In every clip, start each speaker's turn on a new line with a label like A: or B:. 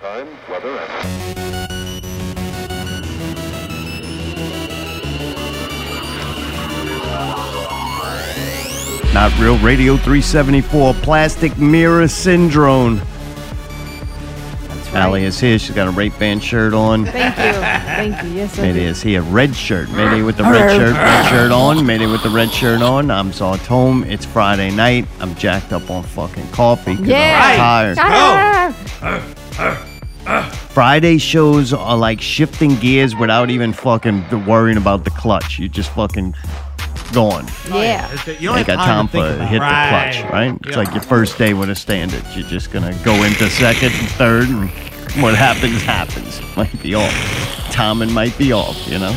A: Time, weather, and.
B: Not Real Radio 374 Plastic Mirror Syndrome.
C: That's right.
B: Allie is here. She's got a rape band shirt on.
C: Thank you. Thank you. Yes, I
B: Mayday
C: do.
B: is here. Red shirt. Mayday with the red shirt. Red shirt on. Mayday with the red shirt on. I'm Zart Home. It's Friday night. I'm jacked up on fucking coffee 'cause
C: Yeah.
B: I'm tired.
C: Ah!
B: Friday shows are like shifting gears without even fucking worrying about the clutch. You're just fucking gone.
D: Oh,
C: Yeah.
D: It's- You don't
B: Ain't
D: have
B: got time
D: time to
B: for
D: think about
B: hit
D: it.
B: the clutch, right? It's like your first day with a standard. You're just gonna go into second and third, and what happens happens. Might be off. Timing might be off. You know.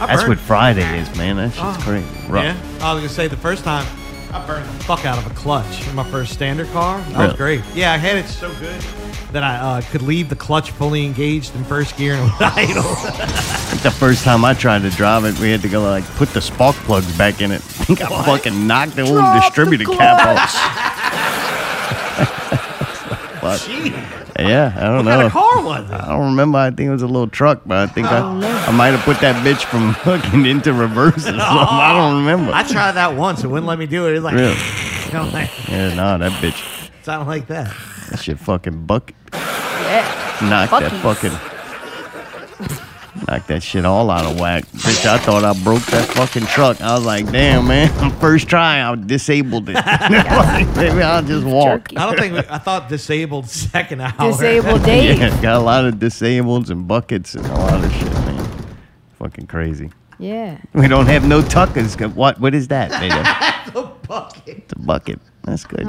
D: I
B: That's what
D: burned-
B: Friday is, man. That shit's crazy. Rough.
D: Oh. Yeah, I was gonna say the first time I burned the fuck out of a clutch in my first standard car. That was
B: Really?
D: great. Yeah, I had it so good that I uh, could leave the clutch fully engaged in first gear and idle.
B: The first time I tried to drive it, we had to go like put the spark plugs back in it. I think I fucking knocked the whole distributor cap off. But,
D: Gee,
B: yeah, I don't
D: what kind
B: know.
D: of car was it?
B: I don't remember. I think it was a little truck, but I think
C: Oh, no.
B: I, I might have put that bitch from fucking into reverse or something. I don't remember.
D: I tried that once. It wouldn't let me do it. It's like,
B: Really?
D: you know, like
B: Yeah, nah, that bitch.
D: sound like that.
B: That shit fucking buck
C: Yeah.
B: knocked that
C: Buckies.
B: fucking knocked that shit all out of whack. Bitch, I thought I broke that fucking truck. I was like, damn man, first try I disabled it. Like, Maybe I'll just walk.
C: Jerky.
D: I don't think we, I thought disabled second hour.
C: Disabled Dave. Yeah.
B: Yeah, got a lot of disableds and buckets and a lot of shit, man. Fucking crazy. We don't have no tuckers. What? What is that? Mayday?
D: The bucket.
B: It's a bucket. That's good.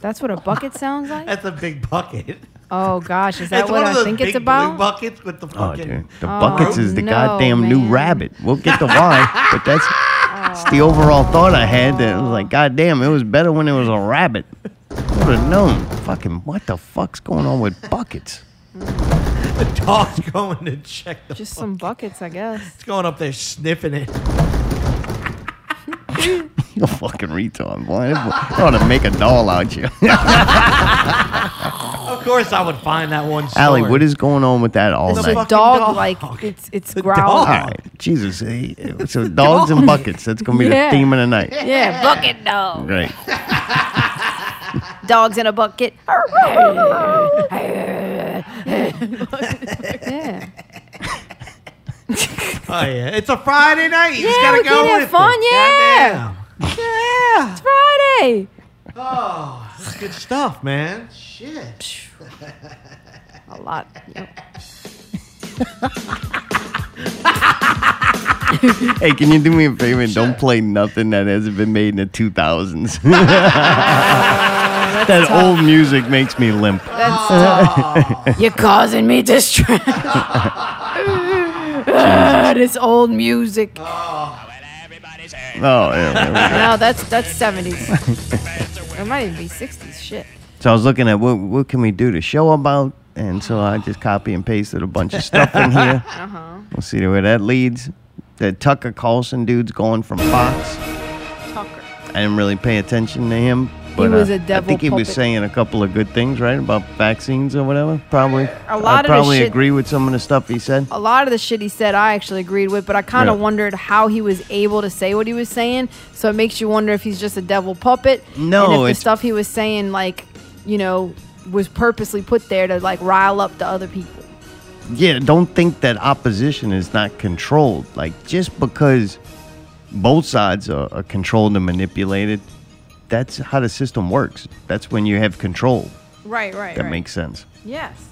C: That's what a bucket sounds like?
D: That's a big bucket.
C: Oh, gosh. Is that
D: That's
C: what
D: one of
C: I
D: those
C: think
D: big
C: it's
D: blue
C: about?
D: buckets with the
B: Oh,
D: fucking.
B: dude. The
C: Oh,
B: buckets is the
C: no,
B: goddamn new
C: man.
B: rabbit. We'll get the wine, but that's, that's the overall thought I had. That it was like, goddamn, it was better when it was a rabbit. Would have known. Fucking, what the fuck's going on with buckets?
D: the dog's going to check the.
C: Just some buckets, I guess.
D: It's going up there sniffing it.
B: You a fucking retard, boy. I want to make a doll out you.
D: Of course, I would find that one.
B: Allie,
D: story.
B: what is going on with that all
D: It's
B: night?
D: a
C: Dog,
D: Fucking dog.
C: like it's it's
D: The
B: all
C: growling.
D: dog.
B: right, Jesus. eh, So dogs and buckets. That's gonna be
C: Yeah.
B: the theme of the night.
C: Yeah, bucket dog.
B: Great.
C: Dogs in a bucket. yeah.
D: Oh yeah, it's a Friday night. You just
C: Yeah,
D: gotta
C: we
D: go
C: can have
D: with
C: fun,
D: it.
C: yeah.
D: Goddamn. Yeah.
C: Friday.
D: Oh, that's good stuff, man. Shit.
C: A lot. Yep.
B: Hey, can you do me a favor and don't play nothing that hasn't been made in the 2000s? that old music makes me limp.
C: That's You're causing me distress. Ah, this old music.
B: Oh, yeah, yeah.
C: No, that's that's seventies. it might even be sixties. Shit.
B: So I was looking at what what can we do to show about, and so I just copy and pasted a bunch of stuff in here.
C: Uh-huh.
B: We'll see where that leads. That Tucker Carlson dude's going from Fox.
C: Tucker.
B: I didn't really pay attention to him. But,
C: was
B: uh,
C: a
B: I
C: devil
B: think he was
C: puppet.
B: saying a couple of good things, right, about vaccines or whatever. Probably.
C: A lot of
B: I
C: the
B: probably
C: shit-
B: agree with some of the stuff he said.
C: A lot of the shit he said, I actually agreed with, but I kind of
B: Yeah.
C: wondered how he was able to say what he was saying. So it makes you wonder if he's just a devil puppet.
B: No,
C: and if
B: it's-
C: the stuff he was saying, like, you know, was purposely put there to like rile up the other people.
B: yeah, don't think that opposition is not controlled. Like just because both sides are, are controlled and manipulated, that's how the system works. That's when you have control.
C: Right. Right.
B: That makes sense.
C: Yes.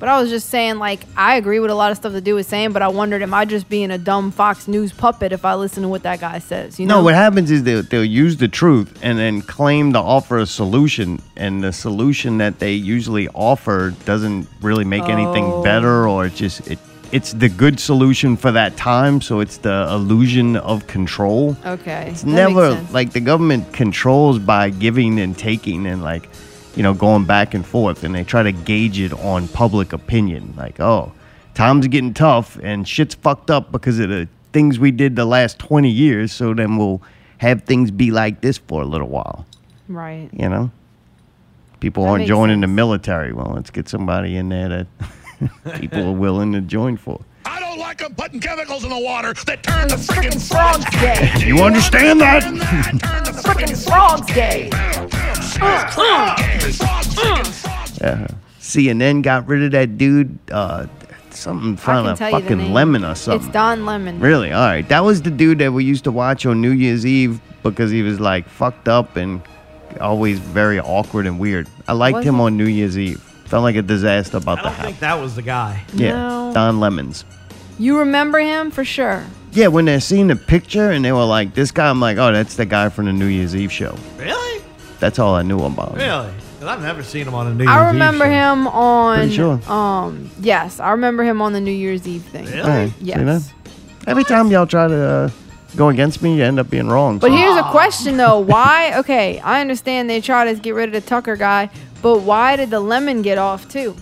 C: But I was just saying, like, I agree with a lot of stuff that dude was saying, but I wondered, am I just being a dumb Fox News puppet if I listen to what that guy says? You know?
B: No, what happens is they'll, they'll use the truth and then claim to offer a solution, and the solution that they usually offer doesn't really make anything
C: Oh.
B: better, or it just it, it's the good solution for that time, so it's the illusion of control.
C: okay.
B: It's never like the government controls by giving and taking and like, you know, going back and forth, and they try to gauge it on public opinion. Like, oh, times are getting tough and shit's fucked up because of the things we did the last 20 years, so then we'll have things be like this for a little while,
C: Right.
B: you know? People
C: That
B: aren't
C: makes
B: joining the
C: sense.
B: military. Well, let's get somebody in there that people are willing to join for.
A: I don't like them putting chemicals in the water that turn the freaking frogs gay.
B: You understand that?
A: Turn the freaking frogs gay.
B: CNN got rid of that dude. Uh, something found
C: can
B: a
C: tell you the
B: fucking
C: name.
B: lemon or
C: It's
B: something.
C: Don Lemon.
B: Really? All right. That was the dude that we used to watch on New Year's Eve because he was like fucked up and always very awkward and weird. I liked
C: Was
B: him
C: he?
B: on New Year's Eve. Felt like a disaster about
D: I
B: to
D: don't
B: happen.
D: think that was the guy.
B: Yeah,
C: No.
B: Don Lemons.
C: You remember him for sure.
B: Yeah, when they seen the picture and they were like, "This guy," I'm like, "Oh, that's the guy from the New Year's Eve show."
D: Really?
B: That's all I knew about. him.
D: Really? 'Cause I've never seen him on a New Year's
C: I remember
D: Eve show.
C: him on.
B: Pretty sure.
C: Um. Yes, I remember him on the New Year's Eve thing.
D: Really?
B: All right, see
C: Yes.
B: that? Every time y'all try to uh, go against me, you end up being wrong.
C: But
B: so-
C: here's a question though. Why? Okay, I understand they tried to get rid of the Tucker guy, but why did the lemon get off too?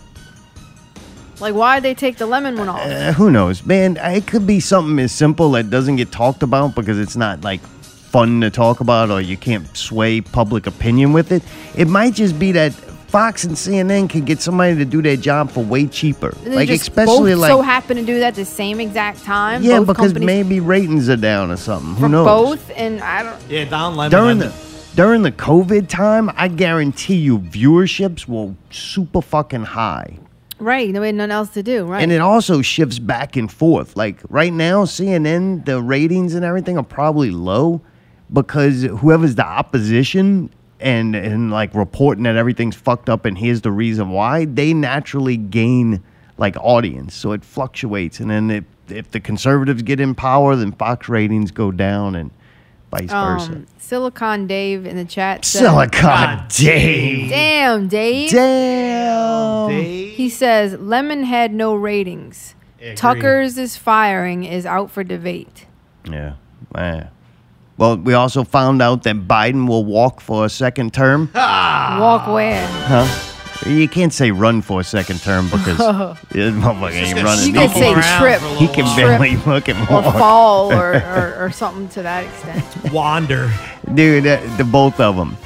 C: Like, why did they take the lemon one off?
B: Uh, who knows, man? It could be something as simple that doesn't get talked about because it's not like fun to talk about or you can't sway public opinion with it. It might just be that Fox and CNN can get somebody to do their job for way cheaper.
C: And they
B: like
C: just
B: especially
C: both
B: like
C: so happen to do that at the same exact time.
B: yeah,
C: both
B: because
C: companies
B: maybe ratings are down or something. Who
C: for
B: knows?
C: both, and I don't.
D: Yeah, Don Lemon.
B: during
D: had
B: the during the COVID time, I guarantee you viewerships were super fucking high.
C: Right, nobody had nothing else to do. Right,
B: And it also shifts back and forth. Like right now, CNN, the ratings and everything are probably low because whoever's the opposition and and like reporting that everything's fucked up and here's the reason why, they naturally gain like audience. So it fluctuates. And then if if the conservatives get in power, then Fox ratings go down and vice versa.
C: um, Silicon Dave in the chat. Said,
B: Silicon Dave.
C: Damn, Dave.
B: Damn.
D: Dave.
C: He says Lemon had no ratings. Tucker's is firing is out for debate.
B: Yeah. Man. Well, we also found out that Biden will walk for a second term. Ah.
C: Walk where?
B: you can't say run for a second term because this motherfucker ain't running.
C: You could
D: stumble
C: say
D: around
C: trip.
D: for a
B: he
D: little
B: can
D: while.
B: barely look and
C: or
B: walk.
C: fall or, or, or something to that extent.
D: Wander.
B: Dude, that, the both of them.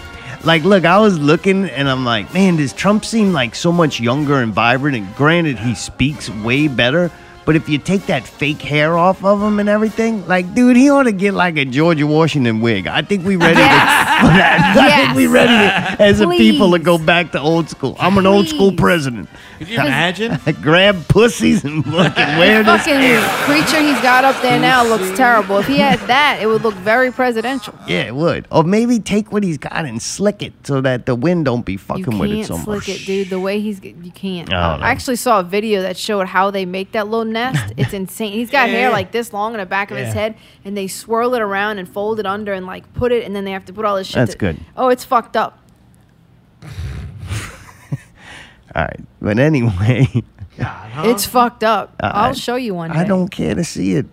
B: Like, look, I was looking and I'm like, man, does Trump seem like so much younger and vibrant? And granted, he speaks way better. But if you take that fake hair off of him and everything, like, dude, he ought to get like a George Washington wig. I think we ready to I think we
C: Yes.
B: ready to, as a people to
C: Please.
B: go back to old school. I'm an old school
C: Please.
B: president.
D: Could you imagine?
B: I grab pussies and fucking wear this.
C: Fucking creature he's got up there now looks terrible. If he had that, it would look very presidential.
B: Yeah, it would. Or maybe take what he's got and slick it so that the wind don't be
C: You
B: fucking with it
C: can't
B: so
C: slick
B: much.
C: it, dude. The way he's you can't.
B: I don't know.
C: I actually saw a video that showed how they make that little nest. It's insane. He's got hair
D: Yeah.
C: like this long in the back of his
D: Yeah.
C: head, and they swirl it around and fold it under and like put it, and then they have to put all this shit.
B: That's
C: to-
B: good.
C: Oh, it's fucked up.
B: All right, but anyway,
D: God, huh?
C: It's fucked up.
B: Uh, I-
C: I'll show you one.
B: I
C: day.
B: don't care to see it.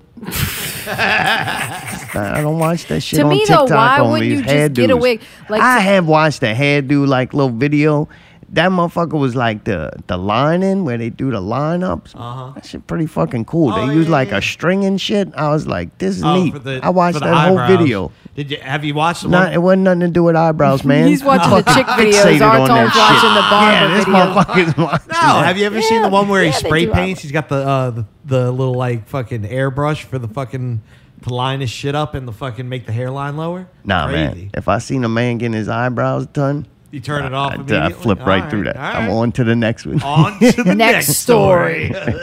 B: I don't watch that shit
C: To
B: on
C: me, though,
B: TikTok.
C: why
B: on
C: wouldn't
B: these
C: you just get a
B: hairdos.
C: wig? Like-
B: I have watched a hairdo like little video. That motherfucker was like the the lining where they do the lineups.
D: Uh-huh.
B: That shit pretty fucking cool.
D: Oh,
B: they use
D: yeah,
B: like
D: yeah.
B: a string and shit. I was like, this is
D: Oh,
B: neat.
D: for the-
B: I watched
D: for the
B: that whole
D: eyebrows.
B: video.
D: Did you have you watched the
B: Not,
D: one?
B: it wasn't nothing to do with eyebrows, man.
C: He's watching the
B: Fucking
C: chick videos.
B: fixated
C: Our
B: on
C: Tom's
B: that shit.
C: watching the barber
B: Yeah, this
C: videos.
B: motherfucker's watching.
D: No, have you ever seen the
C: Yeah,
D: one where he
C: yeah, they
D: spray
C: do
D: paints? He's got the, uh, the the little like fucking airbrush for the fucking to line his shit up and the fucking make the hairline lower.
B: Nah, man.
D: Crazy.
B: If I seen a man getting his eyebrows done,
D: You turn it off.
B: I,
D: immediately?
B: I flip right
D: All
B: through
D: right,
B: that.
D: all
B: I'm
D: right.
B: on to the next one.
D: On to the
C: Next
D: next,
C: story.
D: story.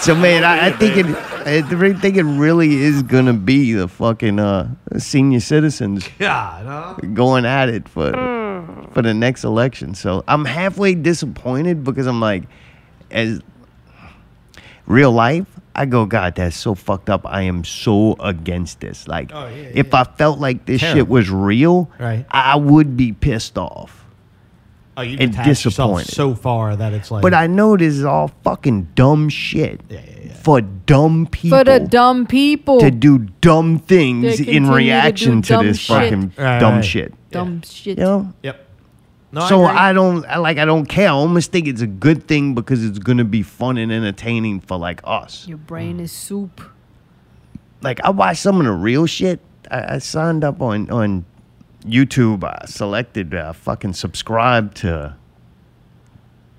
B: So man, I, I think it, I re- think it really is gonna be the fucking uh, senior citizens
D: God, huh?
B: going at it for for the next election. So I'm halfway disappointed because I'm like, as real life, I go, God, that's so fucked up. I am so against this. Like,
D: Oh, yeah,
B: if I felt like this shit
D: Terrible.
B: was real,
D: Right.
B: I would be pissed off.
D: Oh, you
B: And
D: detached yourself
B: disappointed.
D: so far that it's like.
B: But I know this is all fucking dumb shit
D: Yeah, yeah, yeah.
B: for dumb people.
C: For the dumb people.
B: to do dumb things
C: They
B: in
C: continue to
B: reaction
C: do
B: to,
C: dumb
B: this
C: shit.
B: fucking
D: Right,
B: dumb
D: right.
B: shit.
C: dumb shit.
B: You know?
D: Yep. No,
B: so
D: agree.
B: I, don't I like I don't care. I almost think it's a good thing because it's gonna be fun and entertaining for like us.
C: Your brain is soup.
B: Like I watched some of the real shit. I, I signed up on on YouTube, I selected, uh, fucking subscribed to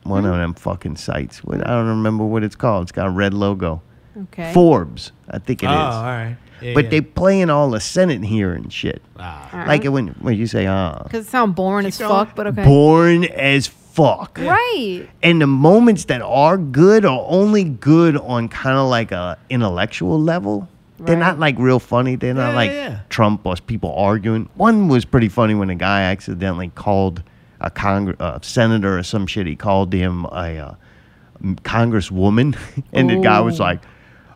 B: one
C: Hmm?
B: of them fucking sites. What- I don't remember what it's called. It's got a red logo.
C: Okay.
B: Forbes, I think it
D: oh,
B: is.
D: all right. Yeah,
B: But
D: yeah.
B: they playing all the Senate hearing shit.
D: Ah.
B: Like when when you say, uh,
C: Because it sounds boring as fuck, but okay.
B: born as fuck.
C: Right.
B: And the moments that are good are only good on kind of like a intellectual level. They're
C: Right.
B: not like real funny. They're not
D: Yeah,
B: like
D: yeah.
B: Trump or people arguing. One was pretty funny when a guy accidentally called a congr- uh, senator or some shit. He called him a uh, m- congresswoman, and the guy was
C: Ooh.
B: like,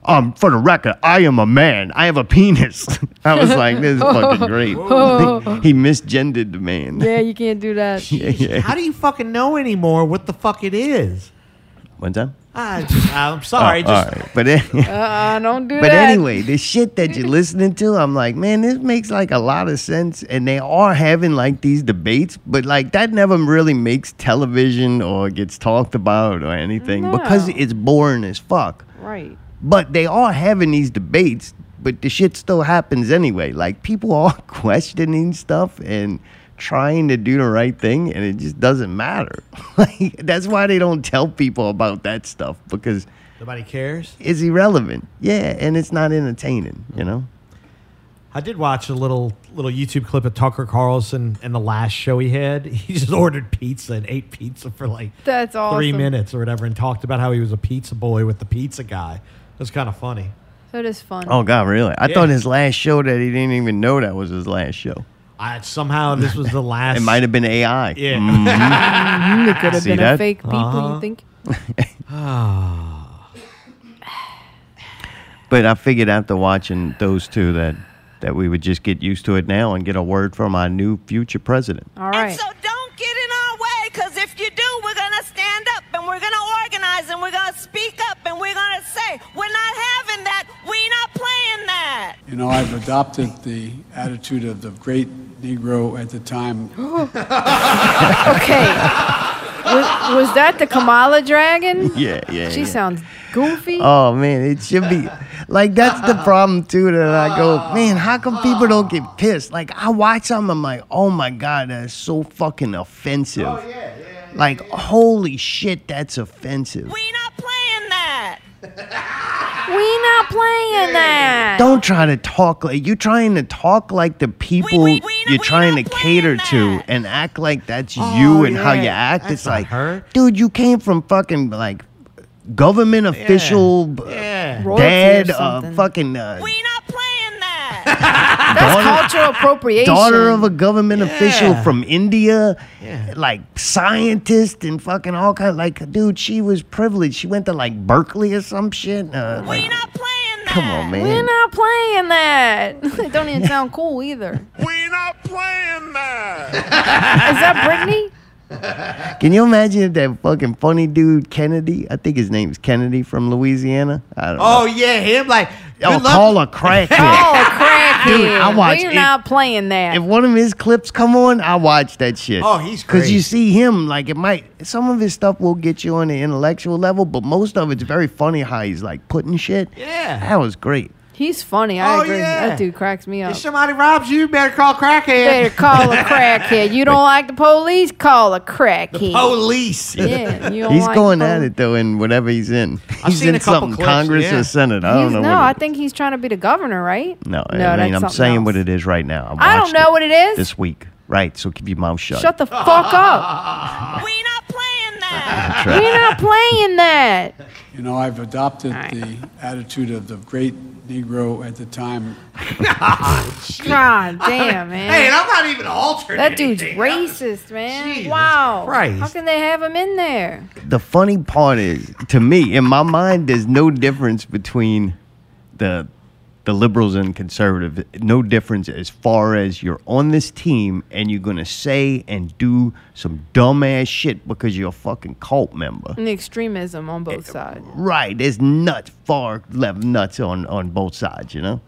B: um, for the record, I am a man. I have a penis. I was like, this is fucking great. he misgendered the man.
C: Yeah, you can't do that.
B: yeah, yeah.
D: How do you fucking know anymore what the fuck it is?
B: One time?
D: I just, I'm sorry.
B: Oh,
D: just,
B: all right. But, an-
C: Uh, don't do
B: but
C: that.
B: anyway, the shit that you're listening to, I'm like, man, this makes like a lot of sense. And they are having like these debates, but like that never really makes television or gets talked about or anything because
C: No.
B: it's boring as fuck.
C: Right.
B: But they are having these debates, but the shit still happens anyway. Like people are questioning stuff and trying to do the right thing, and it just doesn't matter. like that's why they don't tell people about that stuff because
D: Nobody cares.
B: it's irrelevant. Yeah, and it's not entertaining. You know.
D: I did watch a little little YouTube clip of Tucker Carlson and the last show he had. He just ordered pizza and ate pizza for like
C: That's awesome.
D: three minutes or whatever, and talked about how he was a pizza boy with the pizza guy. It was kind of funny.
C: That is fun.
B: Oh God, really? I thought
D: Yeah.
B: his last show that he didn't even know that was his last show.
D: I somehow this was the last.
B: It might have been Mm. AI.
D: Yeah.
C: it could have
B: see
C: been a
B: that?
C: fake people,
D: Uh-huh.
C: you think?
B: But I figured after watching those two that that we would just get used to it now and get a word from our new future president.
C: All right.
E: And so don't get in our way, because if you do, we're going to stand up and we're going to organize and we're going to speak up and we're going to say, we're not having that. We're not playing that.
F: You know, I've adopted the attitude of the great Negro at the time.
C: okay. Was, was that the Kamala dragon?
B: Yeah, yeah.
C: She
B: yeah.
C: sounds goofy.
B: Oh man, it should be like that's the problem too. That I go, man, how come people don't get pissed? Like I watch something, I'm like, oh my god, that's so fucking offensive.
D: Oh,
B: Like holy shit, that's offensive.
E: We're not playing that.
C: we not playing that.
B: Don't try to talk like you're trying to talk like the people
E: we- we-
B: you're
E: we
B: trying to
E: not playing
B: cater to
E: that.
B: and act like that's you and how
D: yeah.
B: you act.
D: That's
B: it's
D: not
B: like,
D: her.
B: dude, you came from fucking like government official uh,
D: Yeah.
C: Royalty or
B: dad, uh,
C: something.
B: fucking uh,
E: We're not playing that.
C: That's cultural appropriation.
B: daughter of a government official
D: Yeah.
B: from India,
D: Yeah.
B: like scientist and fucking all kind. Like, dude, she was privileged. She went to like Berkeley or some shit. Uh,
E: We're
B: like,
E: not playing that.
B: come on, man.
C: We're not playing that. It don't even sound cool either. Is
A: We're not playing that.
C: that Britney?
B: Can you imagine if that fucking funny dude Kennedy? I think his name is Kennedy from Louisiana. I don't
D: Oh
B: know.
D: yeah, him like.
B: Oh,
D: good luck-
B: call a crackhead.
C: Oh, crackhead.
B: Dude, I watch
C: We're
B: it-
C: not playing that.
B: If one of his clips come on, I watch that shit.
D: Oh, he's
B: because you
D: great.
B: see him like it might. Some of his stuff will get you on the intellectual level, but most of it's very funny how he's like putting shit.
D: Yeah.
B: that was great.
C: He's funny. I
D: Oh,
C: agree.
D: yeah.
C: That dude cracks me up.
D: If somebody robs you, better call crackhead.
C: Better call a crackhead. You don't like the police? Call a crackhead.
D: Police.
C: yeah, you don't
B: He's
C: like
B: going
C: the
B: at
C: poli-
B: it though in whatever he's in.
D: I've
B: he's
D: seen
B: in
D: a couple
B: something
D: clips,
B: Congress
D: yeah.
B: or Senate. I don't
C: He's-
B: know.
C: no,
B: what
C: I
B: it-
C: think he's trying to be the governor, right?
B: No,
C: no,
B: I mean
C: that's
B: I'm
C: something
B: saying
C: else.
B: what it is right now.
C: I don't
B: watched
C: know what it is.
B: this week, right? So keep your mouth shut.
C: Shut the fuck up.
E: We're not playing that.
B: That's
C: We're
B: right.
C: not playing that.
F: You know, I've adopted the attitude of the great Negro at the time.
C: God damn, man.
D: Hey, and I'm not even altering.
C: that dude's
D: anything.
C: racist, man.
D: Jesus
C: wow.
D: Christ.
C: How can they have him in there?
B: the funny part is to me in my mind there's no difference between the the liberals and conservatives no difference as far as you're on this team and you're going to say and do some dumbass shit because you're a fucking cult member
C: And the extremism on
B: Eh,
C: both sides.
B: right there's nuts far left nuts on on both sides you know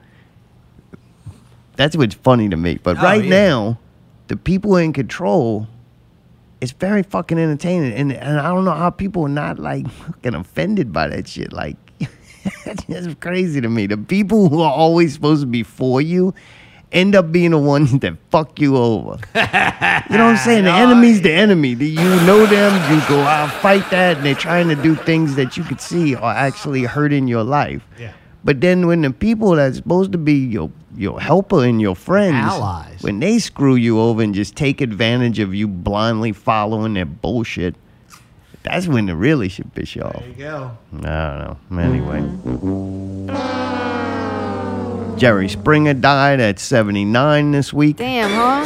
B: that's what's funny to me but
D: Oh,
B: right
D: yeah.
B: now the people in control it's very fucking entertaining and, and i don't know how people are not like fucking offended by that shit like that's crazy to me the people who are always supposed to be for you end up being the ones that fuck you over. you know what I'm
D: Ah,
B: saying? The enemy's the enemy. The- You know them, you go out, fight that, and they're trying to do things that you could see are actually hurting your life.
D: Yeah.
B: But then when the people that's supposed to be your your helper and your friends,
D: Allies.
B: when they screw you over and just take advantage of you blindly following their bullshit, that's when it really should piss you off.
D: There you go.
B: I don't know. Anyway. Jerry Springer died at 79 this week.
C: Damn, huh?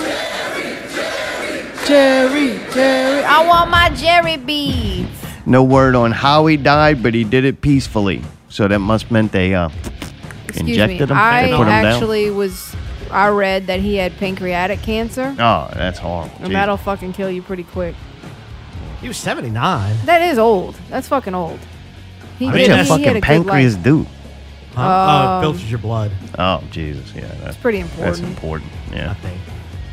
C: Jerry, Jerry, I want my Jerry beads.
B: No word on how he died, but he did it peacefully. So that must meant they uh,
C: Excuse
B: injected
C: me.
B: him.
C: I
B: they put him
C: actually was. I read that he had pancreatic cancer,
B: down. Oh, that's horrible.
C: and
B: Jeez.
C: that'll fucking kill you pretty quick.
D: He was 79.
C: That is old. That's fucking old. He,
D: I
B: What
D: mean,
B: did
D: he-
B: that
D: he
B: fucking pancreas do?
D: Huh?
C: Um,
D: Uh, filters your blood,
B: Oh, Jesus. Yeah, that's
C: pretty
B: That's
C: important.
B: important.
D: I
B: Yeah.
D: think.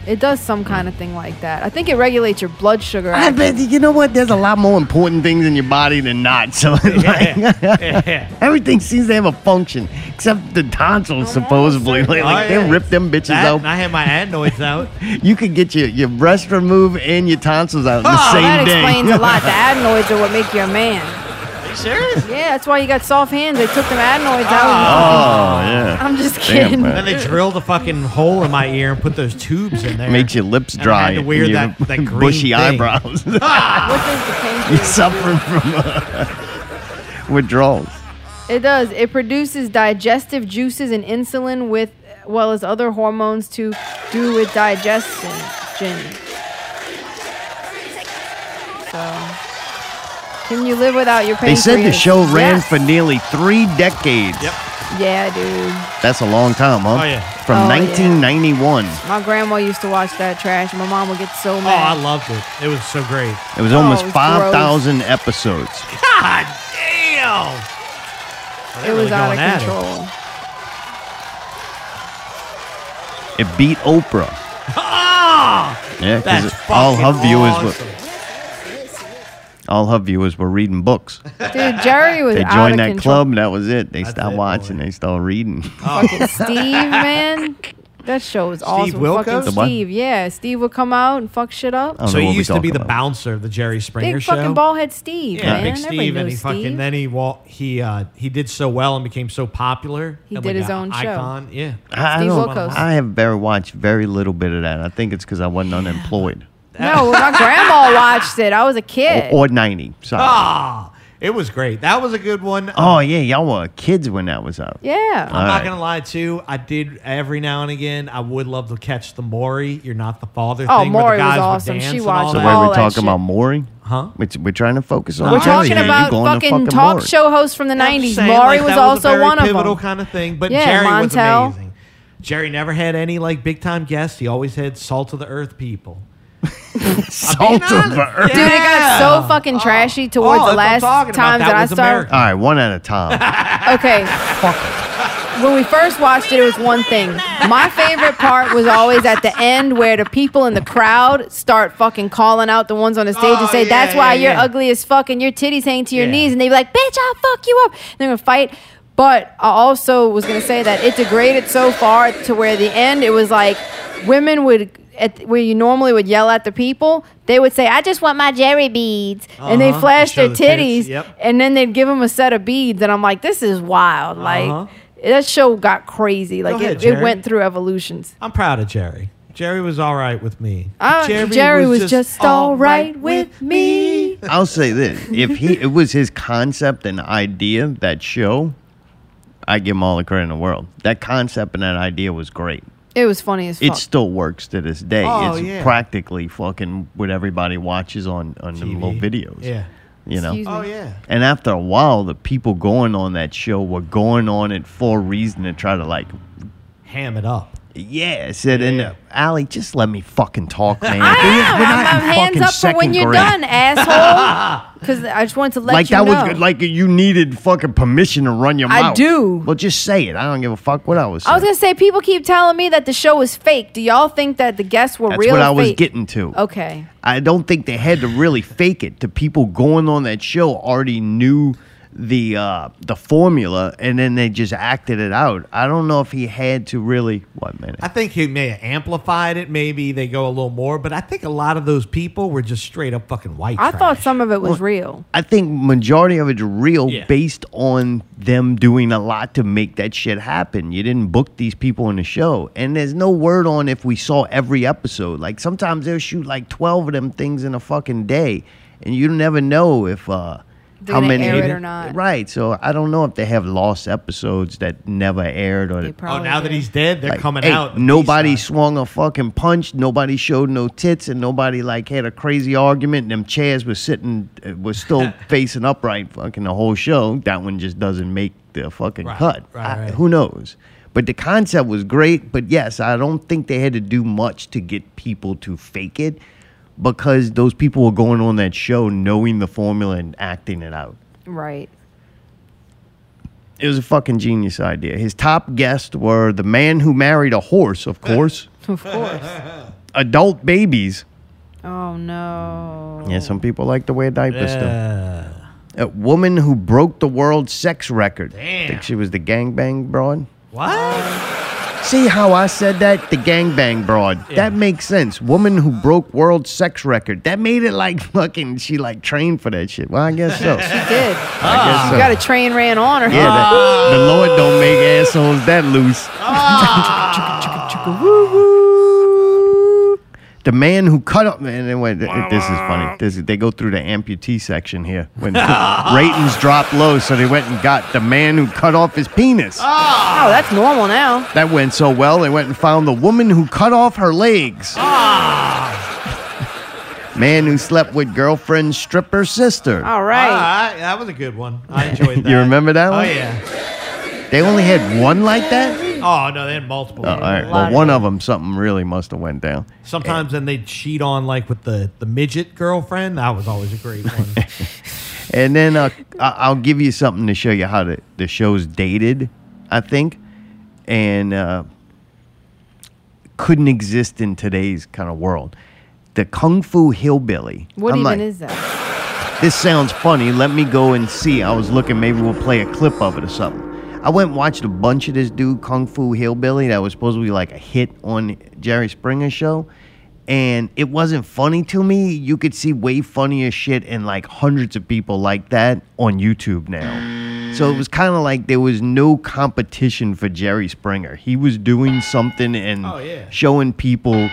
C: It does some kind of thing like that. I think it regulates your blood sugar.
B: I bet you know what? There's a lot more important things in your body than not. So like, everything seems to have a function, except the tonsils, supposedly. Like, like, they
D: yeah.
B: rip them bitches
D: That,
B: out.
D: and I had my adenoids out.
B: You could get your, your breast removed and your tonsils out in the
C: Oh,
B: same
C: that
B: day.
C: explains a lot. The adenoids are what make you a man.
D: Are you serious?
C: Yeah, that's why you got soft hands. They took them adenoids
B: Oh
C: out.
B: yeah,
C: I'm just
B: Damn,
C: kidding.
B: man.
D: Then they drilled a fucking hole in my ear and put those tubes in there.
B: makes your lips
D: And I
B: dry.
D: had to wear
B: and your
D: that- that green
B: bushy
D: thing.
B: eyebrows.
C: what does the pancreas
B: You're suffering from uh, withdrawals.
C: It does. It produces digestive juices and insulin with well as other hormones to do with digestion. Gin. So can you live without your
B: They
C: pancreas?
B: said the show ran
C: Yes.
B: for nearly three decades.
D: Yep.
C: Yeah, dude.
B: That's a long time, huh?
D: Oh, yeah.
B: From
C: Oh, yeah.
B: 1991.
C: My grandma used to watch that trash. My mom would get so
D: Oh, I
C: mad.
D: loved it. It was so great.
B: It was almost
C: it was
B: 5,000 episodes.
D: God damn!
C: it was out of control.
B: It beat Oprah.
D: Ah!
B: Yeah,
D: That's
B: because all her
D: fucking
B: viewers
D: awesome.
B: were all her viewers were reading books.
C: Dude, Jerry was
B: They
C: out of
B: joined that
C: control.
B: club, and that was it. They stopped
D: it,
B: watching.
D: boy.
B: They started reading.
C: Fucking Steve, man. That show was awesome.
D: Wilkos?
C: Fucking
B: The what?
C: Steve, yeah. Steve would come out and fuck shit up.
B: I don't
D: So
B: know
D: he
B: what we
D: used to be
B: talking
D: the
B: about.
D: bouncer of the Jerry Springer
C: Big
D: show.
C: fucking ballhead Steve,
D: Yeah,
C: man.
D: Big
C: Everybody
D: Steve, and
C: knows
D: he fucking
C: Steve.
D: then he wa- he uh, he did so well and became so popular.
C: He
D: and
C: did
D: like
C: his
D: a
C: own show.
D: icon. show. Yeah,
B: I, I
C: Steve
B: don't-
C: Wilkos.
B: I have very watched very little bit of that. I think it's because I wasn't unemployed
C: No, my grandma watched it. I was a kid.
B: or, or ninety. Sorry.
D: ah, it was great. That was a good one.
B: Oh yeah, y'all were kids when that was out.
C: yeah.
B: Uh,
D: I'm
B: All
D: not
B: right.
D: gonna lie too. I did every now and again. I would love to catch the Maury. You're not the father.
C: Oh,
D: thing where
C: Maury
D: the
C: was
D: guys would
C: awesome. She
D: dance and
C: watched
D: all
B: So
D: that.
B: where
C: all
B: we're
C: that
B: talking
C: shit.
B: about Maury?
D: Huh?
B: We're, we're trying to focus on.
C: We're
B: Jerry
C: talking
B: here. You
C: about
B: going to
C: fucking, talk
B: Maury.
C: show hosts from the
D: I'm just
C: 90s.
D: saying,
C: Maury
D: like,
C: was
D: that
C: also
D: a very
C: one of them.
D: pivotal kind of thing. But
C: Yeah,
D: Jerry
C: Montel.
D: was amazing. Jerry never had any like big time guests. He always had salt of the earth people.
B: Salt of the earth.
C: Dude, it got so fucking trashy towards
D: Oh,
C: the last
D: that's what I'm talking about.
C: time
D: That
C: that, I
D: was
C: started.
B: All right, one at a time.
C: Okay. When we first watched it, it was one thing. My favorite part was always at the end where the people in the crowd start fucking calling out the ones on the stage
D: Oh,
C: and say,
D: yeah,
C: That's why
D: yeah,
C: you're
D: yeah.
C: ugly as fuck and your titties hang to your
D: Yeah.
C: knees. And they be like, Bitch, I'll fuck you up. And they're going to fight. But I also was going to say that it degraded so far to where the end, it was like women would. At, where you normally would yell at the people, they would say, "I just want my jerry beads," and they
D: Uh-huh. They
C: flash their
D: show the tits,
C: titties,
D: yep.
C: and then they'd give them a set of beads, and I'm like, this is wild. Like
D: Uh-huh.
C: that show got crazy. Like
D: ahead,
C: it, it
D: Jerry.
C: went through evolutions.
D: I'm proud of Jerry. Jerry was all right with me.
C: Uh, Jerry, was, just, all right with me.
B: I'll say this: if he, it was his concept and idea that show, I give him all the credit in the world. That concept and that idea was great.
C: It was funny as fuck.
B: It still works to this day.
D: Oh,
B: it's
D: yeah.
B: practically fucking what everybody watches on on the little videos.
D: Yeah.
B: you know.
C: Excuse me.
D: Oh yeah.
B: And after a while, the people going on that show were going on it for a reason to try to like,
D: Ham it up.
B: yeah, I said, and
D: Yeah.
B: Allie, just let me fucking talk, man.
C: I
B: We're-
C: am.
B: we're
C: I'm,
B: not in
C: I'm hands
B: fucking
C: up for when
B: second
C: you're
B: grade.
C: done, asshole. Because I just wanted to let
B: Like
C: you
B: that
C: know.
B: was good. Like you needed fucking permission to run your
C: I
B: mouth.
C: do.
B: Well, just say it. I don't give a fuck what I was. Saying.
C: I was gonna say, people keep telling me that the show was fake. Do y'all think that the guests were
B: That's
C: real?
B: what
C: or
B: I was
C: fake?
B: getting to.
C: Okay.
B: I don't think they had to really fake it. The people going on that show already knew the uh, the formula, and then they just acted it out. I don't know if he had to really. One minute.
D: I think he may have amplified it. Maybe they go a little more, but I think a lot of those people were just straight up fucking white.
C: I thought
D: trash.
C: some of it was real.
B: I think majority of it's real
D: Yeah.
B: based on them doing a lot to make that shit happen. You didn't book these people in the show. And there's no word on if we saw every episode. Like sometimes they'll shoot like 12 of them things in a fucking day and you never know if uh
C: They're
B: how
C: gonna
B: many
C: air it or not.
B: Right. So I don't know if they have lost episodes that never aired or
C: They
D: Oh,
C: probably
D: now that
C: did.
D: he's dead, they're
B: like,
D: coming
B: hey,
D: out.
B: Nobody
D: Peace sign.
B: swung a fucking punch. Nobody showed no tits, and nobody like had a crazy argument. And them chairs were sitting, uh, was still facing upright, fucking the whole show. That one just doesn't make the fucking
D: Right,
B: cut.
D: right,
B: I-
D: right.
B: Who knows? But the concept was great. But yes, I don't think they had to do much to get people to fake it, because those people were going on that show knowing the formula and acting it out.
C: right.
B: It was a fucking genius idea. His top guests were the man who married a horse, of course.
C: Of course.
B: adult babies.
C: oh no.
B: Yeah, some people like to wear diapers still.
D: Uh,
B: A woman who broke the world sex record. I
D: Damn.
B: think she was the gangbang broad.
D: what?
B: See how I said that? The gangbang broad. That makes sense. Woman who broke world sex record. That made it like fucking she like trained for that shit. Well, I guess so.
C: She
B: I
C: did.
B: guess
D: Ah.
B: so.
C: Got a train ran on her.
B: yeah, that, the
C: Ah.
B: Lord don't make assholes that loose.
C: Ah.
B: The man who cut up, man, they went- this is funny. This, they go through the amputee section here. When ratings dropped low, so they went and got the man who cut off his penis.
C: Oh, that's normal now.
B: That went so well, they went and found the woman who cut off her legs.
C: Ah.
B: Man who slept with girlfriend stripper sister.
C: All
D: All
C: right.
D: right, that was a good one. I enjoyed that.
B: You remember that
D: Oh
B: one?
D: yeah.
B: They only had one like that?
D: Oh no, they had multiple.
B: Oh, all right.
C: lot
B: Well,
C: of
B: one of them, something really must have went down.
D: Sometimes then they'd cheat on like with the the midget girlfriend. That was always a great one.
B: And then uh, I- I'll give you something to show you how the, the show's dated, I think, and uh, couldn't exist in today's kind of world. The Kung Fu Hillbilly.
C: What
B: I'm
C: even
B: like,
C: is that?
B: This sounds funny. Let me go and see. I was looking, maybe we'll play a clip of it or something. I went and watched a bunch of this dude, Kung Fu Hillbilly, that was supposed to be like a hit on Jerry Springer's show. And it wasn't funny to me. You could see way funnier shit and like hundreds of people like that on YouTube now. So it was kind of like there was no competition for Jerry Springer. He was doing something and
D: Oh, yeah.
B: showing people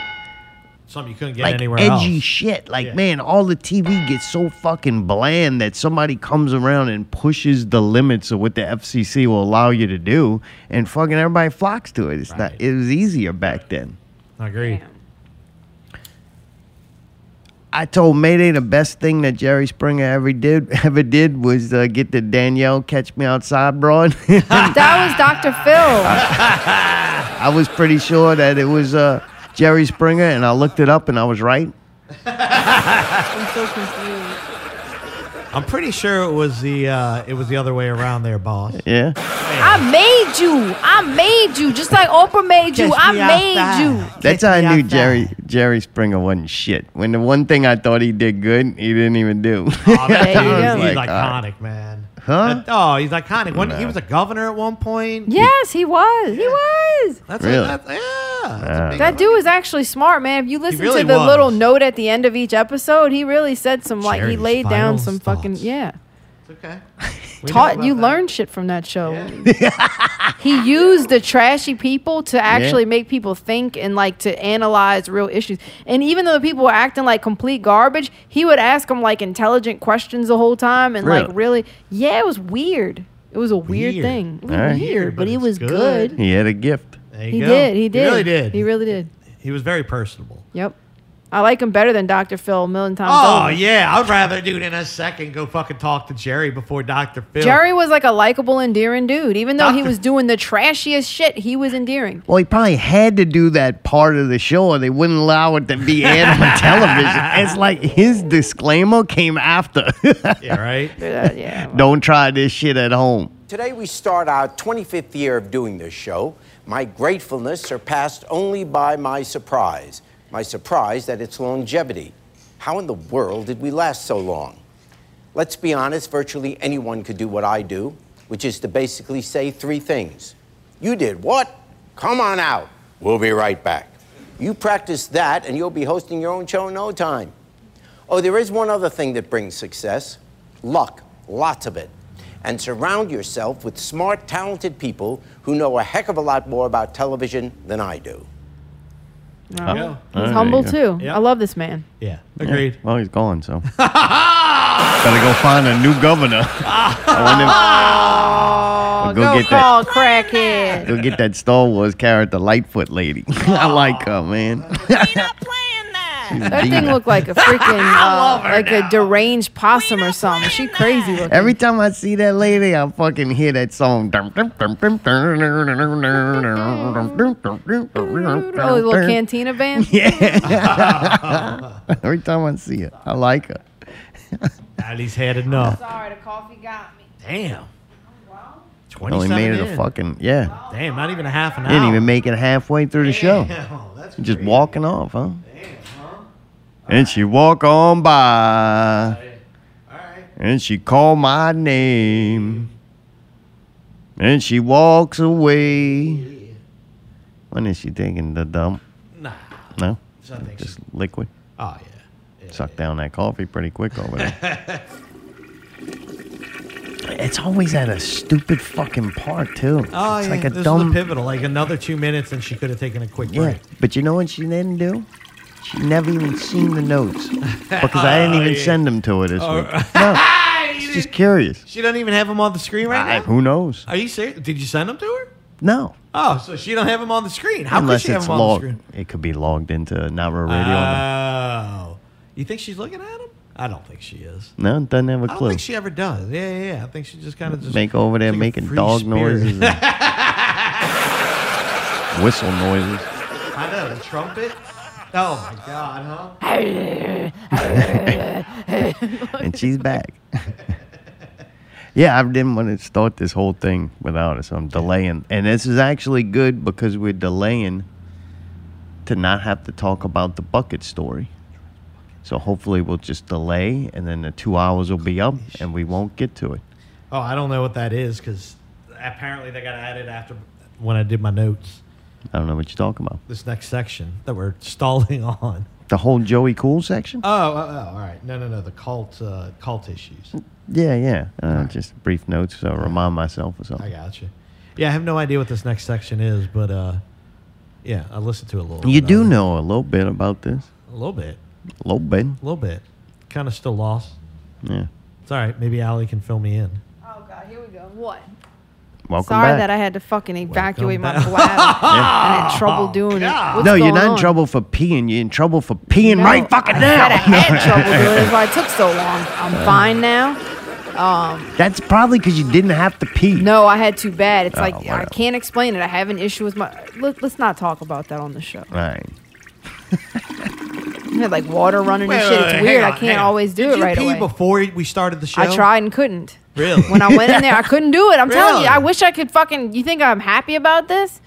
D: Something you couldn't get
B: like
D: anywhere
B: edgy
D: else.
B: shit. Like
D: Yeah.
B: man, all the TV gets so fucking bland that somebody comes around and pushes the limits of what the FCC will allow you to do, and fucking everybody flocks to it. It's not.
D: Right.
B: It was easier back then.
D: I agree.
B: I told Mayday the best thing that Jerry Springer ever did ever did was uh, get the Danielle catch me outside broad.
C: that was Dr. Phil.
B: I was pretty sure that it was uh, Jerry Springer, and I looked it up, and I was right.
D: I'm pretty sure it was the uh, it was the other way around there, boss.
B: Yeah.
C: I made you. I made you. Just like Oprah made you. I made you.
B: That's how I knew Jerry Jerry Springer wasn't shit. When the one thing I thought he did good, he didn't even do.
D: Oh, that
C: There you
D: dude,
C: go.
D: he's
B: Like, uh,
D: iconic, man.
B: Huh?
D: That- oh, he's iconic. When, He was a governor at one point.
C: Yes, he was. He was.
D: That's
B: Really?
D: a, that's, yeah. That's a big
C: That dude was actually smart, man. If you listen
D: really
C: to the
D: was.
C: little note at the end of each episode, he really said some like he
D: Jerry's
C: laid down
D: final
C: some fucking
D: thoughts.
C: yeah.
D: It's okay. We know
C: Taught
D: about
C: you
D: that.
C: learned shit from that show. he used the trashy people to actually make people think and like to analyze real issues. And even though the people were acting like complete garbage, he would ask them like intelligent questions the whole time and like really, yeah, it was weird. It was a weird,
D: Weird.
C: thing. It was
B: All right.
C: weird, but,
D: but
C: it
D: it's
C: was
D: good.
C: good.
B: he had a gift.
D: There you
C: He
D: go.
C: did. He did.
D: He really did.
C: He really did.
D: He was very personable.
C: Yep. I like him better than Dr. Phil a million times.
D: Oh
C: over.
D: yeah, I'd rather dude in a second go fucking talk to Jerry before Doctor Phil.
C: Jerry was like a likable, endearing dude. Even though he
D: Dr.
C: was doing the trashiest shit, he was endearing.
B: Well, he probably had to do that part of the show, or they wouldn't allow it to be aired on television. It's like his disclaimer came after.
D: Yeah, right.
C: Uh, yeah. well,
B: Don't try this shit at home.
G: Today we start our 25th year of doing this show. My gratefulness surpassed only by my surprise. My surprise at its longevity. How in the world did we last so long? Let's be honest, virtually anyone could do what I do, which is to basically say three things. You did what? Come on out. We'll be right back. You practice that, and you'll be hosting your own show in no time. Oh, there is one other thing that brings success luck, lots of it. And surround yourself with smart, talented people who know a heck of a lot more about television than I do.
D: Yeah.
B: All right,
C: He's humble
B: yeah.
C: too.
D: Yeah.
C: I love this man.
D: Yeah.
B: Yeah.
D: Agreed.
B: Well, he's gone, so. Gotta go find a new governor. I want him. I'll
C: Go
B: go get that.
C: call crackhead.
B: Go get that Star Wars character, Lightfoot lady. I like her, man.
E: We not playing that.
C: That thing looked like a freaking uh, like a deranged possum or something. She crazy looking.
B: Every time I see that lady, I fucking hear that song. Oh,
C: oh, the little cantina band.
B: Every time I see her, I like her.
D: Allie's had enough.
C: Sorry, the coffee got me.
D: Damn.
B: I only
D: 27
B: made it a
D: in.
B: fucking yeah.
D: Damn, not even a half an hour.
B: Didn't even make it halfway through the show.
D: Oh, that's
B: Just walking off, huh? And she walk on by. And she call my name. And she walks away. When is she taking the dump?
D: Nah.
B: No?
D: I think
B: Just
D: she-
B: liquid.
D: Oh, yeah.
B: Suck down that coffee pretty quick over there. it's always at a stupid fucking part, too.
D: Oh,
B: it's
D: yeah.
B: like a
D: this is
B: dumb
D: the pivotal. Like another two minutes, and she could have taken a quick
B: Yeah,
D: break.
B: but you know what she didn't do? She never even seen the notes because I didn't
D: Oh,
B: even send them to her this week. No, she's just curious.
D: She doesn't even have them on the screen right
B: I-
D: now.
B: who knows?
D: Are you serious? Did you send them to her?
B: No,
D: Oh, so she don't have them on the screen. How
B: unless
D: could she have
B: it's
D: them on
B: logged.
D: the screen? Uh,
B: It could be logged into Nara Radio.
D: Oh, you think she's looking at them? I don't think she is.
B: no, it doesn't have a
D: I don't
B: clue.
D: think she ever does. Yeah, yeah. yeah. I think she just kind of just
B: Make over there
D: she's like a
B: making
D: free
B: dog
D: spirit.
B: noises, and whistle noises.
D: I know the trumpet. Oh my god, huh?
B: and she's back. yeah, I didn't want to start this whole thing without her, so I'm delaying. And this is actually good because we're delaying to not have to talk about the bucket story. So hopefully we'll just delay, and then the two hours will be up, and we won't get to it.
D: Oh, I don't know what that is because apparently they got added after when I did my notes.
B: I don't know what you're talking about.
D: This next section that we're stalling on.
B: The whole Joey Cool section?
D: Oh, oh, oh all right. No, no, no. The cult, uh, cult issues.
B: yeah, yeah. Uh, just brief notes, so I remind myself or
D: I
B: something.
D: got you. Yeah, I have no idea what this next section is, but uh, yeah, I listened to it a little.
B: You
D: bit.
B: do know a little bit about this.
D: a little bit,
B: A little bit.
D: a little bit. Kind of still lost.
B: Yeah.
D: It's all right. Maybe Allie can fill me in.
C: Oh god, here we go. What?
B: Welcome
C: Sorry
B: back.
C: that I had to fucking evacuate my
D: back.
C: bladder. I had trouble doing it. What's
B: no, you're
C: going
B: not in
C: on?
B: trouble for peeing. You're in trouble for peeing
C: No,
B: right fucking
C: I
B: now.
C: said I had trouble doing it. That's why it took so long. I'm
B: Uh.
C: fine now.
B: That's probably because you didn't have to pee.
C: No, I had too bad. It's
B: Oh,
C: like I
B: whatever.
C: can't explain it. I have an issue with my. Let, let's not talk about that on the show.
B: Right.
C: I had like water running
D: Wait,
C: and
D: wait,
C: shit.
D: wait,
C: It's
D: hang
C: weird.
D: on,
C: I can't
D: hang on.
C: always do
D: Did
C: it right
D: you pee
C: away.
D: before we started the show?
C: I tried and couldn't.
D: Really?
C: When I went in there, I couldn't do it. I'm telling you,
D: Really?
C: I wish I could fucking. You think I'm happy about this?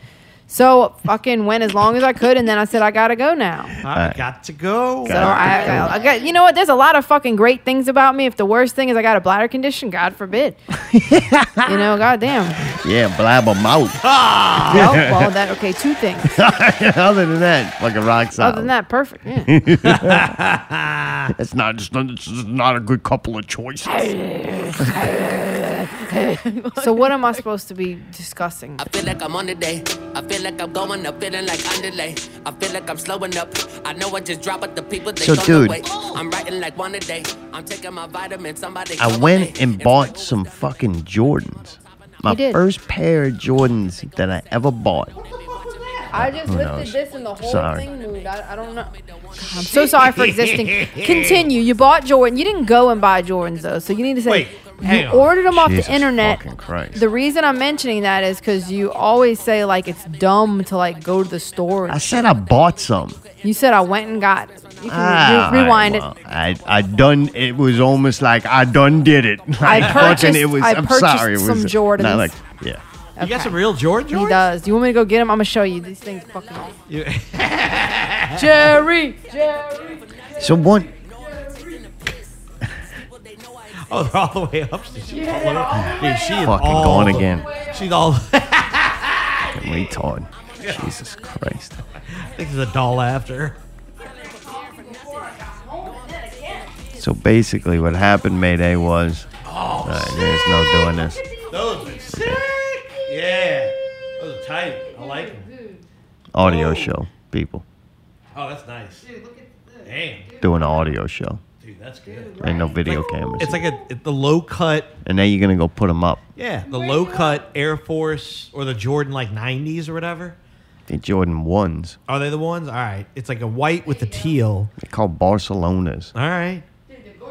C: So fucking went as long as I could, and then I said I gotta go now.
D: I got to go.
C: So I, I, I got you know what? There's a lot of fucking great things about me. If the worst thing is I got a bladder condition, God forbid. you know, goddamn.
B: Yeah, blabbermouth.
C: Well, well, that okay. Two things.
B: Other than that, fucking rock solid.
C: Other than that, perfect. Yeah.
B: it's not. It's not, it's not a good couple of choices.
C: so what am I supposed to be discussing?
H: I feel like I'm on today. I feel like I'm going up, feeling like underlay. I feel like I'm slowing up. I know I just drop, but the people they
B: So,
H: throw
B: dude.
H: away. I'm writing like one a day. I'm taking my vitamins. Somebody.
B: I went and bought some fucking Jordans. My
C: You did.
B: first pair of Jordans that I ever bought.
C: I just
B: Who lifted knows? this and the whole Sorry. thing
C: moved. I, I don't know. I'm so sorry for existing. Continue. You bought Jordan. You didn't go and buy Jordans though, so you need to say
D: Wait, hang
C: you
D: on.
C: ordered them off
B: Jesus
C: the internet.
B: fucking Christ.
C: The reason I'm mentioning that is because you always say like it's dumb to like go to the store.
B: I said I bought some.
C: You said I went and got. You can
B: Ah,
C: re- rewind
B: well,
C: it.
B: I, I done. It was almost like I done did it. Like,
C: purchased-
B: It was,
C: I
B: am
C: purchased
B: sorry. It was
C: some
B: not
C: Jordans.
B: like, yeah.
D: You got some real George?
C: He does. Do you want me to go get him? I'm gonna show you these things. Fucking off.
D: You- Uh-uh.
C: Jerry, Jerry.
B: So one.
D: Oh, they're all the way up. She's Dude, she is
B: Fucking
D: all
B: gone
D: the-
B: again.
D: She's all. I
B: Retard. Jesus Christ.
D: think it's a doll after.
B: So basically, what happened, Mayday, was All right, there's no doing this.
D: Those are sick. Yeah. Those are tight. I like them.
B: Audio show, people
D: Oh, that's nice. Damn.
B: doing an audio show.
D: Dude, that's good.
B: Ain't no video cameras.
D: It's like a it- the low cut.
B: and now you're gonna go put them up.
D: Yeah, the low cut Air Force or the Jordan like 90s or whatever.
B: The Jordan ones.
D: Are they the ones? All right. It's like a white with the teal.
B: They're called Barcelonas.
D: All right.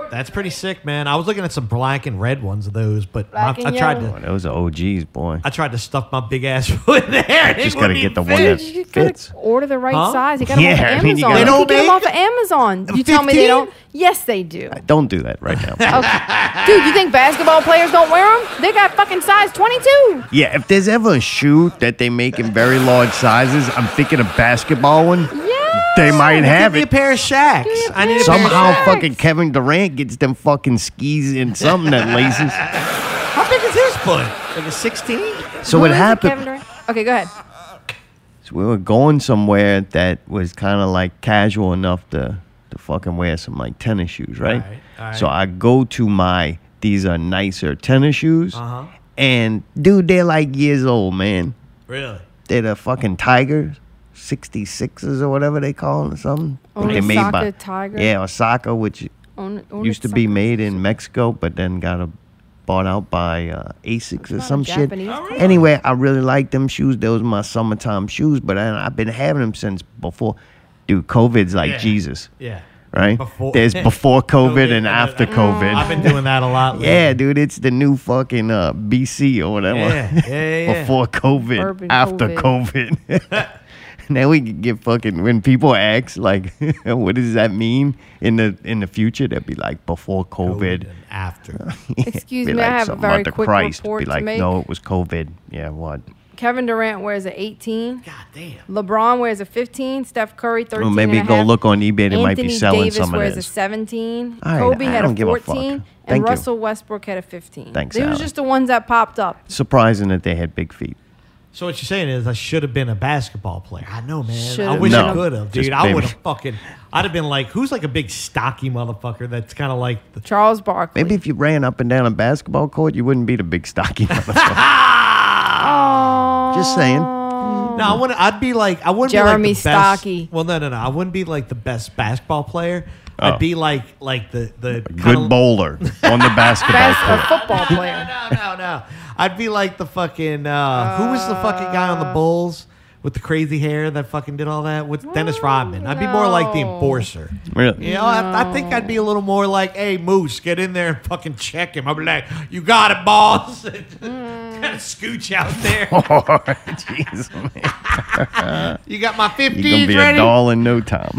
D: That's pretty sick, man. I was looking at some black and red ones of those, but
C: Black
D: my- I
C: and
D: tried
B: Oh,
D: to
B: those are OGs, boy.
D: I tried to stuff my big ass foot in there. and it
B: Just gotta
D: wouldn't
B: get the
D: even
B: one
D: fit.
B: that
C: You gotta
B: fits.
C: order the right
D: Huh?
C: size. You got them off of
B: Yeah, I
C: Amazon.
B: mean, you gotta- They
D: don't
C: you get them
D: make
C: off of Amazon. You tell me
D: 15?
C: they don't? Yes, they do.
B: Don't do that right now.
C: Dude, you think basketball players don't wear them? They got fucking size 22.
B: yeah, if there's ever a shoe that they make in very large sizes, I'm thinking a basketball one.
C: Yeah.
B: They might have
D: Give me a
B: it.
D: pair of shacks.
C: Give
D: I
C: me
D: need a
C: a
D: pair of
B: Somehow,
C: Shacks.
B: fucking Kevin Durant gets them fucking skis and something that laces.
D: How big is his foot? Like a 16?
B: So
C: Who
B: what
C: is it,
B: happened?
C: Kevin Durant? Okay, go ahead.
B: So we were going somewhere that was kind of like casual enough to to fucking wear some like tennis shoes, right?
D: Alright, alright.
B: So I go to my these are nicer tennis shoes, and dude, they're like years old, man.
D: Really?
B: They're the fucking Tigers, 66s or whatever they call them or something. But they
C: Osaka Tiger?
B: Yeah, Osaka, which
C: On, on
B: used to
C: its
B: be
C: side.
B: made in Mexico, but then got a, bought out by uh, Asics or
C: not a
B: some shit.
C: Japanese Oh, company.
B: Anyway, I really like them shoes. Those my summertime shoes, but I, I've been having them since before. Dude, COVID's like
D: Yeah.
B: Jesus,
D: Yeah.
B: right?
D: Before-
B: There's before COVID
D: COVID
B: and
D: and
B: after
D: then-
B: COVID.
D: I've been doing that a lot. lately.
B: yeah, dude, it's the new fucking uh, BC or whatever.
D: Yeah, yeah, yeah, yeah.
B: before COVID,
C: Urban
B: after
C: COVID.
B: COVID. now we can get fucking when people ask like, what does that mean in the in the future? They'd be like before COVID.
D: COVID and after.
C: Excuse
B: be
C: me,
B: like
C: I have a
B: something
C: very
B: under
C: quick
B: Christ.
C: report
B: Be like,
C: to make.
B: no, it was COVID. Yeah, what?
C: Kevin Durant wears a 18.
D: God damn.
C: LeBron wears a 15. Steph Curry 13.
B: Well, maybe
C: and a
B: go
C: half.
B: look on eBay. They might be
C: Anthony
B: selling
C: Davis
B: some of
C: wears a
B: this.
C: 17.
B: All right,
C: Kobe
B: I
C: had
B: don't
C: a
B: give a fuck.
C: 14.
B: Thank
C: and
B: you.
C: Russell Westbrook had a 15.
B: Thanks,
C: These were
B: Alan.
C: just the ones that popped up.
B: Surprising that they had big feet.
D: So what you're saying is I should have been a basketball player. I know, man. I
C: Should've
D: wish I
B: No,
D: could have, dude.
B: just
D: I
B: maybe-
D: would have fucking. I'd have been like, who's like a big stocky motherfucker that's kind of like. The,
C: Charles Barkley.
B: Maybe if you ran up and down a basketball court, you wouldn't be the big stocky motherfucker. Ah! Just saying.
D: no, I wouldn't. I'd be like, I wouldn't.
C: Jeremy
D: be like the best-
C: Stocky.
D: Well, no, no, no. I wouldn't be like the best basketball player.
B: Oh.
D: I'd be like, like the the kinda-
B: Good bowler on the basketball
C: Best a
B: court.
C: football player.
D: No, no, no. I'd be like the fucking. Uh, who was the fucking guy on the Bulls with the crazy hair that fucking did all that? With Dennis Rodman. I'd be more like the
C: no.
D: enforcer.
B: Really?
D: You know, I, I think I'd be a little more like, "Hey, Moose, get in there and fucking check him." I'd be like, "You got it, boss." kind of scooch out there.
B: Oh, Jeez, man.
D: You got my
B: You're gonna
D: fifties
B: be
D: ready.
B: a doll in no time.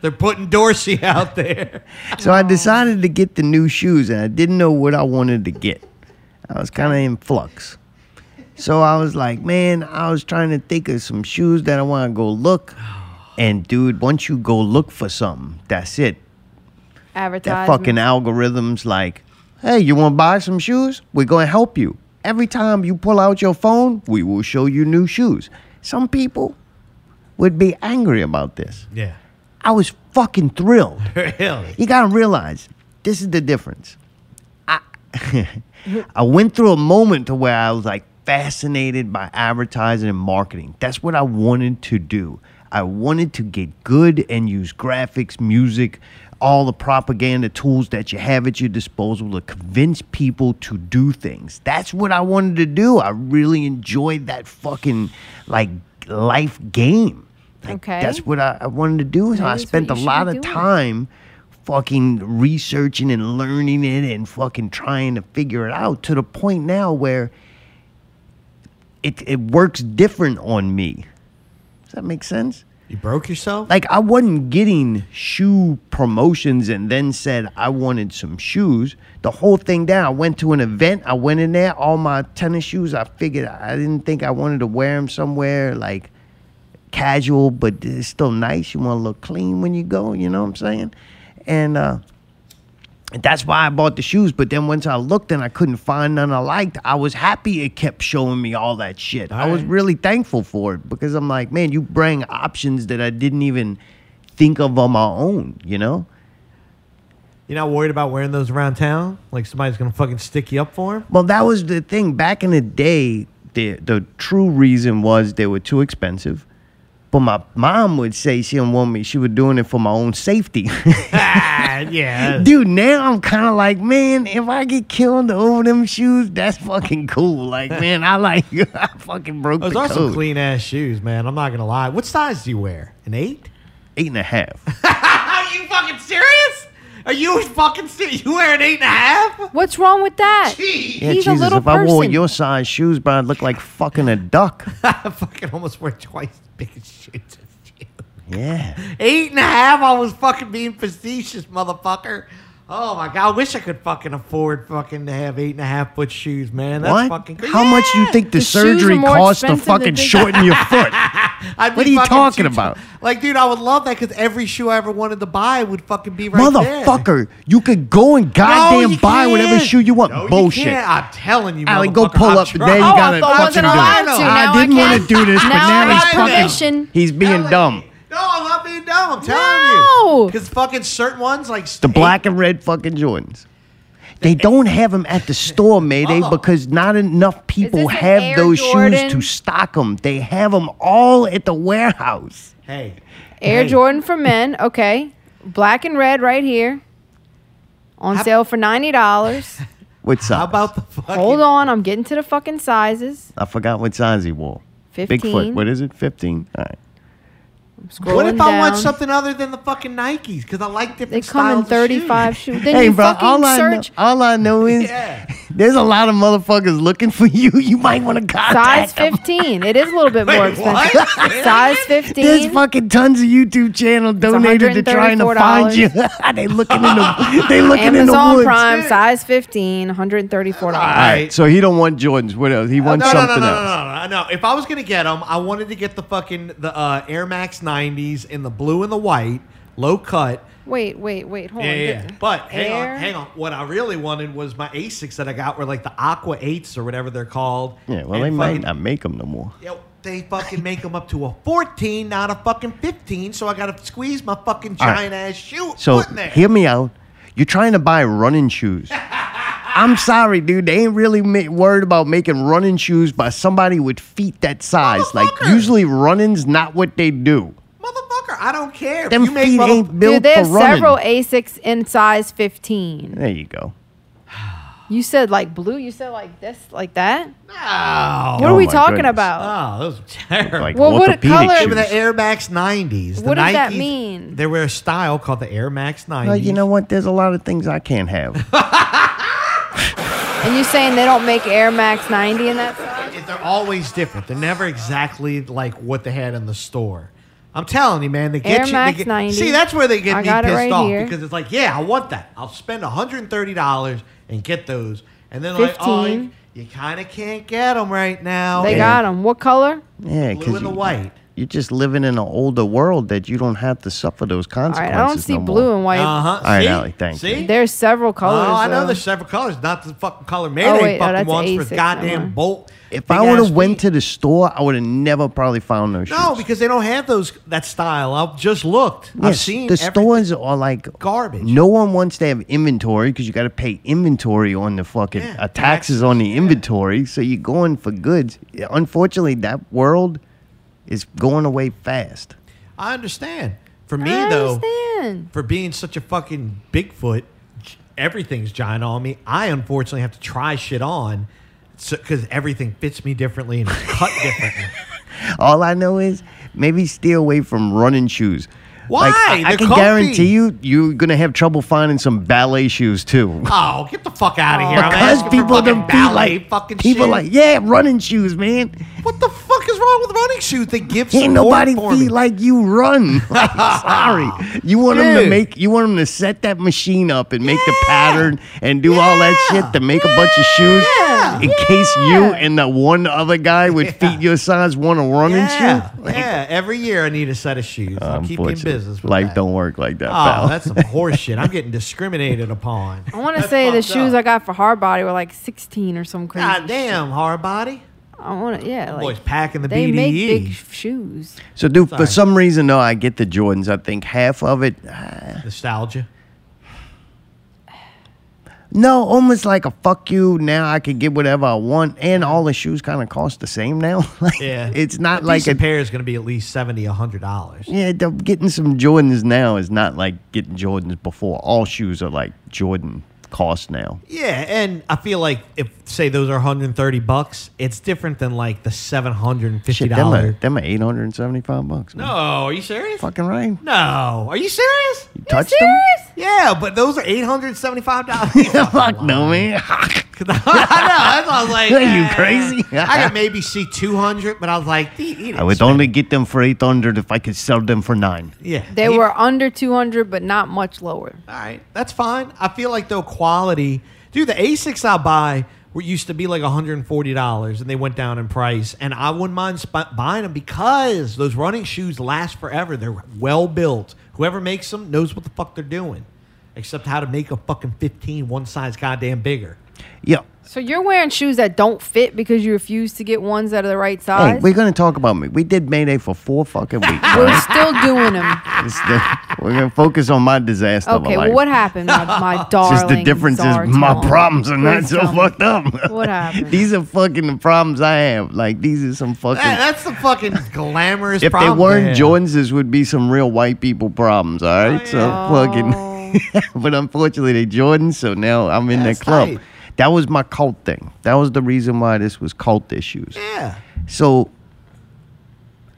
D: They're putting Dorsey out there.
B: So I decided to get the new shoes, and I didn't know what I wanted to get. I was kind of in flux. So I was like, man, I was trying to think of some shoes that I want to go look. And dude, once you go look for something, that's it. That
C: Advertisement.
B: fucking algorithm's like, hey, you want to buy some shoes? We're going to help you. Every time you pull out your phone, we will show you new shoes. Some people would be angry about this.
D: Yeah,
B: I was fucking thrilled
D: really.
B: you gotta realize this is the difference. I I went through a moment to where I was like fascinated by advertising and marketing. That's what I wanted to do. I wanted to get good and use graphics, music, all the propaganda tools that you have at your disposal to convince people to do things. That's what I wanted to do. I really enjoyed that fucking like life game. Like,
C: Okay.
B: That's what I, I wanted to do. So
C: That
B: I
C: is what
B: spent a
C: you should
B: lot
C: be
B: of
C: doing.
B: time fucking researching and learning it and fucking trying to figure it out to the point now where it, it works different on me. Does that make sense?
D: You broke yourself.
B: Like I wasn't getting shoe promotions and then said I wanted some shoes. The whole thing down. I went to an event. I went in there. All my tennis shoes. I figured I didn't think I wanted to wear them somewhere like casual, but it's still nice. You want to look clean when you go. You know what I'm saying? And uh, That's why I bought the shoes. But then once I looked and I couldn't find none I liked, I was happy it kept showing me all that shit. I was
D: right.
B: really thankful for it because I'm like, man, you bring options that I didn't even think of on my own, you know?
D: You're not worried about wearing those around town? Like somebody's gonna fucking stick you up for them?
B: Well, that was the thing. Back in the day, the the true reason was they were too expensive. But my mom would say she didn't want me. She was doing it for my own safety.
D: Ah, yeah.
B: Dude, now I'm kind of like, man, if I get killed over them shoes, that's fucking cool. Like, man, I like, I fucking broke
D: Those
B: the
D: are some
B: code.
D: clean ass shoes, man. I'm not gonna lie. What size do you wear? An eight?
B: Eight and a half.
D: Are you fucking serious? Are you fucking serious? You wear an eight and a half?
C: What's wrong with that?
B: Yeah,
C: He's a
B: Jesus,
C: little
B: if I wore
C: person.
B: your size shoes, bro, I'd look like fucking a duck.
D: I fucking almost wear twice as big as shit. as you.
B: Yeah.
D: Eight and a half. I was fucking being facetious, motherfucker. Oh my god! I wish I could fucking afford fucking to have eight and a half foot shoes, man. That's
B: what?
D: fucking.
B: How much you think the,
C: The shoes are
B: surgery
C: more
B: cost to
C: expensive than
B: fucking
C: they-
B: shorten your foot?
D: I'd be
B: What are you
D: fucking
B: talking
D: too-
B: about?
D: Like, dude, I would love that because every shoe I ever wanted to buy would fucking be right there.
B: Motherfucker, you could go and
D: No,
B: goddamn
D: you
B: buy whatever
D: can't.
B: shoe you want.
D: No, you
B: Bullshit.
D: can't. I'm telling you,
B: Allie, go
D: motherfucker,
B: pull
D: I'm
B: up.
D: try-
B: There you
D: Oh,
B: got
D: I
B: it.
D: thought
B: Fucking
D: wasn't
B: do it.
D: allowed
C: to.
B: I
C: Now I
B: didn't want
C: can.
B: to do this, but
C: Now I
B: now
C: have
B: he's
C: permission.
B: fucking. He's being
D: Telling
B: dumb.
D: you. No, I'm not being dumb. I'm telling you.
C: No.
D: Because fucking certain ones, like
B: The black and red fucking Jordans. They don't have them at the store, Mayday,
D: Oh.
B: because not enough people
C: Uh-huh. an
B: have
C: Air
B: those shoes
C: Jordan?
B: to stock them. They have them all at the warehouse.
D: Hey,
C: Air
D: hey,
C: Jordan for men. Okay. Black and red right here. On sale for $90.
B: What's up?
D: How about the fucking?
C: Hold on. I'm getting to the fucking sizes.
B: I forgot what size he wore. Bigfoot.
C: 15.
B: What is it? 15? All right.
C: Scrolling
D: What if I want
C: down.
D: something other than the fucking Nikes? Because I like different
C: They come in
D: styles of shoes.
C: 35 shoes. Then
B: hey,
C: you
B: bro,
C: fucking
B: all I, know,
C: search
B: all I know is
D: Yeah.
B: there's a lot of motherfuckers looking for you. You might want to
C: size
B: contact them.
C: 15. It is a little bit more
D: Wait, what?
C: expensive. size 15.
B: There's fucking tons of YouTube channel donated to trying to find you. they looking in the they looking in the
C: Amazon
B: woods.
C: Prime, size 15, $134.
B: All
D: Ah.
B: right, so he don't want Jordans. What else? He wants
D: No, no, no,
B: something
D: no,
B: else.
D: no, no, no, no. If I was gonna get them, I wanted to get the fucking the uh, Air Max 90s in the blue and the white, low cut.
C: Wait, wait, wait. Hold
D: Yeah,
C: on.
D: yeah, yeah. But hang
C: Air?
D: on, hang on. What I really wanted was my Asics that I got were like the Aqua Eights or whatever they're called.
B: Yeah, well,
D: And
B: they might
D: fucking-
B: not make them no more.
D: Yo, they fucking make them up to a 14, not a fucking 15. So I gotta squeeze my fucking
B: All right.
D: giant ass shoe
B: So
D: foot in there.
B: hear me out. You're trying to buy running shoes. I'm sorry, dude. They ain't really ma- worried about making running shoes by somebody with feet that size. Like
D: Motherfucker.
B: usually, running's not what they do.
D: Motherfucker, I don't care. If
B: Them
D: you make
B: feet
D: mother-
B: ain't built
C: Dude, they have
B: for running.
C: several Asics in size 15.
B: There you go.
C: You said like blue. You said like this, like that.
D: No.
C: What
B: Oh
C: are we
B: my
C: talking
B: goodness.
C: about?
D: Oh, those are terrible.
B: Like
C: Well, what
B: orthopedic
C: color-
B: shoes.
D: They were the Air Max 90s. The
C: What does that
D: Nikes,
C: mean?
D: They were a style called the Air Max 90s.
B: Well, you know what? There's a lot of things I can't have.
C: and you're saying they don't make Air Max 90 in that size?
D: It- They're always different. They're never exactly like what they had in the store. I'm telling you, man. They get
C: Air
D: you.
C: Max
D: they get,
C: 90.
D: See, that's where they get
C: I
D: me
C: got it
D: pissed
C: right
D: off
C: here.
D: because it's like, yeah, I want that. I'll spend 130 dollars and get those, and then like, oh,
C: 15.
D: you kind of can't get them right now.
C: They
D: And
C: got them. What color?
B: Yeah,
D: blue
B: because
D: and
B: you,
D: the white.
B: you're just living in an older world that you don't have to suffer those
C: All
B: consequences.
C: right, I don't see
B: no
C: blue
B: more.
C: and white.
D: Uh huh.
B: All right, Allie, thank you.
D: See?
C: There's several colors.
D: Oh, I know
C: though.
D: there's several colors. Not the fucking color man.
C: uh, Oh,
D: ain't
C: wait, no,
D: fucking
C: that's
D: wants for
C: A6,
D: his
C: never
D: goddamn
C: mind.
D: bolt.
B: If
D: big
B: I would
D: ass
B: have went
D: feet.
B: to the store, I would have never probably found those
D: no,
B: shoes.
D: because they don't have those that style. I've just looked. I've
B: Yes,
D: seen
B: the
D: everything.
B: stores are like
D: Garbage.
B: No one wants to have inventory because you got to pay inventory on the fucking
D: Yeah,
B: uh, taxes on the inventory. So you're going for goods. Unfortunately, that world is going away fast.
D: I understand. For me
C: I
D: though,
C: understand.
D: for being such a fucking Bigfoot, j- everything's giant on me. I unfortunately have to try shit on because everything fits me differently and is cut differently.
B: All I know is maybe stay away from running shoes.
D: Why?
B: Like, I, I
D: They're
B: can
D: comfy.
B: guarantee you, you're gonna have trouble finding some ballet shoes too.
D: Oh, get the fuck out of here! I'm
B: Because
D: asking for
B: people
D: fucking
B: them feel
D: ballet
B: like
D: fucking
B: people
D: shit.
B: like yeah, running shoes, man.
D: What the fuck is wrong with running shoes? They give
B: Can't
D: support
B: nobody
D: for
B: feel
D: me.
B: like you run. Like, sorry, you want them to
D: Dude.
B: make you want them to set that machine up and make the
D: Yeah.
B: pattern and do all that
D: Yeah.
B: shit to make a bunch of shoes
D: Yeah.
B: in case you and the one other guy with feet your size want to run
D: yeah,
B: and shit.
D: yeah. Every year I need a set of shoes. I'll keep you in
B: Unfortunately,
D: business. With
B: Life
D: that.
B: don't work like that,
D: Oh,
B: pal.
D: that's some horseshit. I'm getting discriminated upon.
C: I want to
D: That's
C: say the
D: fucked
C: shoes
D: up.
C: I got for Hard Body were like 16 or some crazy.
D: God damn, hard body.
C: I want to, yeah. Like,
D: Boys packing the
C: they
D: E. BDE.
C: make big sh- shoes.
B: so, dude, for
D: Sorry.
B: some reason though, I get the Jordans. I think half of it,
D: Nostalgia.
B: no, almost like a fuck you. Now I can get whatever I want, and all the shoes kind of cost the same now. like,
D: Yeah,
B: it's not
D: a
B: like a
D: decent pair is going to be at least seventy, hundred dollars.
B: Yeah, the- getting some Jordans now is not like getting Jordans before. All shoes are like Jordan cost now.
D: Yeah, and I feel like if say those are 130 bucks, it's different than like the 750
B: Shit, them are,
D: dollar.
B: them are 875 bucks.
D: No,
B: Man.
D: are you serious?
B: Fucking right.
D: No, are you serious?
B: Touch
D: Yeah, but those are 875 dollars.
B: them? Fuck no, man.
D: I know. That's why I was like,
B: Are you
D: eh.
B: crazy?
D: I could maybe see 200, but I was like,
B: I would only get them for 800 if I could sell them for nine.
D: yeah,
C: They
D: he-
C: were under 200, but not much lower.
D: All right, that's fine. I feel like though quality, dude, the Asics I buy were used to be like one hundred and forty dollars, and they went down in price. And I wouldn't mind sp- buying them because those running shoes last forever. They're well built. Whoever makes them knows what the fuck they're doing, except how to make a fucking 15 one size goddamn bigger.
B: Yeah.
C: So you're wearing shoes that don't fit because you refuse to get ones that are the right
B: Hey,
C: size.
B: we're going to talk about me. We did Mayday for four fucking weeks.
C: we're
B: right?
C: still doing them.
B: It's the- we're going to focus on my disaster of a
C: Okay,
B: life.
C: well, what happened, my, my darling?
B: Just the difference is
C: Zartan?
B: my problems are not
C: Please
B: so
C: tell me.
B: fucked up.
C: What happened?
B: these are fucking the problems I have. Like these are some fucking.
D: That- that's the fucking glamorous.
B: if they
D: problem
B: weren't
D: have.
B: Jordans, this would be some real white people problems. All right, so fucking. but unfortunately, they Jordans, so now I'm in
D: That's
B: that club.
D: tight.
B: That was my cult thing. That was the reason why this was cult issues.
D: yeah,
B: So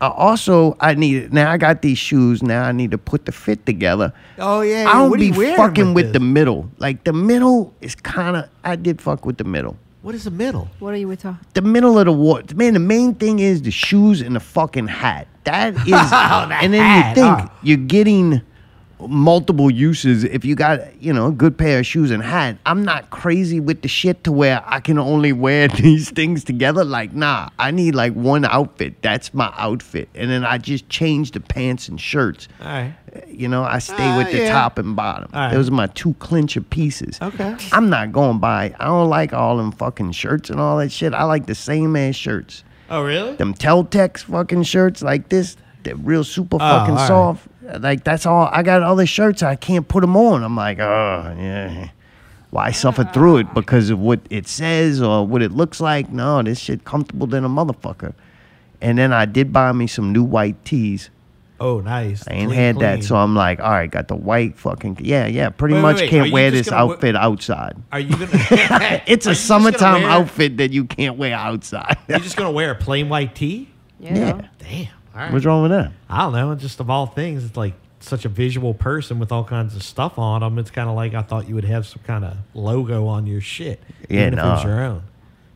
B: I also I need now I got these shoes. Now I need to put the fit together.
D: Oh, yeah,
B: I don't
D: what are
B: be
D: you wearing
B: fucking
D: with
B: with, the
D: this?
B: middle. Like the middle is kind of I did fuck with the middle.
D: what is the middle?
C: What are you with talking?
B: The middle of the war, man. The main thing is the shoes and the fucking hat. That is, and then
D: Oh, hat,
B: you think
D: huh?
B: you're getting multiple uses if you got you know a good pair of shoes and hat. I'm not crazy with the shit to where I can only wear these things together. Like nah, I need like one outfit. That's my outfit, and then I just change the pants and shirts.
D: All right.
B: You know, I stay
D: Ah,
B: with the
D: yeah.
B: top and bottom.
D: All right.
B: Those are my two clincher pieces.
D: Okay.
B: I'm not going by. I don't like all them fucking shirts and all that shit. I like the same ass shirts.
D: Oh really?
B: Them Teltex fucking shirts like this. They're real super fucking
D: Oh, all right.
B: soft. Like that's all. I got other shirts. I can't put them on. I'm like, oh yeah. Why suffer
D: Ah.
B: through it because of what it says or what it looks like? No, this shit comfortable than a motherfucker. And then I did buy me some new white tees.
D: Oh nice.
B: I ain't had that, so I'm like, all right, got the white fucking yeah, yeah. Pretty
D: Wait, wait,
B: much
D: wait, are
B: can't
D: you
B: wear
D: just
B: this
D: gonna w-
B: outfit outside.
D: are you gonna?
B: It's
D: Are
B: a
D: you just gonna
B: summertime
D: wear-
B: outfit that you can't wear outside.
D: You're just gonna wear a plain white tee?
C: Yeah.
B: yeah,
D: Damn. All right.
B: what's wrong with that?
D: I don't know. Just of all things, it's like such a visual person with all kinds of stuff on them. It's kind of like I thought you would have some kind of logo on your shit.
B: Yeah,
D: even if it was
B: nah.
D: your own.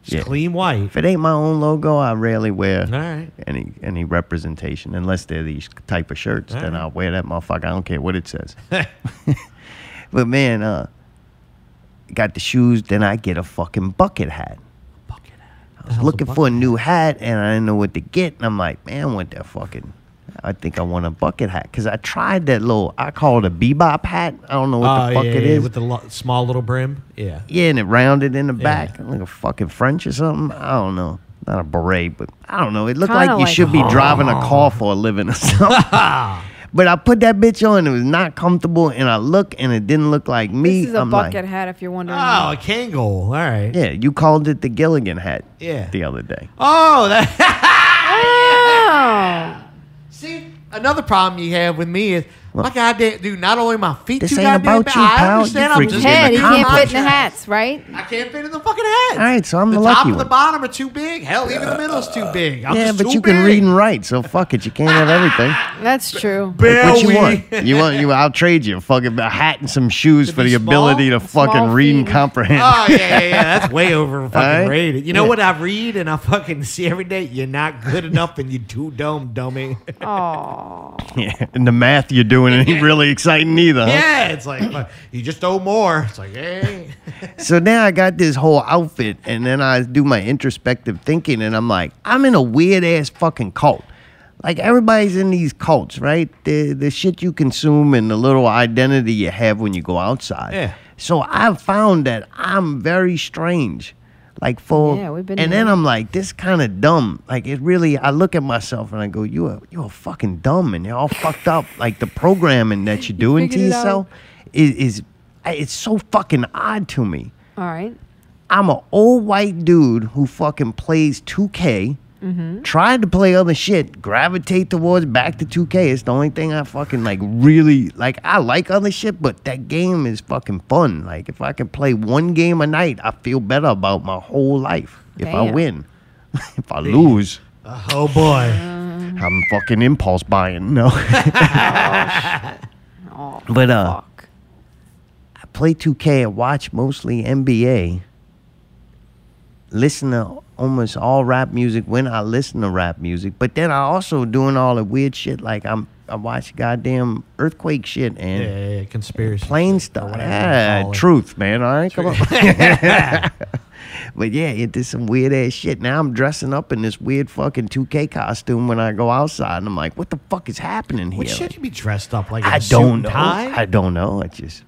D: Just
B: Yeah.
D: clean white.
B: If it ain't my own logo, I rarely wear
D: All right.
B: any any representation unless they're these type of shirts. then
D: right.
B: I'll wear that motherfucker. I don't care what it says. but man, uh, got the shoes. Then I get a fucking bucket hat.
D: Bucket hat.
B: I was looking for a new hat and I didn't know what to get. And I'm like, man, I want that fucking. I think I want a bucket hat because I tried that little. I call it a bebop hat. I don't know what the
D: Oh,
B: fuck
D: yeah,
B: it
D: yeah,
B: is.
D: with the lo- small little brim. Yeah.
B: Yeah, and it rounded in the back like a fucking French or something. I don't know. Not a beret, but I don't know. It looked
C: Kinda
B: like you
C: like-
B: should be driving a car for a living or something. but I put that bitch on. It was not comfortable, and I look, and it didn't look like me.
C: This is a
B: I'm like,
C: bucket hat, if you're wondering.
B: Ah.
D: Oh, a Kangol. All right.
B: yeah, you called it the Gilligan hat.
D: Yeah.
B: the other day.
D: Oh, that.
C: Oh.
D: See, another problem you have with me is My goddamn dude, not only my feet
B: This
D: too
B: ain't
D: goddamn
B: about
D: bad.
B: you,
D: I
B: pal.
D: understand
B: You
D: I'm
B: freaking
D: just
B: Head,
C: Ted, he
D: getting a
C: can't fit in the
D: contract.
C: hats, right?
D: I can't fit in the fucking head.
B: All right, so I'm
D: the
B: the
D: top
B: lucky
D: and the
B: one. Uh,
D: bottom are too big. Hell, even the middle's too big. I'm
B: yeah,
D: just
B: but
D: too
B: you can
D: big.
B: read and write, so fuck it. You can't have everything.
C: That's true.
D: Bear
B: What you
D: we-
B: want? You want? You? I'll trade you a fucking a hat and some shoes
D: To
B: for
D: be
B: the ability to
C: small?
B: fucking read and
C: Small feet.
B: comprehend.
D: Oh yeah, yeah, yeah. That's way over fucking
B: Alright.
D: rated. You know
B: Yeah.
D: what I read and I fucking see every day? You're not good enough and you're too dumb, dummy.
B: Yeah, and the math you're doing ain't really exciting either. huh?
D: yeah, it's like fuck, you just owe more. It's like, hey,
B: So now I got this whole outfit, and then I do my introspective thinking, and I'm like, I'm in a weird ass fucking cult. Like everybody's in these cults, right? The the shit you consume and the little identity you have when you go outside.
D: Yeah.
B: So I found that I'm very strange. Like for
C: Yeah, we've been
B: and
C: there.
B: then I'm like, this kind of dumb. Like it really I look at myself and I go, You a you a fucking dumb and you're all fucked up. Like the programming that you're doing to
C: figured it out.
B: yourself is, is it's so fucking odd to me.
C: All right.
B: I'm an old white dude who fucking plays 2K,
C: Mm-hmm.
B: tried to play other shit, gravitate towards back to 2K. It's the only thing I fucking like really like. I like other shit, but that game is fucking fun. Like if I can play one game a night, I feel better about my whole life. If I
C: Damn.
B: win, if I lose,
D: oh boy.
B: I'm fucking impulse buying. No,
C: Oh,
B: but uh.
C: fuck.
B: play 2K and watch mostly NBA. Listen to almost all rap music when I listen to rap music, but then I also doing all the weird shit like I'm I watch goddamn earthquake shit and
D: Yeah, yeah, yeah, conspiracy.
B: plain
D: shit, or
B: stuff.
D: whatever you
B: Yeah,
D: call it.
B: truth, man. All right, come on. but yeah, it did some weird ass shit. Now I'm dressing up in this weird fucking 2K costume when I go outside, and I'm like, what the fuck is happening here?
D: What should you be dressed up like? in
B: I
D: a suit and
B: don't know.
D: Tie?
B: I don't know. I just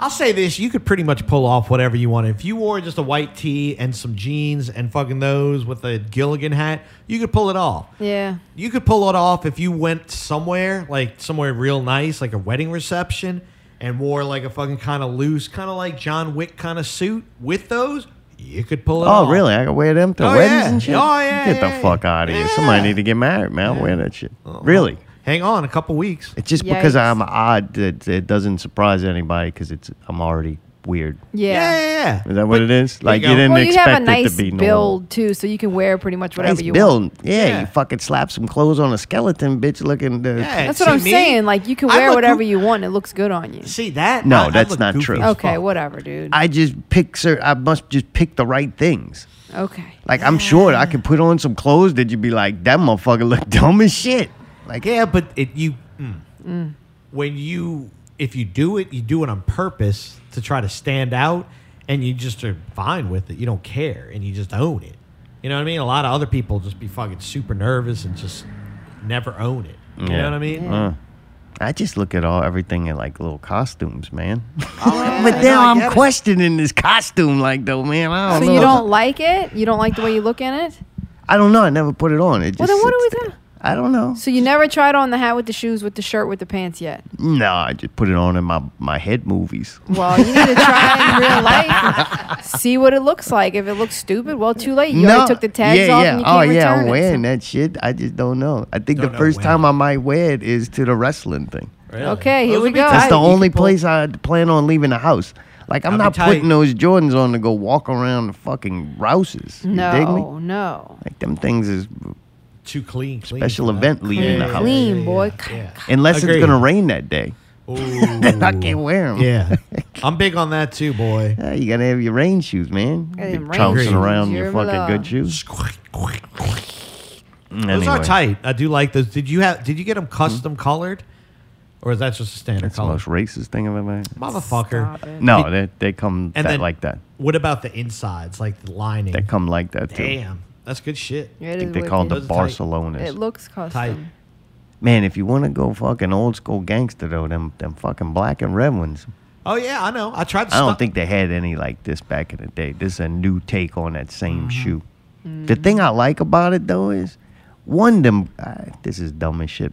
D: I'll say this: you could pretty much pull off whatever you want. If you wore just a white tee and some jeans and fucking those with a Gilligan hat, you could pull it off.
C: Yeah.
D: You could pull it off if you went somewhere like somewhere real nice, like a wedding reception, and wore like a fucking kind of loose, kind of like John Wick kind of suit with those. You could pull it off.
B: Oh, really? I can wear them to
D: Oh,
B: weddings
D: yeah.
B: and shit?
D: Oh, yeah,
B: Get the
D: yeah,
B: fuck out of here.
D: yeah. Uh-huh.
B: Somebody need to get married, man. I'll wear that shit. Really?
D: Hang on, a couple weeks.
B: It's just because
C: Yikes.
B: I'm odd that it doesn't surprise anybody because it's I'm already weird.
D: Yeah,
C: Yeah.
D: yeah, yeah.
B: Is that what it is? Like you,
D: go.
B: didn't
C: Well, you
B: expect
C: have a nice
B: it to be normal.
C: build too, so you can wear pretty much whatever
B: Nice
C: you
B: build.
C: want.
B: Yeah,
D: Yeah.
B: you fucking slap some clothes on a skeleton, bitch. Looking. Uh,
D: Yeah,
C: That's what
D: see
C: I'm
D: me?
C: saying. Like you can
D: I
C: wear
D: look
C: whatever
D: goo-
C: you want. It looks good on you.
D: See that?
B: No,
D: I- I
B: that's
D: look
B: not
D: goofy
B: true.
D: as
C: Okay,
D: fuck.
C: whatever, dude.
B: I just pick. Cer- I must just pick the right things.
C: okay.
B: Like I'm sure I could put on some clothes that you'd be like, that motherfucker look dumb as shit. Like
D: Yeah, but it you mm. when you if you do it, you do it on purpose to try to stand out, and you just are fine with it. You don't care, and you just own it. You know what I mean? A lot of other people just be fucking super nervous and just never own it. You
B: Yeah.
D: know what I mean?
B: I just look at all everything in like little costumes, man.
D: I
C: Oh,
B: but
D: know, I
B: now
D: get
B: I'm
D: it.
B: questioning this costume, like though, man. I don't
C: So
B: know.
C: you don't like it? You don't like the way you look in it?
B: I don't know. I never put it on. It just
C: Well, then what
B: sits
C: are we
B: there. I don't know.
C: So you never tried on the hat with the shoes, with the shirt, with the pants yet?
B: No, I just put it on in my my head movies.
C: Well, you need to try it in real life. and see what it looks like. If it looks stupid, well, too late. You
B: no,
C: already took the tags
B: yeah,
C: off
B: yeah.
C: and you
B: oh
C: can't
B: yeah,
C: return
B: I'm
C: it.
B: wearing that shit. I just don't know. I think
D: Don't
B: the
D: know
B: first
D: when.
B: time I might wear it is to the wrestling thing.
D: Really?
C: Okay, here
D: Those
C: we
D: would be
C: go.
D: tight.
B: That's the
D: You could
B: only
D: pull-
B: place I plan on leaving the house. Like I'm
D: I'll be
B: not
D: tight.
B: putting those Jordans on to go walk around the fucking rouses. You dig me?
C: No, no.
B: Like them things is
D: Too clean, clean.
B: special event leaving the house.
C: Clean, boy.
B: Unless
D: Agreed.
B: it's gonna rain that day,
D: Ooh,
B: I can't wear them.
D: yeah, I'm big on that too, boy.
B: you gotta have your rain shoes, man.
C: Gotta
B: Be
C: have rain
B: trouncing
D: shoes,
B: around in your
C: you're
B: fucking
C: below.
B: good shoes.
D: Those are tight. I do like those. Did you have? Did you get them custom colored, or is that just a standard
B: Hmm. That's the
D: color?
B: most racist thing I've ever. Heard.
D: Motherfucker.
C: Stop it.
B: No, they they come
D: And
B: that,
D: then
B: like that.
D: What about the insides, like the lining?
B: They come like that too.
D: Damn, that's good shit.
C: Yeah,
B: I
C: it
B: think
C: is
B: they call them
C: wicked.
B: the
D: Those are tight.
B: Barcelonas.
C: It looks custom.
D: Tight.
B: Man, if you want to go fucking old school gangster though, them them fucking black and red ones.
D: Oh yeah, I know. I tried. To
B: I don't
D: stop-
B: think they had any like this back in the day. This is a new take on that same
D: Mm-hmm.
B: shoe.
D: Mm.
B: The thing I like about it though is one them. Uh, this is dumb as shit.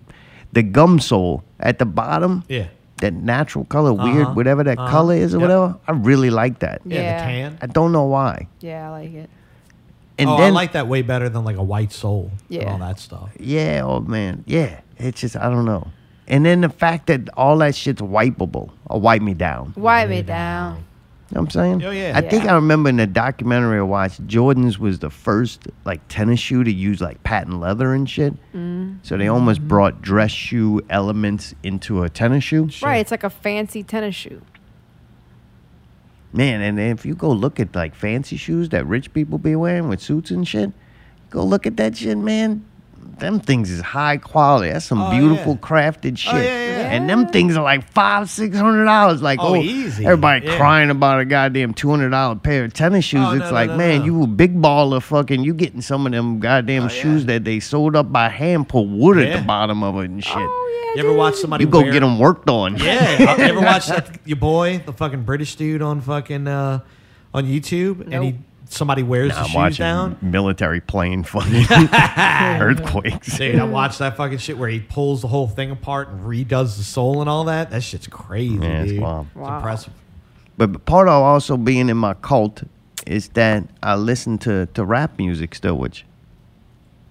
B: The gum sole at the bottom.
D: Yeah.
B: That natural color, weird,
D: Uh-huh,
B: whatever that
D: uh-huh,
B: color is or
D: yep.
B: whatever. I really like that.
D: Yeah,
C: Yeah.
D: the tan.
B: I don't know why.
C: Yeah, I like it.
B: And
D: oh,
B: then
D: I like that way better than like a white sole. and
C: Yeah.
D: all that stuff.
B: yeah, oh man, yeah. It's just I don't know. And then the fact that all that shit's wipeable or wipe me down. You
C: Wipe me down.
B: know what I'm saying?
D: Oh, yeah.
B: I think I remember in the documentary I watched, Jordan's was the first like tennis shoe to use like patent leather and shit. So they almost brought dress shoe elements into a tennis shoe.
C: Right, it's like a fancy tennis shoe.
B: Man, and if you go look at like fancy shoes that rich people be wearing with suits and shit, go look at that shit, man. Them things is high quality. That's some
D: Oh,
B: beautiful
D: yeah.
B: crafted shit.
D: yeah, yeah.
B: And them things are like five, six hundred dollars. Like, oh,
D: Oh, easy.
B: everybody
D: Yeah.
B: crying about a goddamn two hundred dollar pair of tennis shoes.
D: Oh,
B: it's
D: no,
B: like,
D: no, no,
B: man,
D: no. Oh,
B: you a big baller, fucking. You getting some of them goddamn shoes that they sewed up by hand, put wood at
D: Yeah.
B: the bottom of it and shit.
C: Oh,
D: You
C: yeah.
D: ever watch somebody?
B: you go
D: wear-
B: get them worked on.
D: Yeah. uh, you ever watch that your boy, the fucking British dude on fucking uh, on YouTube, and he
C: Nope.
D: somebody wears the
B: I'm
D: shoes
B: watching
D: down.
B: military plane fucking earthquakes.
D: Dude, I watched that fucking shit where he pulls the whole thing apart and redoes the soul and all that. That shit's crazy,
B: Yeah, it's
D: dude.
B: wild.
D: It's
C: Wow.
D: impressive.
B: But but part of also being in my cult is that I listen to, to rap music still, which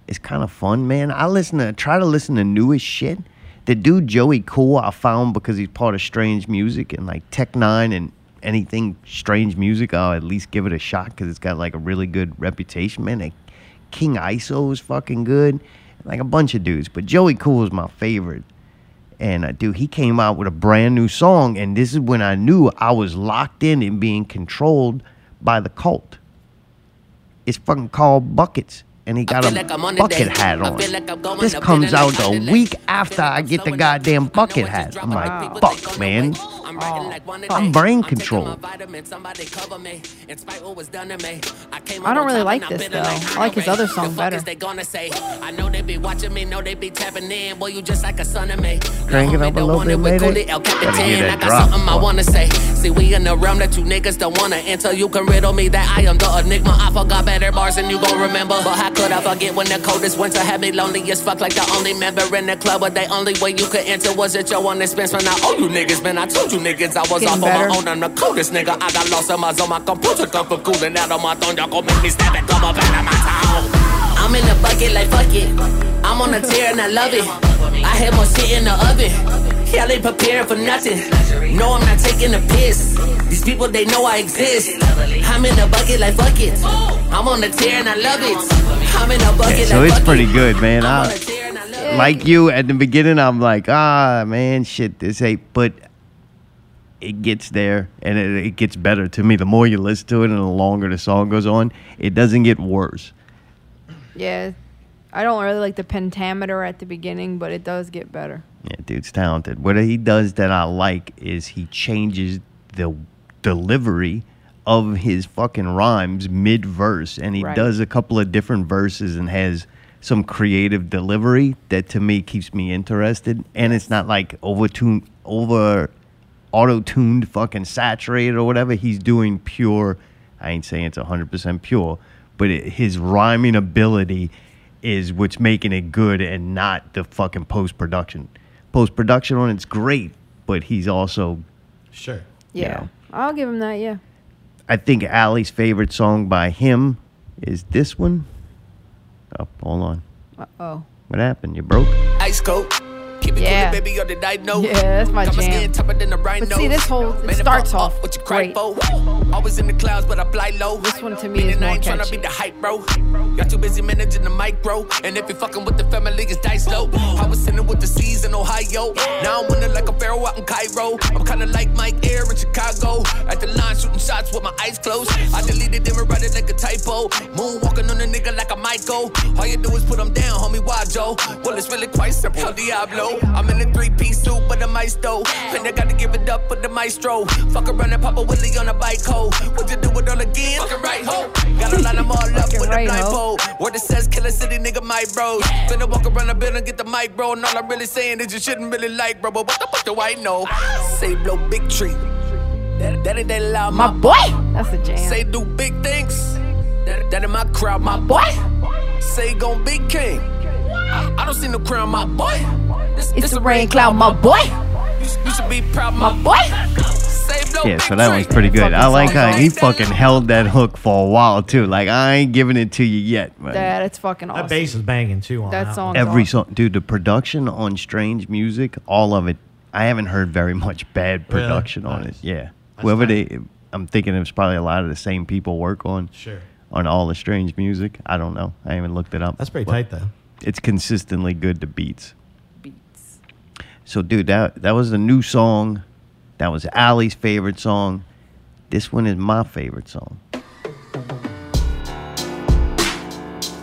B: is kind of fun, man. I listen to try to listen to newest shit. The dude Joey Cool I found because he's part of Strange Music and like Tech Nine and anything Strange Music, I'll at least give it a shot because it's got like a really good reputation, man. Like King ISO is fucking good, like a bunch of dudes. But Joey Cool is my favorite. And uh, dude, he came out with a brand new song, and this is when I knew I was locked in and being controlled by the cult. It's fucking called Buckets, and he got
H: I
B: a
H: feel like I'm on the
B: bucket
H: day.
B: hat
H: I
B: on.
H: feel like I'm going
B: This
H: up,
B: comes
H: feeling
B: out
H: like I'm
B: a
H: feeling
B: week
H: like-
B: after
H: feel like
B: I
H: I'm
B: get the
H: slowing down. I
B: goddamn
H: know
B: bucket
H: what
B: hat.
H: you're
B: I'm
H: dropping.
B: like,
H: People think
B: fuck,
H: I'm
B: man.
H: awake. I'm riding like one a
B: I'm
H: day.
B: brain
H: I'm taking
B: controlled.
H: my vitamins. Somebody cover me. In spite what was done to me. I came
C: I don't
H: on
C: really
H: top
C: like
H: and I'm
C: this,
H: feeling
C: though. I like his
H: Andre.
C: other song
H: The fuck
C: better.
H: is they gonna say? I know they be watching me. Know they be tapping in. Boy, you just like a son of me.
B: Crank it up a little bit, baby. Gotta hear that
H: I
B: drop.
H: got something I
B: Fuck.
H: wanna say. See, we in the realm that you niggas don't wanna enter. You can riddle me that I am the enigma. I forgot better bars than you gon' remember. But how could I forget when the coldest winter had me lonely as fuck? Like the only member in the club, but the only way you could enter was at your own expense. When I owe you niggas, man, I told you niggas I was
C: Getting
H: off
C: better.
H: on my own. I'm the coldest nigga. I got lost in my zone. My computer come for cooling out on my throne. Y'all gon' make me step it, come up out of my town. I'm in the bucket like fuck it. I'm on a tear and I love it. I had more shit in the oven. Hell ain't preparing for nothing. No, I'm not taking a piss. These people they know I exist. I'm in the bucket like fuck it. I'm on a tear and Oh, I love it. I'm in the bucket
B: so
H: like
B: it's
H: fuck
B: pretty
H: it.
B: good, man.
H: I'm
B: I-
H: on a tear and I love it.
B: like you at the beginning i'm like ah man shit this ain't but it gets there and it, it gets better to me the more you listen to it and the longer the song goes on it doesn't get worse
C: Yeah. I don't really like the pentameter at the beginning, but it does get better.
B: yeah dude's talented what he does that i like is he changes the delivery of his fucking rhymes mid verse and he
C: Right.
B: does a couple of different verses and has some creative delivery that to me keeps me interested and it's not like over tune over auto-tuned fucking saturated or whatever he's doing pure i ain't saying it's 100% pure but it, his rhyming ability is what's making it good and not the fucking post-production post-production on it's great but he's also
D: Sure.
C: Yeah.
B: Yeah.
C: I'll give him that, yeah.
B: i think ali's favorite song by him is this one oh hold on
C: Uh oh.
B: what happened you broke
H: Ice coat. Keep it
C: Yeah.
H: cool, baby, on the night note.
C: Yeah, that's my
H: Got my
C: jam.
H: skin tougher than the rhino.
C: see, this whole- it
H: Man, if
C: starts
H: I'm
C: off
H: up, what you cry
C: great.
H: for? Always in the clouds, but I fly low.
C: This one to me is
H: Meaning I
C: more
H: ain't tryna
C: catchy.
H: be the hype, bro. Y'all too busy managing the mic, bro. And if you fucking with the family, it's dice low. I was sitting with the seas in Ohio. Now I'm winning like a pharaoh out in Cairo. I'm kinda like Mike Air in Chicago. At the line, shooting shots with my eyes closed. I deleted them and write it like a typo. Moonwalking on a nigga like a Michael. All you do is put them down, homie, why, Joe? Well, it's really quite simple, El Diablo. I'm in a three piece suit, but a maestro. And I gotta give it up for the maestro. Fuck around and pop a Willie on a bike hoe. What you do it all again? Fucking right, ho. Gotta line them all up
C: Fucking
H: with
C: right,
H: a
C: ho.
H: blindfold. Word that says Killer City, nigga, my bros. Finna walk around the building, get the mic, bro. And all I'm really saying is you shouldn't really like, bro. But what the fuck do I know? Say, blow big tree. That, that ain't that loud, my boy.
C: That's the
H: Say,
C: jam.
H: do big things. That, that in my crowd, my boy. Say, gon' be king. I, I don't see no crown, my boy. This,
C: It's
H: this
C: a
H: a
C: rain cloud, my boy.
H: You, sh- you should be proud, my boy. Say, blow
B: Yeah, so that one's pretty good. I like how he fucking held that hook for a while too. Like I ain't giving it to you yet. but
C: That it's fucking awesome.
D: That bass is banging too on
C: That
D: that
C: song-
D: one.
B: Every song, dude. The production on Strange Music, all of it. I haven't heard very much bad
D: Really?
B: production on
D: Nice.
B: it. Yeah, whoever they, I'm thinking it's probably a lot of the same people work on.
D: Sure.
B: On all the Strange Music, I don't know. I haven't looked it up.
D: That's pretty
B: but
D: tight though.
B: It's consistently good to beats. So, dude, that that was a new song. That was Ali's favorite song. This one is my favorite song.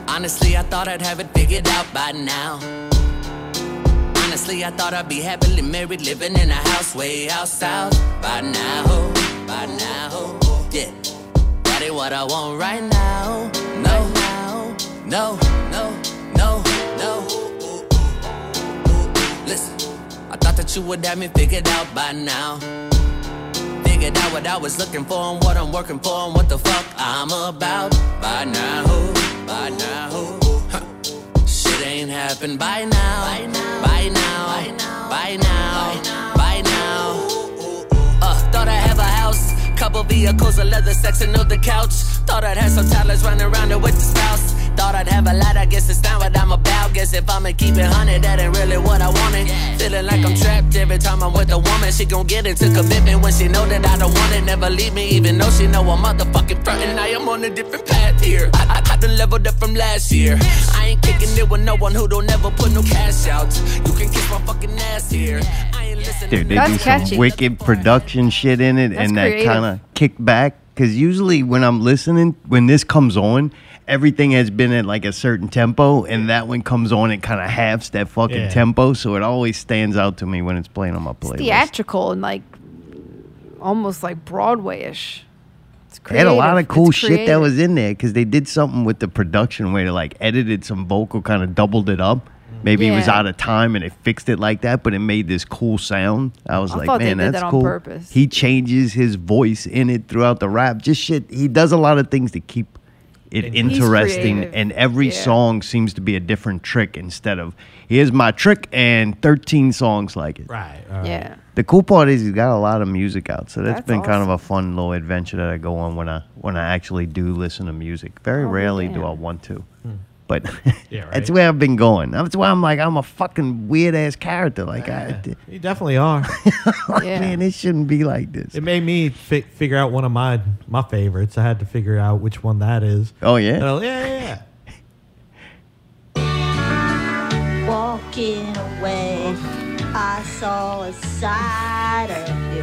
H: Honestly, I thought I'd have it figured out by now. Honestly, I thought I'd be happily married, living in a house way out south by now. By now, yeah. That ain't what I want right now. No, no, no, no, no. Listen, I thought that you would have me figured out by now. Figured out what I was looking for and what I'm working for and what the fuck I'm about by now. By now. Huh. Shit ain't happened by now. By now. By now. By now. Uh, thought I have a house. Couple vehicles, a leather section of the couch. Thought I'd have some toddlers running around it with the spouse. Thought I'd have a lot, I guess it's not what I'm about. Guess if I'ma keep it hundred, that ain't really what I wanted. Feeling like I'm trapped every time I'm with a woman. She gon' get into commitment when she know that I don't want it. Never leave me, even though she know I'm motherfucking frontin'. I am on a different path here. I, I, I done leveled up from last year. I ain't kicking it with no one who don't ever put no cash out. You can kiss my fucking ass here. I ain't listening.
B: Dude, they
C: That's
B: do some
C: catchy.
B: wicked production shit in it,
C: That's
B: and that
C: creative.
B: kind of kickback. Because usually when I'm listening, when this comes on, everything has been at like a certain tempo, and that one comes on and kind of halves that fucking
D: Yeah.
B: tempo. So it always stands out to me when it's playing on my playlist.
C: theatrical and like almost like Broadway-ish. It's
B: They had a lot of
C: creative.
B: cool
C: It's
B: shit that
C: creative.
B: was in there because they did something with the production where they like edited some vocal, kind of doubled it up. Maybe it was
C: Yeah.
B: out of time and they fixed it like that, but it made this cool sound. I was
C: I
B: like,
C: thought they
B: man,
C: did
B: that's
C: that on
B: cool.
C: purpose.
B: He changes his voice in it throughout the rap. Just shit. He does a lot of things to keep it interesting,
C: creative.
B: and every
C: Yeah.
B: song seems to be a different trick instead of here's my trick and 13 songs like it.
D: Right. right.
C: Yeah.
B: The cool part is he's got a lot of music out, so that's
C: That's
B: been kind of a fun little adventure that I go on when I when I actually do listen to music. Very
D: Oh,
B: rarely do I want to, but
D: Hmm. Yeah, right.
B: that's where I've been going. That's why I'm like I'm a fucking weird ass character. Like, I,
D: You definitely are.
C: Yeah.
B: man, it shouldn't be like this.
D: It made me fi- figure out one of my my favorites. I had to figure out which one that is.
B: oh
D: And
B: yeah,
D: I- yeah, yeah, yeah.
I: Walking away, I saw a side of you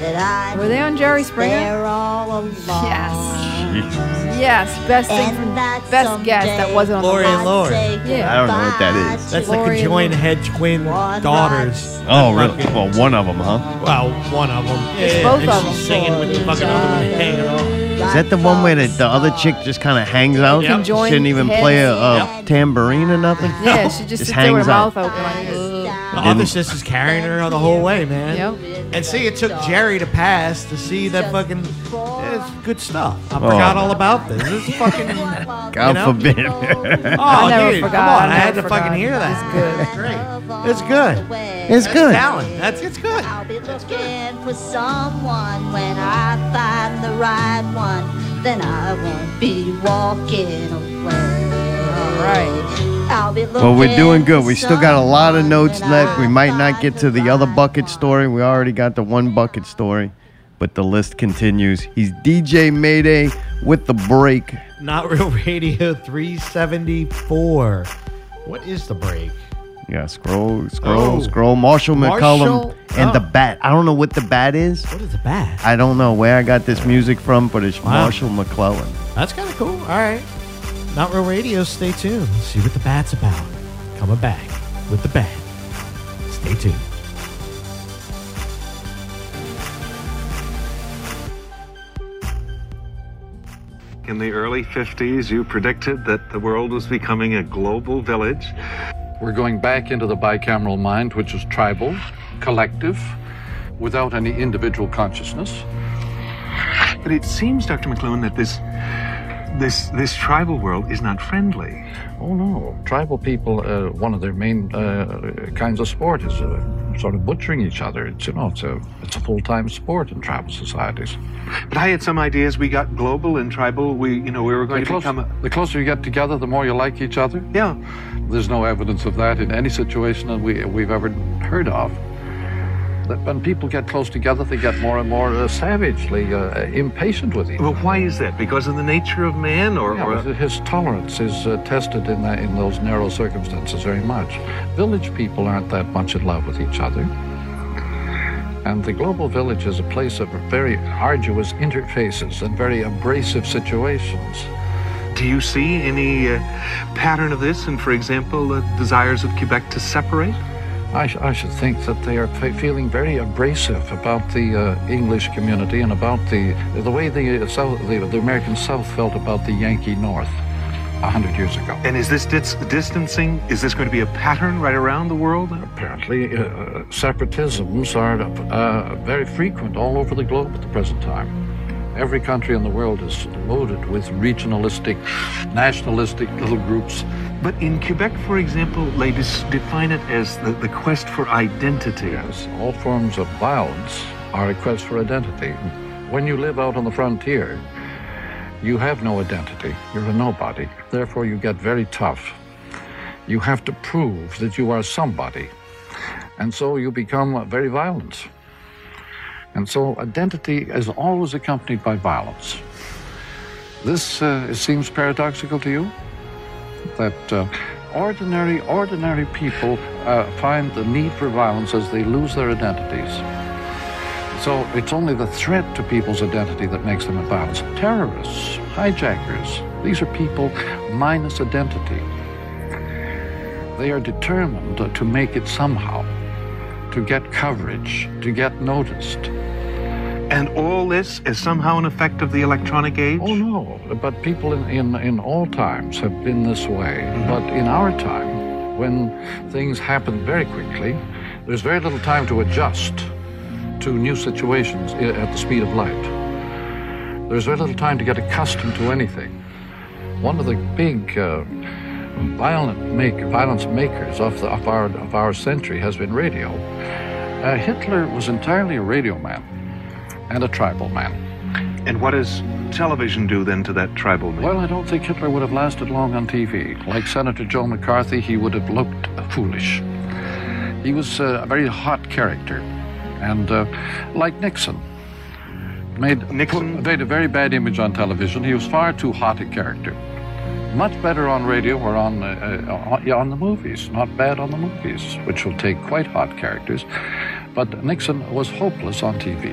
I: that I
C: Were they on Jerry Springer?
I: there all along.
C: Yes. Yes. Best thing
I: And
C: from
I: that
C: best guess that
I: someday-
C: wasn't on
D: Lori
C: the
D: and
C: list.
D: Lord.
B: I
C: Yeah.
B: don't know what that is.
D: That's
C: Lori
D: the
C: and
D: conjoined hedge twin
I: One
D: daughters.
B: Oh really?
D: Fucking-
B: Well, one of them, huh?
D: Well, one of them. Yeah,
C: It's
D: yeah,
C: both
D: and
C: of
D: she's
C: them.
D: singing with the fucking other one hanging on.
B: Is that the one where the, the other chick just kind of hangs out?
D: Yep.
B: She didn't even play a, a tambourine or nothing.
C: Yeah. She just,
B: Just
C: sits there with her
B: hangs out.
C: mouth open like this.
D: The other sister's carrying her the whole way, man.
C: Yep.
D: And see, it took Jerry to pass to see that fucking. Yeah, it's good stuff. I forgot all about this. This is fucking. Oh,
B: God
D: You know?
B: forbid.
C: I never
D: Oh, dude,
C: forgot.
D: Come on,
C: I
D: I, had
C: never
D: to
C: forgot.
D: fucking hear that.
C: It's good.
D: It's great. It's good.
B: it's good.
D: Talent. That's it's good.
I: I'll be looking for someone when I find the right one. Then I won't be walking away. All
C: right.
I: I'll be looking
B: Well, we're doing good.
I: for
B: We still got a lot of
I: someone
B: notes
I: when
B: left. We
I: I
B: might not
I: find
B: get to the
I: right
B: other bucket
I: one.
B: story. We already got the one bucket story, but the list continues. He's DJ Mayday with the break.
D: Not Real Radio 374. What is the break?
B: Yeah, scroll, scroll,
D: Oh.
B: scroll. Marshall
D: Marshall-
B: McCullum and the
D: oh.
B: bat. I don't know what the bat is.
D: What is a bat?
B: I don't know where I got this music from, but it's
D: Wow.
B: Marshall McClellan.
D: That's kind of cool. All right. Not Real Radio, stay tuned. See what the bat's about. Coming back with the bat. Stay tuned.
J: In the early 50s, you predicted that the world was becoming a global village. We're going back into the bicameral mind, which is tribal, collective, without any individual consciousness. But it seems, Dr. McLuhan, that this this this tribal world is not friendly. Oh no, tribal people. Uh, one of their main uh, kinds of sport is uh, sort of butchering each other. It's you know, it's a it's a full time sport in tribal societies.
K: But I had some ideas. We got global and tribal. We, you know, we were going
J: the,
K: to
J: closer,
K: become. A,
J: the closer you get together, the more you like each other. Yeah. There's no evidence of that in any situation that we, we've ever heard of. That when people get close together, they get more and more uh, savagely uh, impatient with each other. Well, why is that? Because of the nature of man, or, his tolerance is uh, tested in that, in those narrow circumstances very much. Village people aren't that much in love with each other. And the global village is a place of very arduous interfaces and very abrasive situations.
K: do you see any uh, pattern of this? And for example, uh, desires of Quebec to separate.
J: I, sh- I should think that they are fe- feeling very abrasive about the uh, English community and about the the way the uh, South, the, the American South felt about the Yankee North a hundred years ago.
K: And is this dis- distancing? Is this going to be a pattern right around the world?
J: Apparently, uh, uh, separatisms are uh, very frequent all over the globe at the present time. Every country in the world is loaded with regionalistic, nationalistic little groups.
K: But in Quebec, for example, they dis- define it as the, the quest for identity.
J: Yes, all forms of violence are a quest for identity. When you live out on the frontier, you have no identity. You're a nobody. Therefore, you get very tough. You have to prove that you are somebody. And so you become very violent. And so identity is always accompanied by violence. This uh, it seems paradoxical to you? that uh, ordinary, ordinary people uh, find the need for violence as they lose their identities. So it's only the threat to people's identity that makes them violence. Terrorists, hijackers, these are people minus identity. They are determined to make it somehow, to get coverage, to get noticed.
K: And all this is somehow an effect of the electronic age?
J: Oh, no. But people in, in, in all times have been this way. But in our time, when things happen very quickly, there's very little time to adjust to new situations i- at the speed of light. There's very little time to get accustomed to anything. One of the big uh, violent make, violence makers of, the, of, our, of our century has been radio. Uh, Hitler was entirely a radio man and a tribal man.
K: And what does television do then to that tribal man?
J: Well, I don't think Hitler would have lasted long on TV. Like Senator Joe McCarthy, he would have looked foolish. He was uh, a very hot character, and uh, like Nixon, made Nixon made a very bad image on television. He was far too hot a character. Much better on radio or on uh, uh, on- yeah, on the movies. Not bad on the movies, which will take quite hot characters. But Nixon was hopeless on TV.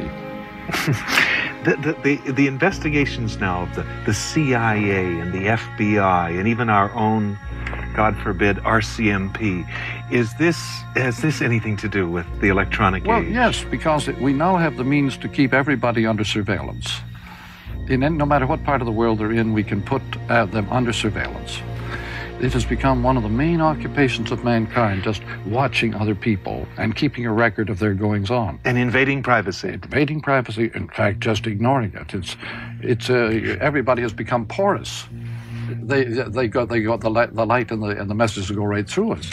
K: The, the, the, the investigations now of the, the CIA and the FBI and even our own, God forbid, RCMP, is this has this anything to do with the electronic
J: Well,
K: age?
J: yes, because it- we now have the means to keep everybody under surveillance. In any, no matter what part of the world they're in, we can put uh, them under surveillance. It has become one of the main occupations of mankind, just watching other people and keeping a record of their goings on.
K: And invading privacy.
J: Invading privacy, in fact, just ignoring it. It's, it's uh, everybody has become porous. They, they got, they got the light, the light and the, and the messages go right through us.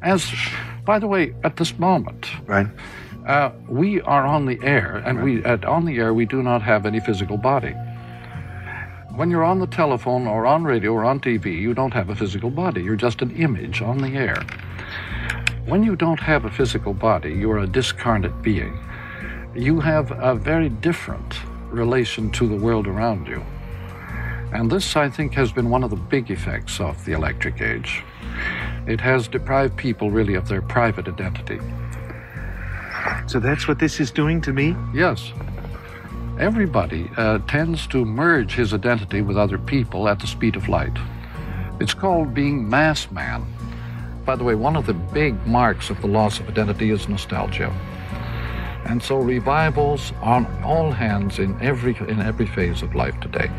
J: As, by the way, at this moment,
K: Right.
J: uh, we are on the air, and we at, on the air we do not have any physical body. When you're on the telephone or on radio or on TV, you don't have a physical body. You're just an image on the air. When you don't have a physical body, you're a discarnate being. You have a very different relation to the world around you. And this, I think, has been one of the big effects of the electric age. It has deprived people really of their private identity.
K: So that's what this is doing to me?
J: Yes. Everybody uh, tends to merge his identity with other people at the speed of light. It's called being mass man. By the way, one of the big marks of the loss of identity is nostalgia. And so revivals on all hands in every in every phase of life today.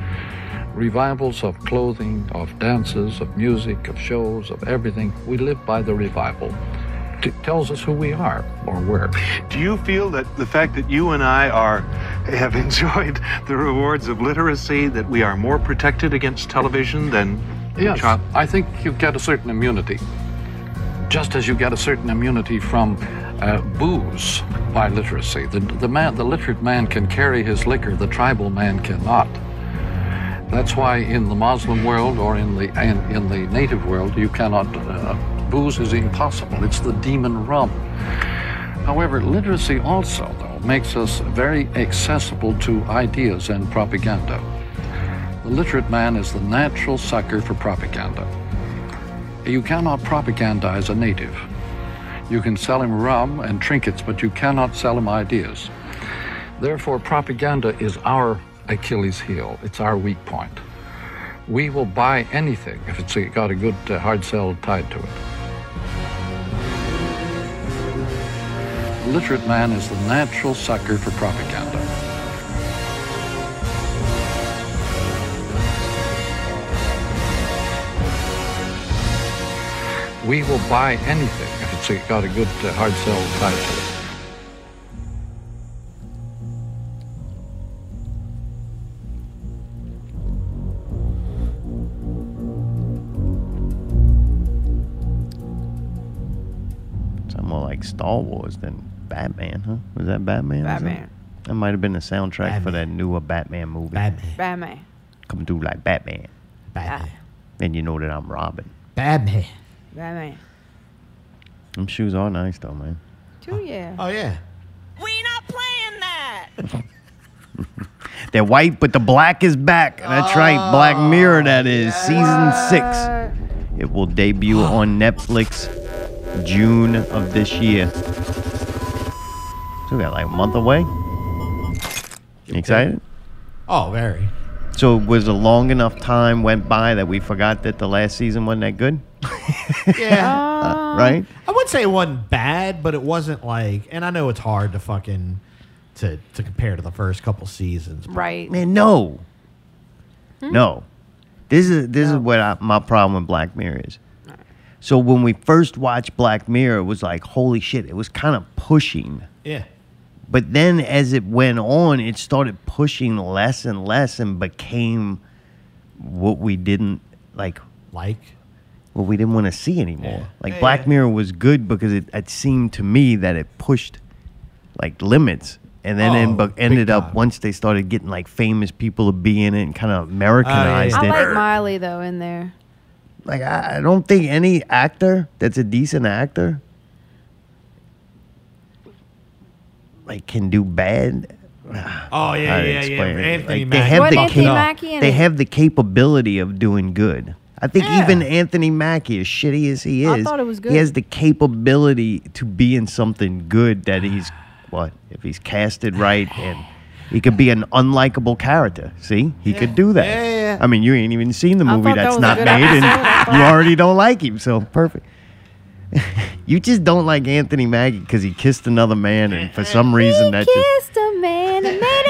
J: Revivals of clothing, of dances, of music, of shows, of everything. We live by the revival. It tells us who we are or were.
K: Do you feel that the fact that you and I are have enjoyed the rewards of literacy, that we are more protected against television than
J: Yes, I think you get a certain immunity. Just as you get a certain immunity from uh, booze by literacy. The, the man, the literate man can carry his liquor, the tribal man cannot. That's why in the Muslim world or in the in, in the native world, you cannot uh, booze is impossible. It's the demon rum. However, literacy also though makes us very accessible to ideas and propaganda. The literate man is the natural sucker for propaganda. You cannot propagandize a native. You can sell him rum and trinkets, but you cannot sell him ideas. Therefore, propaganda is our Achilles heel. It's our weak point. We will buy anything if it's got a good uh, hard sell tied to it. The literate man is the natural sucker for propaganda. We will buy anything if it's got a good uh, hard sell tied to it.
B: Sound more like Star Wars than Batman, huh? Was that Batman? or something?
C: Batman.
B: That might have been the soundtrack for that newer Batman movie. Batman.
C: Batman.
B: Come through like Batman.
C: Batman.
B: Then you know that I'm Robin.
D: Batman.
C: Batman.
B: Them shoes are nice though, man.
C: Two yeah.
D: Oh yeah.
E: We not playing that.
B: They're white, but the black is back. That's right, Black Mirror. That is season six. It will debut on Netflix June of this year. So we got like a month away. You Excited?
D: Oh, very.
B: So was a long enough time went by that we forgot that the last season wasn't that good,
D: Yeah.
B: Uh, right?
D: I would say it wasn't bad, but it wasn't like. And I know it's hard to fucking to to compare to the first couple seasons. but-
C: Right.
B: Man, no, no. This is this is what I, my problem with Black Mirror is. So when we first watched Black Mirror, it was like, holy shit! It was kind of pushing.
D: Yeah.
B: But then as it went on, it started pushing less and less and became what we didn't like
D: like
B: what we didn't want to see anymore. Like Black Mirror was good because it, it seemed to me that it pushed like limits. And then
C: Oh,
B: it bu- ended up once they started getting like famous people to be in it and kind of Americanized
C: Oh, I
B: it.
C: like Miley though in there.
B: Like I, I don't think any actor that's a decent actor like can do bad.
D: Oh
B: How
D: yeah,
B: to
D: yeah, yeah.
B: explain it.
D: Anthony
B: Like,
D: Mackie.
B: They have, the
C: Anthony
B: cap-
C: Mackie in
B: they
C: it?
B: have the capability of doing good. I think even Anthony Mackie, as shitty as he
C: I
B: is,
C: thought it was good.
B: he has the capability to be in something good that he's what if he's casted right and he could be an unlikable character. See, he could do that.
D: Yeah, yeah, yeah.
B: I mean, you ain't even seen the
D: I
B: movie
D: thought that
B: that's
D: was a
B: not
D: good
B: made,
D: episode. I
B: and
D: thought-
B: you already don't like him. So perfect. You just don't like Anthony Mackie because he kissed another man, and for some reason that just
C: Kissed a man and made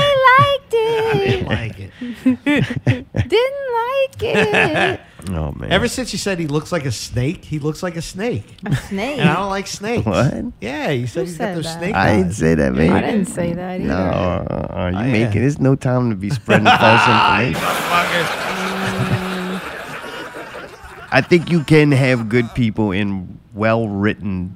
C: it
D: liked it.
C: Didn't like it.
B: Oh man.
D: Ever since you said he looks like a snake, he looks like a snake.
C: A snake.
D: And I don't like snakes.
B: What?
D: Yeah, you said
C: Who
D: he's got
C: said
D: those
C: that?
D: snake
B: I
D: eyes.
B: didn't say that, man.
C: I didn't say that either.
B: No, uh, uh, you making it's no time to be spreading false information. I think you can have good people in well written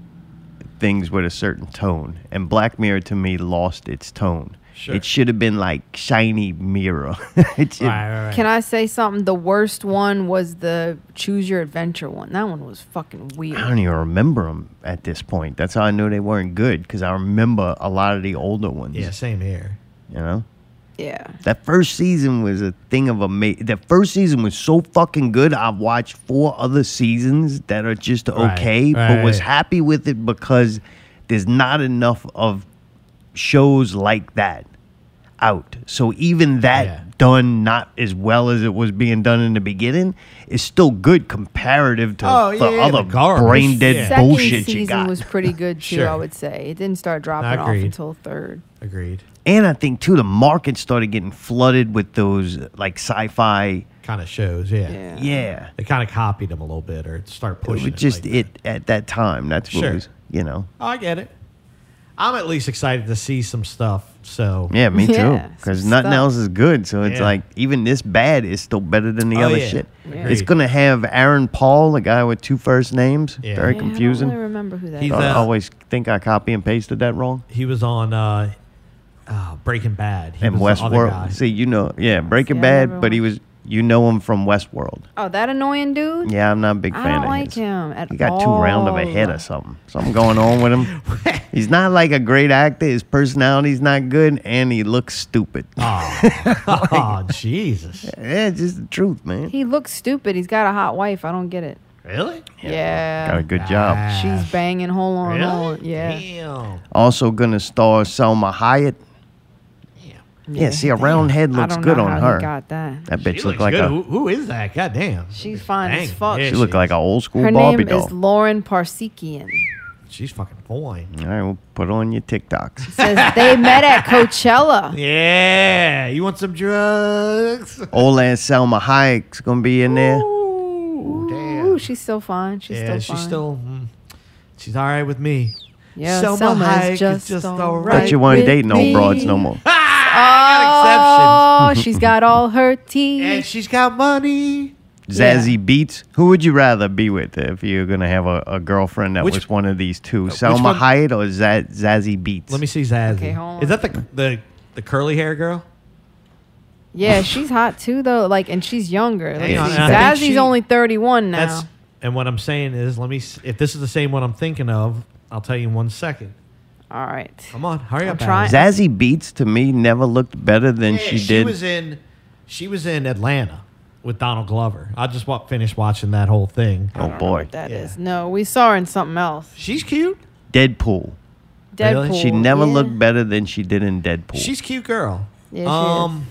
B: things with a certain tone, and Black Mirror to me lost its tone.
C: Sure.
B: It should have been like shiny mirror. it should,
C: Can I say something? The worst one was the choose your adventure one. That one was fucking weird.
B: I don't even remember them at this point. That's how I know they weren't good because I remember a lot of the older ones.
D: Yeah, same here.
B: You know.
C: yeah.
B: That first season was a thing of amazing. That first season was so fucking good. I've watched four other seasons that are just
D: Right,
B: okay, but was
D: right.
B: happy with it because there's not enough of shows like that out. So even that done not as well as it was being done in the beginning is still good comparative to
C: Oh,
B: the
C: yeah, yeah,
B: other
C: the garbage.
B: brain dead
C: Second
B: bullshit
C: season
B: you got.
C: was pretty good too.
B: Sure.
C: I would say it didn't start dropping off
B: Agreed.
C: until third.
D: Agreed.
B: And I think too, the market started getting flooded with those like sci-fi
D: Kind of shows, yeah. Yeah.
B: Yeah.
D: They kind of copied him a little bit or start
B: It was
D: pushing it.
B: just it at that time. That's what
D: Sure.
B: was, you know.
D: Oh, I get it. I'm at least excited to see some stuff. So
B: Yeah, me too. Because nothing else is good. So it's
D: Yeah.
B: like even this bad is still better than the
D: Oh,
B: other
D: yeah.
B: shit.
D: Yeah.
B: It's
D: Agreed.
B: gonna have Aaron Paul, a guy with two first names.
D: Yeah.
B: Very
D: Yeah, I don't
B: confusing.
D: really remember who that
B: I
D: He's, is. uh,
B: always think I copy and pasted that wrong.
D: He was on uh, uh, Breaking Bad. He
B: and
D: was the other guy.
B: Westworld. See, you know, yeah, Breaking
C: I
B: Bad,
C: never
B: but he was you know him from Westworld.
C: Oh, that annoying dude.
B: Yeah, I'm not a big
C: I
B: fan
C: don't
B: of
C: like
B: his.
C: him at
B: He got too round of a
C: all.
B: head or something. Something going on with him. He's not like a great actor. His personality's not good, and he looks stupid.
D: Oh, Jesus!
B: Yeah, it's just the truth, man.
C: He looks stupid. He's got a hot wife. I don't get it.
D: Really? Ah,
C: Yeah.
B: Got a good job.
C: She's banging hole on
D: Really?
C: hole. Yeah.
B: Also gonna star Selma Hayek. Yeah, see, a round head
C: I
B: looks
C: don't
B: good
C: know
B: on
C: how he
B: her.
C: got that.
B: bitch
D: She
B: looked
D: looks
B: like
D: good.
B: a
D: Who, who is that? God damn.
C: She's fine as
D: Dang.
C: fuck.
D: Yeah,
B: she looked like an old school
C: Her
B: Barbie
C: name
B: doll.
C: is Lauren Parsekian.
D: She's fucking fine.
B: All right, we'll put on your TikToks.
C: Says they met at Coachella.
D: Yeah. You want some drugs?
B: old ass Selma Hayek's gonna be in there.
C: Ooh, she's still fine. She's still
D: yeah, she's
C: fine.
D: still. mm, she's all right with me.
C: Yeah,
D: Selma
C: Selma is
D: Hayek is
C: just
D: just
C: all
D: all
C: right.
D: right.
B: But you weren't
C: with
B: dating no
C: me.
B: broads no more.
C: Oh, she's got all her teeth.
D: And she's got money.
B: Zazie Beats. Who would you rather be with if you're gonna have a, a girlfriend that
D: Which-
B: was one of these two, Selma
D: one-
B: Hayek or Za- Zazie Beats?
D: Let me see Zazie.
C: Okay, hold
D: Is that the the the curly hair girl?
C: Yeah, she's hot too though. Like, and she's younger. Like,
D: Hang on,
C: she's-
D: and I think
C: Zazie's
D: she-
C: only thirty-one now.
D: That's and what I'm saying is, let me. s- If this is the same one I'm thinking of, I'll tell you in one second.
C: All right.
D: Come on, hurry
C: I'm
D: up.
C: trying-
D: Alex.
B: Zazie Beats to me never looked better than
D: Yeah,
B: she, did.
D: was in. She was in Atlanta with Donald Glover. I just wa- finished watching that whole thing.
B: oh boy,
C: That is
D: Yeah.
C: no. We saw her in something else.
D: She's cute.
B: Deadpool.
C: Deadpool.
D: Really?
B: She never
C: yeah.
B: looked better than she did in Deadpool.
D: She's a cute girl.
C: Yeah, she
D: um,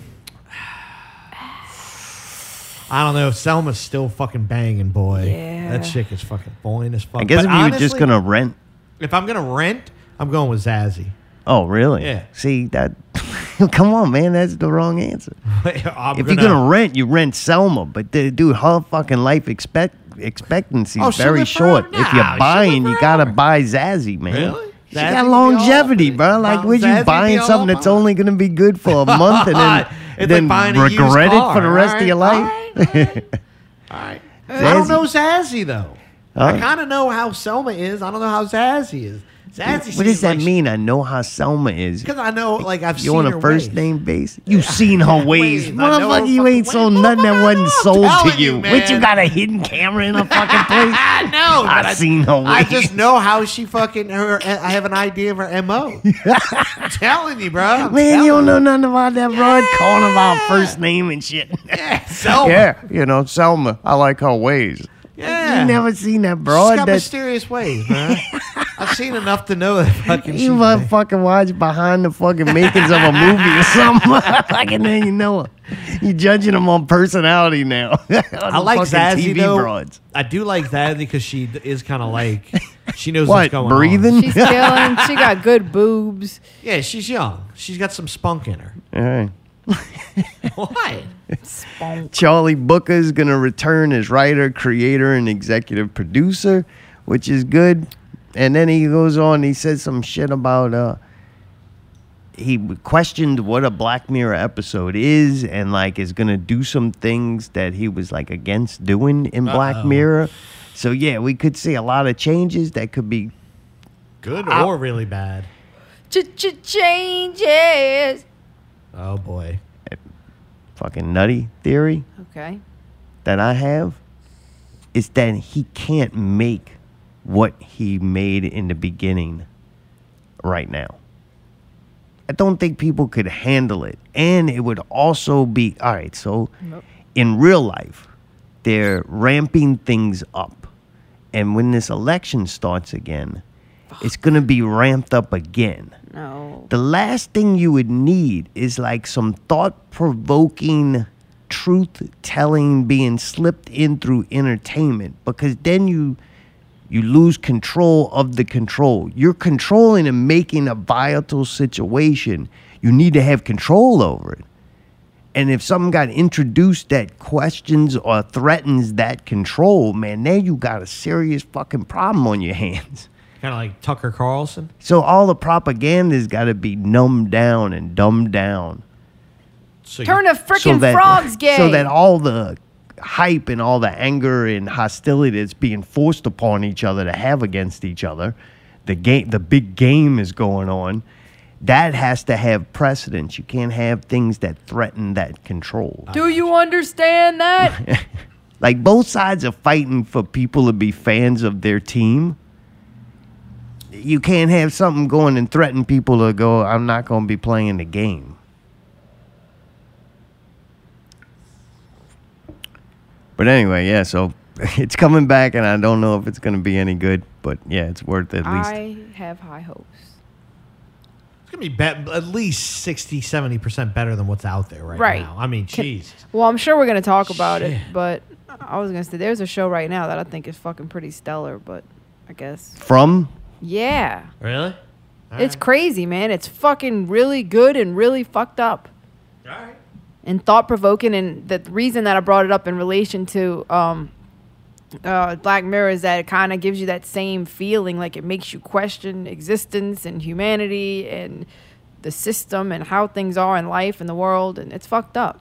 D: I don't know. Selma's still fucking banging, boy.
C: Yeah.
D: That chick is fucking boring as fuck.
B: I guess
D: But
B: if you were just
D: honestly,
B: gonna rent.
D: if I'm gonna rent, I'm going with Zazie.
B: Oh really?
D: Yeah.
B: See that? Come on, man. That's the wrong answer.
D: I'm
B: if you're gonna rent, you rent Selma. But the, dude, her fucking life expect expectancy is
D: Oh, she'll
B: very
D: live forever?
B: short.
D: Nah,
B: if
D: she'll
B: you're
D: live
B: buying, you gotta buy Zazie, man.
D: Really?
B: She
D: Zazie could
B: got
D: be
B: longevity, bro. Like,
D: Well,
B: would
D: Zazie
B: you
D: be
B: buying
D: all
B: something that's only gonna be good for a month and
D: It's like
B: then, then
D: buying a used
B: regret it
D: car,
B: for the rest
D: alright,
B: of your life?
D: I don't
B: Zazie.
D: know Zazie though. I
B: Huh?
D: kind of know how Selma is. I don't know how Zazie is. Zazie.
B: What
D: seems
B: does that
D: like
B: mean? I know how Selma is.
D: Because I know, like I've
B: You
D: seen
B: on a
D: her
B: first
D: ways.
B: name basis? You seen her ways,
D: ways. I know her
B: motherfucker. You
D: fucking
B: ain't sold nothing that wasn't sold
D: telling
B: to
D: you,
B: you. Which you
D: man.
B: got a hidden camera in a fucking place?
D: I know.
B: Oh, I
D: but I
B: seen her
D: I
B: ways.
D: just know how she fucking her. I have an idea of her mo. I'm telling you, bro. I'm
B: Man,
D: telling
B: you don't know nothing about that, bro. I'd Call her by her first name and shit.
D: Yeah, Selma. Yeah,
B: yeah, you know Selma. I like her ways.
D: yeah.
B: You never seen that
D: She's
B: broad.
D: got
B: That
D: mysterious ways, man. I've seen enough to know that fucking.
B: you
D: she's-
B: might fucking watch behind the fucking makings of a movie or something. like, and then you know her. You judging them on personality now.
D: I like Zazie
B: TV
D: though.
B: broads.
D: I do like Zazie because she d- is kind of like she knows
B: What
D: what's going on.
B: breathing?
C: She's killing. she got good boobs.
D: Yeah, she's young. She's got some spunk in her.
B: All right.
D: What?
B: Charlie Booker is going to return as writer, creator, and executive producer, which is good. And then he goes on, he says some shit about uh he questioned what a Black Mirror episode is and like is going to do some things that he was like against doing in Black
D: Uh-oh.
B: Mirror. So yeah, we could see a lot of changes that could be
D: Good or really bad?
C: Ch-ch-changes.
D: Oh boy.
B: fucking nutty theory.
C: Okay.
B: that I have is that he can't make what he made in the beginning right now. I don't think people could handle it. And it would also be all right, so in real life, they're ramping things up. And when this election starts again, it's going to be ramped up again
C: No.
B: the last thing you would need is like some thought provoking truth telling being slipped in through entertainment because then you you lose control of the control you're controlling and making a vital situation you need to have control over it and if something got introduced that questions or threatens that control man now you got a serious fucking problem on your hands
D: Kind of like Tucker Carlson.
B: So all the propaganda's got to be numbed down and dumbed down.
D: So
C: Turn the frickin'
B: that-
C: frogs gay.
B: So that all the hype and all the anger and hostility that's being forced upon each other to have against each other, the game, the big game is going on. That has to have precedence. You can't have things that threaten that control.
C: Do you understand that?
B: Like both sides are fighting for people to be fans of their team. You can't have something going and threaten people to go, I'm not going to be playing the game. But anyway, yeah, so it's coming back and I don't know if it's going to be any good, but yeah, it's worth at least.
C: I have high hopes.
D: It's going to be, be at least 60, 70% better than what's out there right,
C: Right.
D: now. I mean, jeez.
C: Well, I'm sure we're gonna talk about it, but I was gonna say there's a show right now that I think is fucking pretty stellar, but I guess
B: From?
C: yeah,
D: Really?
C: it's crazy, man. It's fucking really good and really fucked up. And thought provoking, and the reason that I brought it up in relation to um, uh, Black Mirror is that it kind of gives you that same feeling, like it makes you question existence and humanity and the system and how things are in life and the world, and it's fucked up.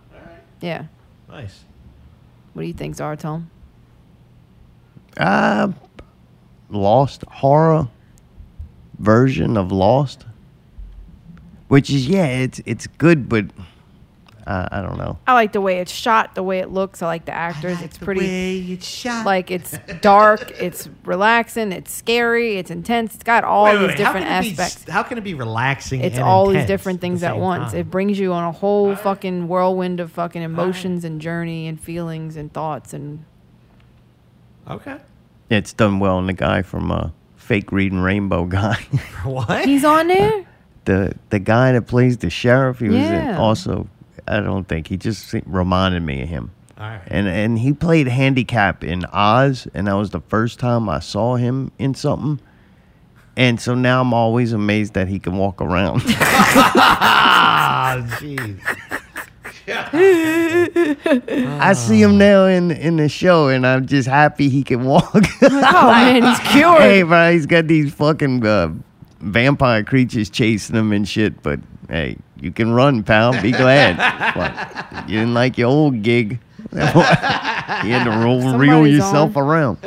C: Yeah.
D: Nice.
C: What do you think, Zartome?
B: Uh, Lost horror version of Lost, which is yeah, it's it's good, but uh, I don't know.
C: I like the way it's shot, the way it looks. I like the actors. it's pretty.
D: Ah.
C: Like it's dark, it's relaxing, it's scary, it's intense. It's got all
D: Wait, wait,
C: these
D: wait, how
C: different
D: can it be
C: aspects.
D: s- how can it be relaxing?
C: it's
D: and
C: all these
D: intense
C: different things
D: the
C: at
D: same
C: once.
D: time?
C: It brings you on a
D: Ah.
C: whole fucking whirlwind of fucking emotions and journey and feelings and thoughts and
D: Okay.
B: It's done well, and the guy from uh, Fake Reading Rainbow guy,
D: What?
C: He's on there.
B: the the guy that plays the sheriff, he was in,
C: Yeah.
B: also. I don't think he just se- reminded me of him.
D: All right.
B: And and he played handicap in Oz, and that was the first time I saw him in something. And so now I'm always amazed that he can walk around.
D: Ah, jeez.
B: I see
L: Ah.
B: him now in in the show, and I'm just happy he can walk.
C: Oh man, he's cured.
B: hey, bro, he's got these fucking uh, vampire creatures chasing him and shit. But hey, you can run, pal. Be glad. Fuck, you didn't like your old gig. you had to roll, reel
L: Somebody's
B: yourself
L: on.
B: around.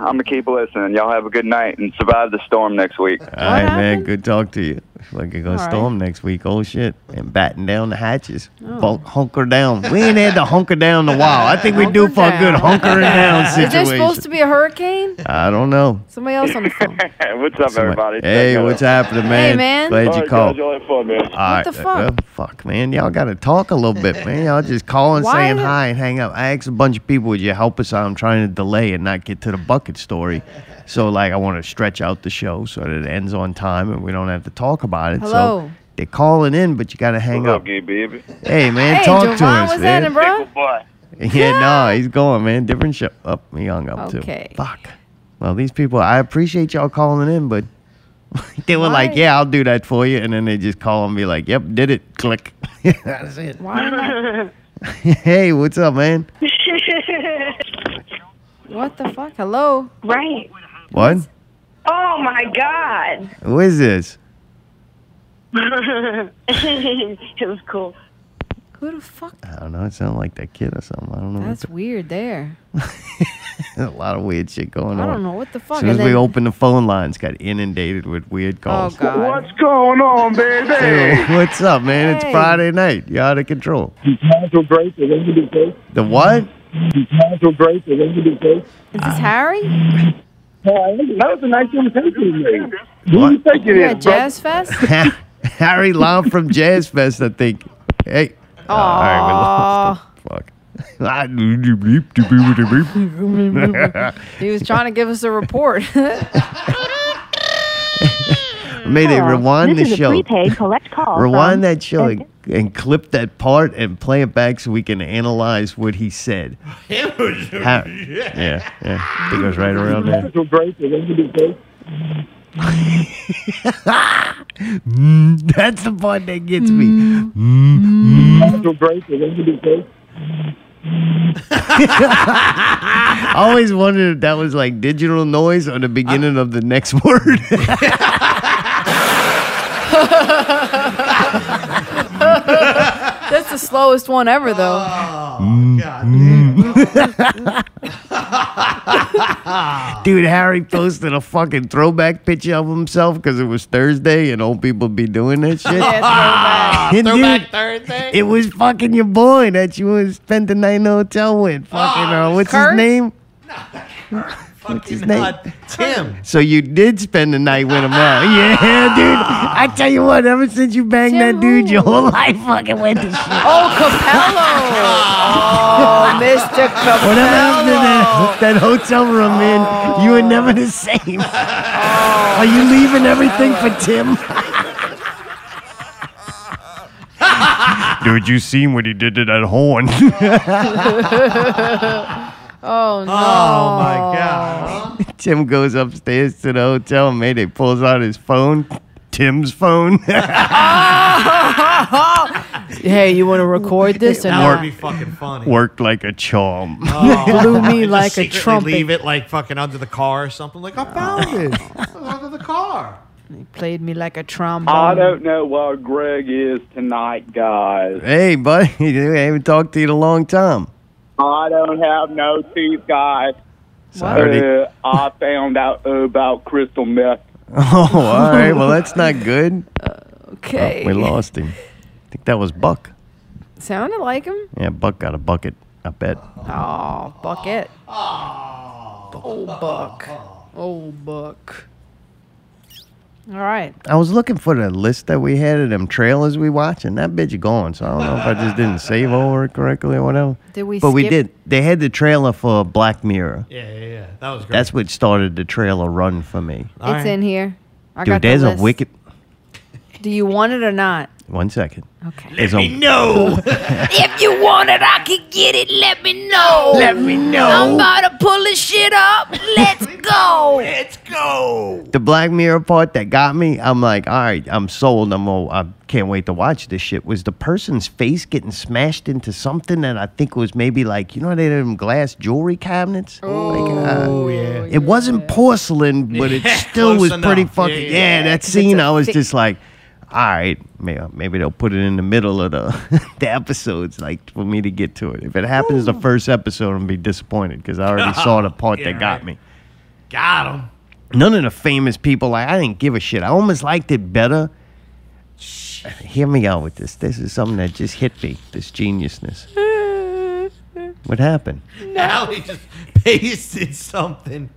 L: I'm gonna keep listening. Y'all have a good night and survive the storm next week.
B: All right, man. Good talk to you. Like it gonna
L: All right.
B: storm next week. Oh shit! And batten down the hatches.
L: Oh.
B: Bunk- hunker down. We ain't had to hunker down in a while. I think we do for a good hunkering down
C: Is there supposed
B: situation.
C: to be a hurricane?
B: I don't know.
C: Somebody else on the phone.
L: what's up, everybody?
B: Hey, what's happening, man?
C: Hey, man.
B: Glad
L: All
B: you
L: right,
B: called.
L: guys, y'all have fun, man.
B: All right,
L: the fuck?
B: well, fuck, man. Y'all got to talk a little bit, man. Y'all just call and
L: Why
B: saying
L: is it-
B: hi and hang up. I asked a bunch of people, would you help us out? I'm trying to delay and not get to the bucket story. So, like, I want to stretch out the show so that it ends on time and we don't have to talk about it.
L: Hello.
B: So they're calling in, but you got to hang up.
L: Gay baby.
B: Hey, man, talk to us, man.
L: Pickle boy.
B: Yeah, no, he's going, man. Different show. Up, he hung up
L: Okay.
B: too. Fuck. Well, these people, I appreciate y'all calling in, but they were like, "Yeah, I'll do that for you," and then they just call and be like, "Yep, did it." Click. That's it.
C: Why?
B: hey, what's up, man?
C: what the fuck? Hello. Right.
B: What?
M: Oh my God.
B: Who is this?
M: it was cool.
C: Who the fuck?
B: I don't know. It sounded like that kid or something. I don't know.
C: That's weird. There.
B: a lot of weird shit going
C: I
B: on.
C: don't know what the fuck.
B: As soon as
C: And
B: we
C: then-
B: opened the phone lines, got inundated with weird
C: Oh
B: calls.
C: god.
M: What's going on, baby?
B: Hey, what's up, man? It's
M: Hey.
B: Friday night. You're out of control.
M: Nigel Drake, the
B: The what?
M: Nigel Drake, the
C: Is
D: Um,
C: this Harry?
M: That was a nice conversation with
B: Who
M: you think it
C: You
M: is,
C: at Jazz Fest?
B: Harry Lom from Jazz Fest, I think. Hey. Oh, all right, we lost him. Fuck.
C: he was trying to give us a report.
B: May they rewind the show.
M: collect call.
B: Rewind that show and, and clip that part and play it back so we can analyze what he said. Ha- yeah, yeah. I think it was right around there.
M: Nigel Drake, the
B: Mm, that's the part that gets me.
M: Nigel Drake, the
B: I always wondered if that was like digital noise or the beginning of the next word.
C: That's the slowest one ever, though.
B: Dude, Harry posted a fucking throwback picture of himself because it was Thursday and old people be doing that shit.
C: Oh,
A: Yeah,
B: And
A: Ah, throwback
B: dude,
A: Thursday?
B: It was fucking your boy that you would spend the night in the hotel with. Fucking, uh, what's
A: Ah, Kurt?
B: his name? What's his name?
D: Tim.
B: So you did spend the night with him, huh? Yeah, dude. I tell you what, ever since you banged that dude, your whole life fucking went to shit.
C: Oh, Capello! Oh, Mr. Capello.
B: Whatever happened to that, that hotel room, man, you were never the same. Are you leaving everything for Tim? Dude, you seen what he did to that horn.
C: oh no! Oh
D: my god!
B: Tim goes upstairs to the hotel, and mate, he pulls out his phone. Tim's phone.
C: hey, you want to record this or
D: That
C: not?
D: would be fucking funny.
B: Worked like a charm.
C: Blew me
D: Just
C: like a
D: secretly
C: trumpet.
D: Leave it like fucking under the car or something. Like I found it. under the car.
C: He played me like a trombone.
M: I don't know where Greg is tonight, guys.
B: Hey, buddy, I haven't talked to you in a long time.
M: I don't have no teeth, guys.
B: Sorry.
M: Uh, I found out about crystal meth.
B: Oh, all right. Well, that's not good.
C: Okay.
B: Oh, we lost him. I think that was Buck.
C: Sounded like him.
B: Yeah, Buck got a bucket, I bet.
C: Oh, bucket. Oh, buck. Oh, buck. All right.
B: I was looking for the list that we had of them trailers we watched, and that bitch gone. So I don't know if I just didn't save over it correctly or whatever.
C: Did we
B: But we
C: skip-
B: did. They had the trailer for Black Mirror.
D: Yeah, yeah, yeah. That was great.
B: That's what started the trailer run for me.
C: it's in here. I
B: Dude,
C: got the
B: there's a
C: list.
B: wicked.
C: Do you want it or not?
B: One second.
C: Okay.
B: There's a-
C: if you want it, I can get it. Let me know.
A: Let me know.
C: I'm about to pull this shit up. Let's go. Let's
B: go. the Black Mirror part that got me, I'm like, all right, I'm sold. I'm all, I can't wait to watch this shit. Was the person's face getting smashed into something that I think was maybe like, you know, they had them glass jewelry cabinets? Oh, yeah. It wasn't porcelain, but it
A: Yeah,
B: still
A: close
B: was
A: enough.
B: pretty
A: Yeah,
B: fucking. Yeah,
A: yeah, yeah.
B: that
A: 'Cause it's
B: scene,
A: a
B: I was
A: thick-
B: just like, all right, maybe, maybe they'll put it in the middle of the, the episodes, like for me to get to it. If it happens the first episode, I'm gonna be disappointed because I already saw the part
D: Yeah,
B: that got
D: right.
B: me
D: Got him.
B: none of the famous people like I didn't give a shit. I almost liked it better. Hear me out with this. This is something that just hit me. This geniusness. What happened?
D: Allie just pasted something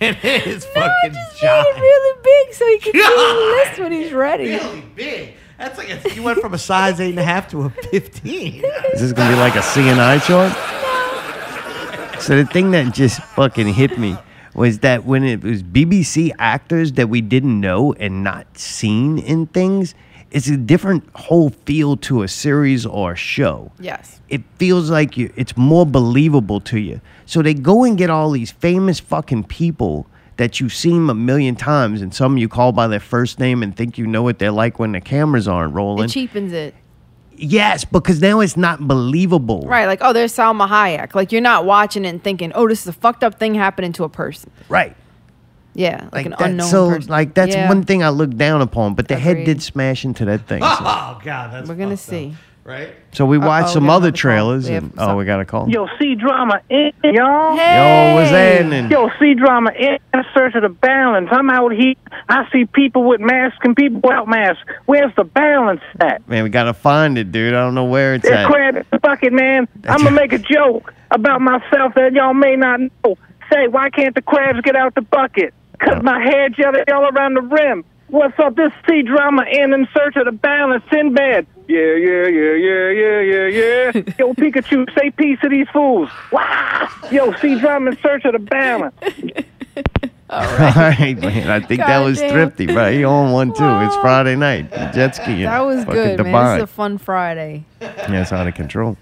D: in his fucking giant.
C: really big so he can see the list when he's ready.
D: Really big. That's like a, you went from a size eight and a half to a fifteen.
B: Is this gonna be like a CNI chart? So the thing that just fucking hit me was that when it was BBC actors that we didn't know and not seen in things, it's a different whole feel to a series or a show.
C: Yes.
B: it feels like you it's more believable to you. So they go and get all these famous fucking people that you've seen a million times and some you call by their first name and think you know what they're like when the cameras aren't rolling.
C: It cheapens it.
B: yes, because now it's not believable.
C: Right, like, oh, there's Salma Hayek. Like, you're not watching it and thinking, oh, this is a fucked up thing happening to a person.
B: Right.
C: Yeah, like, an
B: That-
C: unknown
B: so
C: person.
B: like that's
C: Yeah.
B: one thing I look down upon, but the head
C: Agreed.
B: did smash into that thing. So,
D: Oh god, that's
C: We're gonna see.
D: right.
B: so we watched
C: Uh-oh, we
B: some other
C: got another call.
B: trailers
C: We have
B: and oh we got a call.
N: C drama in, y'all.
B: Yo, what's Hey. happening?
N: Yo, C drama in in search of the balance. I'm out here. I see people with masks and people without masks. Where's the balance at?
B: Man, we gotta find it, dude. I don't know where it's
N: It's
B: at.
N: crap in the bucket, man. I'm gonna make a joke about myself that y'all may not know. Say, why can't the crabs get out the bucket?
B: Oh.
N: Cause my hair jelly all around the rim. What's up? This C drama in in search of the balance. Sinbad. Yeah, yeah, yeah, yeah, yeah, yeah, yeah. Yo, Pikachu, say peace to these fools. Wow. Yo, C drama in search of the balance.
B: All right, man. I think that was
C: Goddamn.
B: thrifty, right? He on one too. It's Friday night. The jet ski.
C: That was good, man. This is a fun Friday.
B: yeah, it's out of control.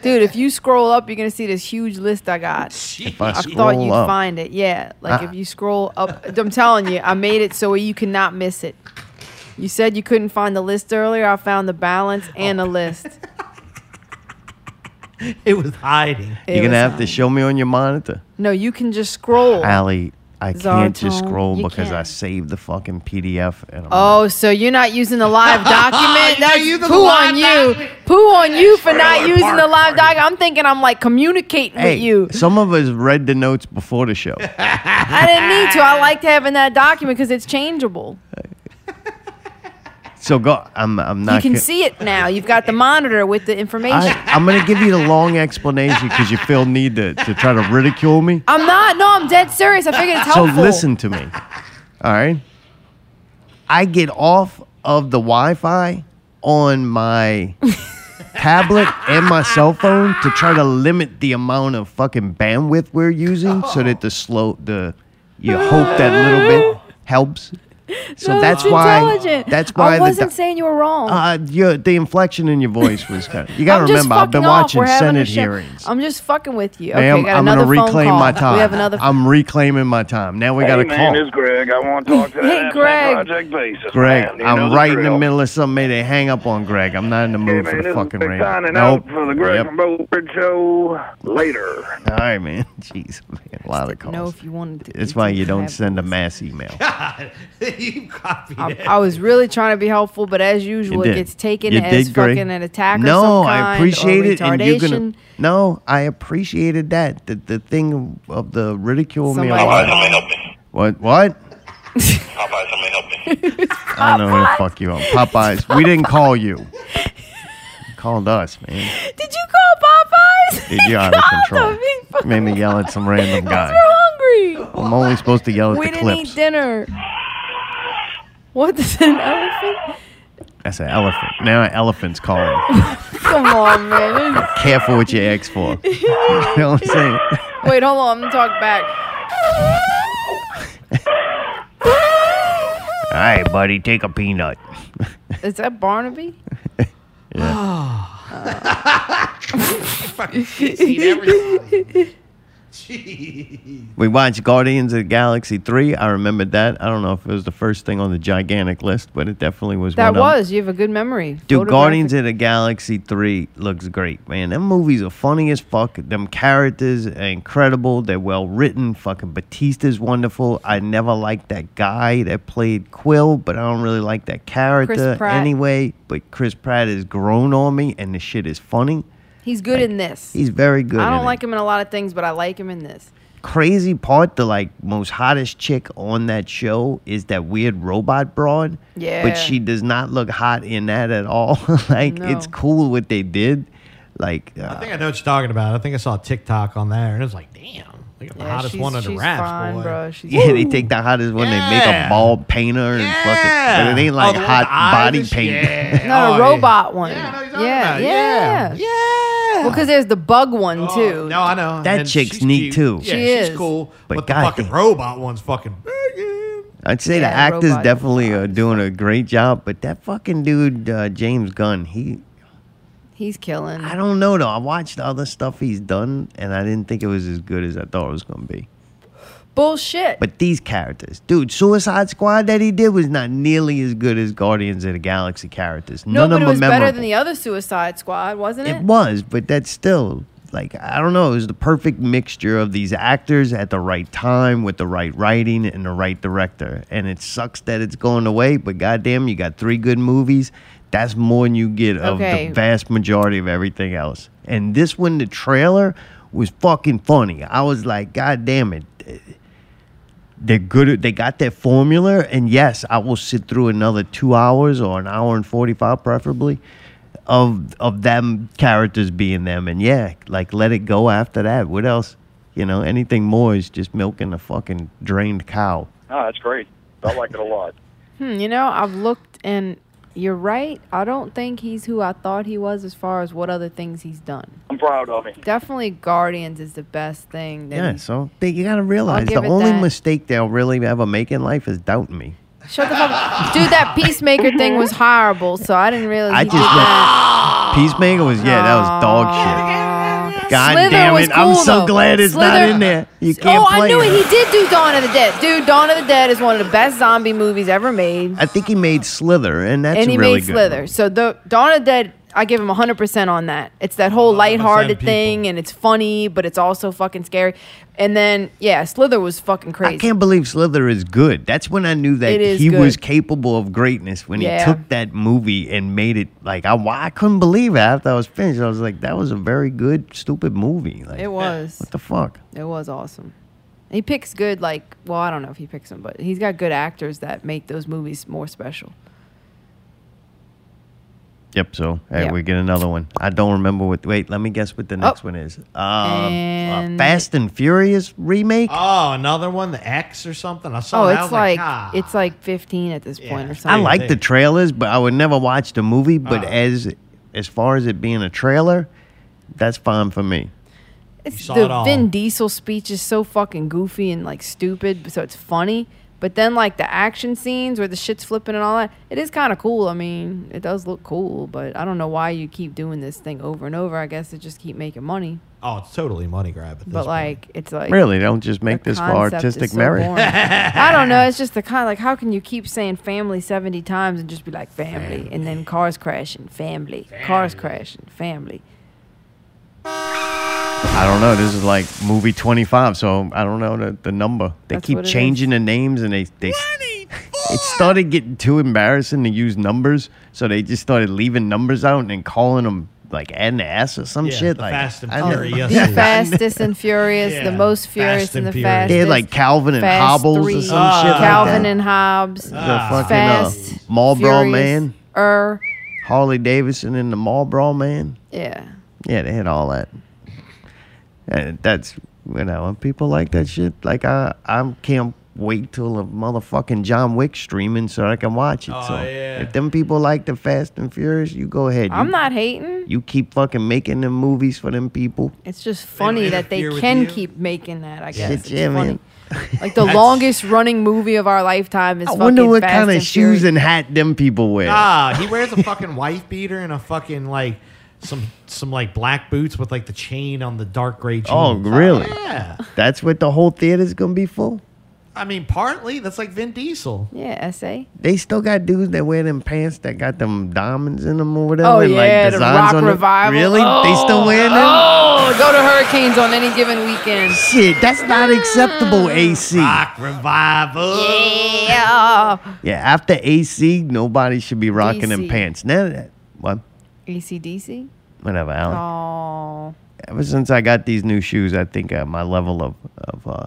C: Dude, if you scroll up, you're gonna see this huge list I got.
B: If I
C: thought
B: scroll
C: you'd
B: up.
C: find it. Yeah, like
B: Ah.
C: if you scroll up, I'm telling you, I made it so you cannot miss it. You said you
B: Oh.
C: couldn't find the list earlier. I found the balance and a list.
D: It was hiding.
B: You're gonna have to show me on your monitor,
C: No, you can just scroll.
B: Allie. I can't just
C: Zartone,
B: scroll
C: you
B: because
C: can't.
B: I saved the fucking PDF and I'm
C: Oh, so you're not using the live document?
D: You're not
C: That's
D: using the
C: poo
D: live
C: on you. Poo on you for not
B: Trailer
C: using
B: park
C: the live doc. I'm thinking I'm like communicating
B: hey,
C: with you.
B: Some of us read the notes before the show.
C: I didn't need to. I liked having that document because it's changeable.
B: so go. I'm I'm not.
C: you can
B: gonna-
C: see it now. You've got the monitor with the information.
B: I, I'm gonna give you the long explanation because you feel need to to try to ridicule me.
C: I'm not. No, I'm dead serious. I figured it's helpful.
B: So listen to me. All right. I get off of the Wi Fi on my tablet and my cell phone to try to limit the amount of fucking bandwidth we're using so that the slow the you hope that little bit helps. So
C: No,
B: that's
C: it's
B: why
C: intelligent.
B: that's why
C: I
B: the
C: wasn't
B: do-
C: saying you were wrong.
B: uh, your, the inflection in your voice was kind of, you got
C: I'm
B: to
C: just
B: remember I've been
C: fucking off.
B: watching
C: We're having a
B: Senate
C: show.
B: hearings.
C: I'm just fucking with you.
B: Ma'am,
C: okay, got
B: I'm
C: another
B: gonna
C: phone
B: reclaim
C: call.
B: my time.
C: We have another.
B: I'm reclaiming my time. Now we got
M: hey,
B: a
M: man,
B: call.
M: it's Greg. I want to talk to
C: Hey,
M: that
C: Greg.
M: project basis.
B: Greg,
M: man. You know
B: I'm
M: the
B: right in
M: drill.
B: the middle of something. May they hang up on Greg. I'm not in the
M: Hey,
B: mood
M: man,
B: for
M: this
B: the
M: is
B: fucking
M: Big
B: radio.
M: Signing
B: Nope.
M: out for the Greg
B: Yep.
M: from Beaufort Show. Later.
B: All right, man. Jeez, man, a lot of calls.
C: know if you wanted to.
B: That's why you don't
C: have-
B: send a mass email.
D: you copied
C: I, I was really trying to be helpful, but as usual,
B: You
C: it
B: did.
C: gets taken
B: You
C: as
B: did great.
C: fucking an attack or
B: no,
C: some
B: I
C: kind
B: appreciate
C: or
B: it. And you're
C: retardation.
B: gonna, no, I appreciated that. The, the thing of the ridicule me.
C: Somebody- Popeye, somebody
B: help me. What? What? Popeye, somebody help me. I don't know who the fuck you are. Popeyes. We didn't call you. You called us, man.
C: Did you call Popeyes?
B: Dude, you're out of
C: God,
B: control.
C: I'm being fucking-
B: Made me yell at some random guy.
C: We're hungry.
B: I'm only supposed to yell at
C: We
B: the
C: didn't
B: clips.
C: eat dinner. What is an elephant?
B: That's an elephant. Now an elephant's calling.
C: Come on, man.
B: Careful what you ask for. you know what I'm saying?
C: Wait, hold on. I'm gonna talk back.
B: All right, buddy, take a peanut.
C: Is that Barnaby?
D: Seen everybody. Jeez.
B: We watched Guardians of the Galaxy 3. I remembered that. I don't know if it was the first thing on the gigantic list, but it definitely was
C: That
B: one of them.
C: was. You have a good memory.
B: Dude,
C: Photographic-
B: Guardians of the Galaxy 3 looks great, man. Them movies are funny as fuck. Them characters are incredible. They're well written. Fucking Batista's wonderful. I never liked that guy that played Quill, but I don't really like that character
C: Pratt.
B: anyway. But Chris Pratt has grown on me, and the shit is funny.
C: He's good in this.
B: He's very good.
C: I
B: in
C: don't
B: it
C: like him in a lot of things, but I like him in this.
B: crazy part, the like most hottest chick on that show is that weird robot broad.
C: Yeah.
B: But she does not look hot in that at all. like it's
D: No.
B: cool what they did. Like
D: I
B: uh,
D: think I know what you're talking about. I think I saw a TikTok on there, and it was like, damn, look at the
C: Yeah,
D: hottest
C: she's-
D: one under
C: she's
D: wraps,
C: fine,
D: boy.
C: bro. She's-
B: yeah, they take the hottest one, they make a
D: Yeah.
B: bald painter and fucking but it ain't
D: Oh,
B: like
D: the one with
B: hot
D: the eyes
B: body
D: and shit.
B: paint.
D: Yeah.
C: No,
D: Oh,
C: a
D: yeah.
C: robot one.
D: Yeah, I know what you're
C: yeah,
D: talking
C: yeah,
D: about. yeah. Oh, Uh,
C: Well, because there's the bug one too.
D: No, I know.
B: That
D: And
B: chick's
D: she's
B: neat
D: cute.
B: too.
D: Yeah,
C: She
D: she's
C: is.
D: cool.
B: But
D: But, the
B: God
D: fucking robot one's fucking.
B: I'd say
D: Yeah,
B: the actors
D: robot.
B: definitely are doing a great job, but that fucking dude, uh, James Gunn, he
C: He's killing.
B: I don't know though. I watched other stuff he's done and I didn't think it was as good as I thought it was gonna be.
C: Bullshit.
B: But these characters, dude, Suicide Squad that he did was not nearly as good as Guardians of the Galaxy characters.
C: no,
B: None
C: but
B: of
C: it
B: them
C: was
B: are memorable.
C: better than the other Suicide Squad, wasn't it?
B: it was, but that's still like I don't know. It was the perfect mixture of these actors at the right time with the right writing and the right director. And it sucks that it's going away, but goddamn, you got three good movies. That's more than you get of
C: Okay.
B: the vast majority of everything else. And this one, the trailer was fucking funny. I was like, God damn it, they're good at- they got their formula and yes i will sit through another two hours or an hour and 45 preferably of of them characters being them and yeah like let it go after that what else you know anything more is just milking a fucking drained cow
M: Oh, that's great. I like it a lot.
C: Hmm, you know, I've looked and you're right. I don't think he's who I thought he was as far as what other things he's done.
M: I'm proud of him.
C: Definitely Guardians is the best thing. That
B: yeah so they, you gotta realize the
C: give it
B: only
C: that. mistake
B: they'll really ever make in life is doubting me
C: he- Shut the fuck up. Dude, that Peacemaker thing was horrible, so I didn't realize
B: i
C: he
B: just
C: did that.
B: went peacemaker was yeah that was dog shit god
C: Slither
B: damn
C: was
B: it i'm
C: cool,
B: so
C: though.
B: glad it's
C: Slither-
B: not in there you can't
C: oh,
B: play
C: I knew
B: it.
C: it. He did do Dawn of the Dead. Dude, Dawn of the Dead is one of the best zombie movies ever made.
B: I think he made Slither, and that's
C: and he
B: a really
C: made
B: good.
C: Slither. So the Dawn of the Dead, I give him 100% on that. It's that whole lighthearted
B: people.
C: thing, and it's funny, but it's also fucking scary. And then, yeah, Slither was fucking crazy.
B: I can't believe Slither is good. That's when I knew that
C: It is
B: he was
C: good.
B: capable of greatness when
C: Yeah.
B: he took that movie and made it like I, I couldn't believe it after I was finished. I was like, that was a very good, stupid movie. Like
C: It was.
B: what the fuck?
C: It was awesome. He picks good, like, well, I don't know if he picks them, but he's got good actors that make those movies more special.
B: Yep. So hey,
C: Yeah. Oh.
B: we get another one. I don't remember what. Wait, let me guess what the next one is. Um, a
C: And-
B: Fast and Furious remake.
D: Oh, another one, the X or something. I saw
C: oh,
D: that. I
C: it's
D: was
C: like,
D: "Ah."
C: it's like 15 at this point or
B: I
C: something.
B: like the trailers, but I would never watch the movie. But
D: Uh-huh.
B: as as far as it being a trailer, that's fine for me.
C: It's,
B: saw
C: the
B: it all.
C: Vin Diesel speech is so fucking goofy and like stupid, so it's funny. But then like the action scenes where the shit's flipping and all that, it is kind of cool. I mean, it does look cool, but I don't know why you keep doing this thing over and over. I guess to just keep making money.
D: oh, it's totally money grab. At this
C: But like, it's like
B: really, don't just make this for
C: concept is
B: artistic
C: so
B: merit.
C: boring. I don't know. It's just the kind of like, how can you keep saying family 70 times and just be like family, and then cars crashing, family, cars crashing, family.
B: I don't know. This is like movie 25, so I don't know the, the number. They
C: That's
B: keep
C: what it
B: changing the names and they. they it started getting too embarrassing to use numbers, so they just started leaving numbers out and then calling them like N S or some
D: Yeah,
B: shit.
D: the
B: like,
D: Fast and
B: I never-
D: Furious.
C: The fastest and furious, the most furious
B: Fast and
C: and, the
B: Furious.
C: fastest.
B: They had, like, Calvin and
C: Fast
B: Hobbles or
C: three.
B: some Ah. shit like
C: Calvin
B: that.
C: and Hobbes.
B: The fucking uh,
C: fast.
B: Marlboro
C: furious,
B: Man,
C: Er.
B: Harley Davidson, and the Marlboro Man.
C: Yeah.
B: Yeah, they had all that. And that's you know, when people like that shit, like I I can't wait till the motherfucking John Wick streaming so I can watch it. so if them people like the Fast and Furious, you go ahead.
C: I'm
B: You-
C: not hating.
B: You keep fucking making them movies for them people.
C: It's just funny that they
B: interfere with
C: can
B: you?
C: keep making that. I guess
B: Shit,
C: it's
B: yeah,
C: funny.
B: man.
C: Like the
B: That's-
C: longest running movie of our lifetime is.
B: I wonder
C: fucking
B: what
C: Fast
B: kind of
C: and
B: shoes
C: Furious.
B: and hat them people wear.
D: Ah, he wears a fucking wife beater and a fucking like some some like black boots with like the chain on the dark gray jeans.
B: oh, really?
D: Yeah.
B: That's what the whole theater's gonna be full.
D: I mean, partly that's like Vin Diesel.
C: Yeah, SA.
B: They still got dudes that wear them pants that got them diamonds in them or whatever.
C: Oh,
B: and,
C: yeah,
B: like
C: the
B: designs
C: rock
B: on 'em.
C: revival.
B: Really? They still
C: Oh,
B: wearing them?
C: Oh, go to Hurricanes on any given weekend.
B: Shit, that's not acceptable, AC.
D: revival.
C: Yeah.
B: Yeah, after AC, nobody should be rocking them
C: DC.
B: pants. Now, that- what?
C: ACDC.
B: Whatever, Alan.
C: Oh.
B: Ever since I got these new shoes, I think uh, my level of, of uh,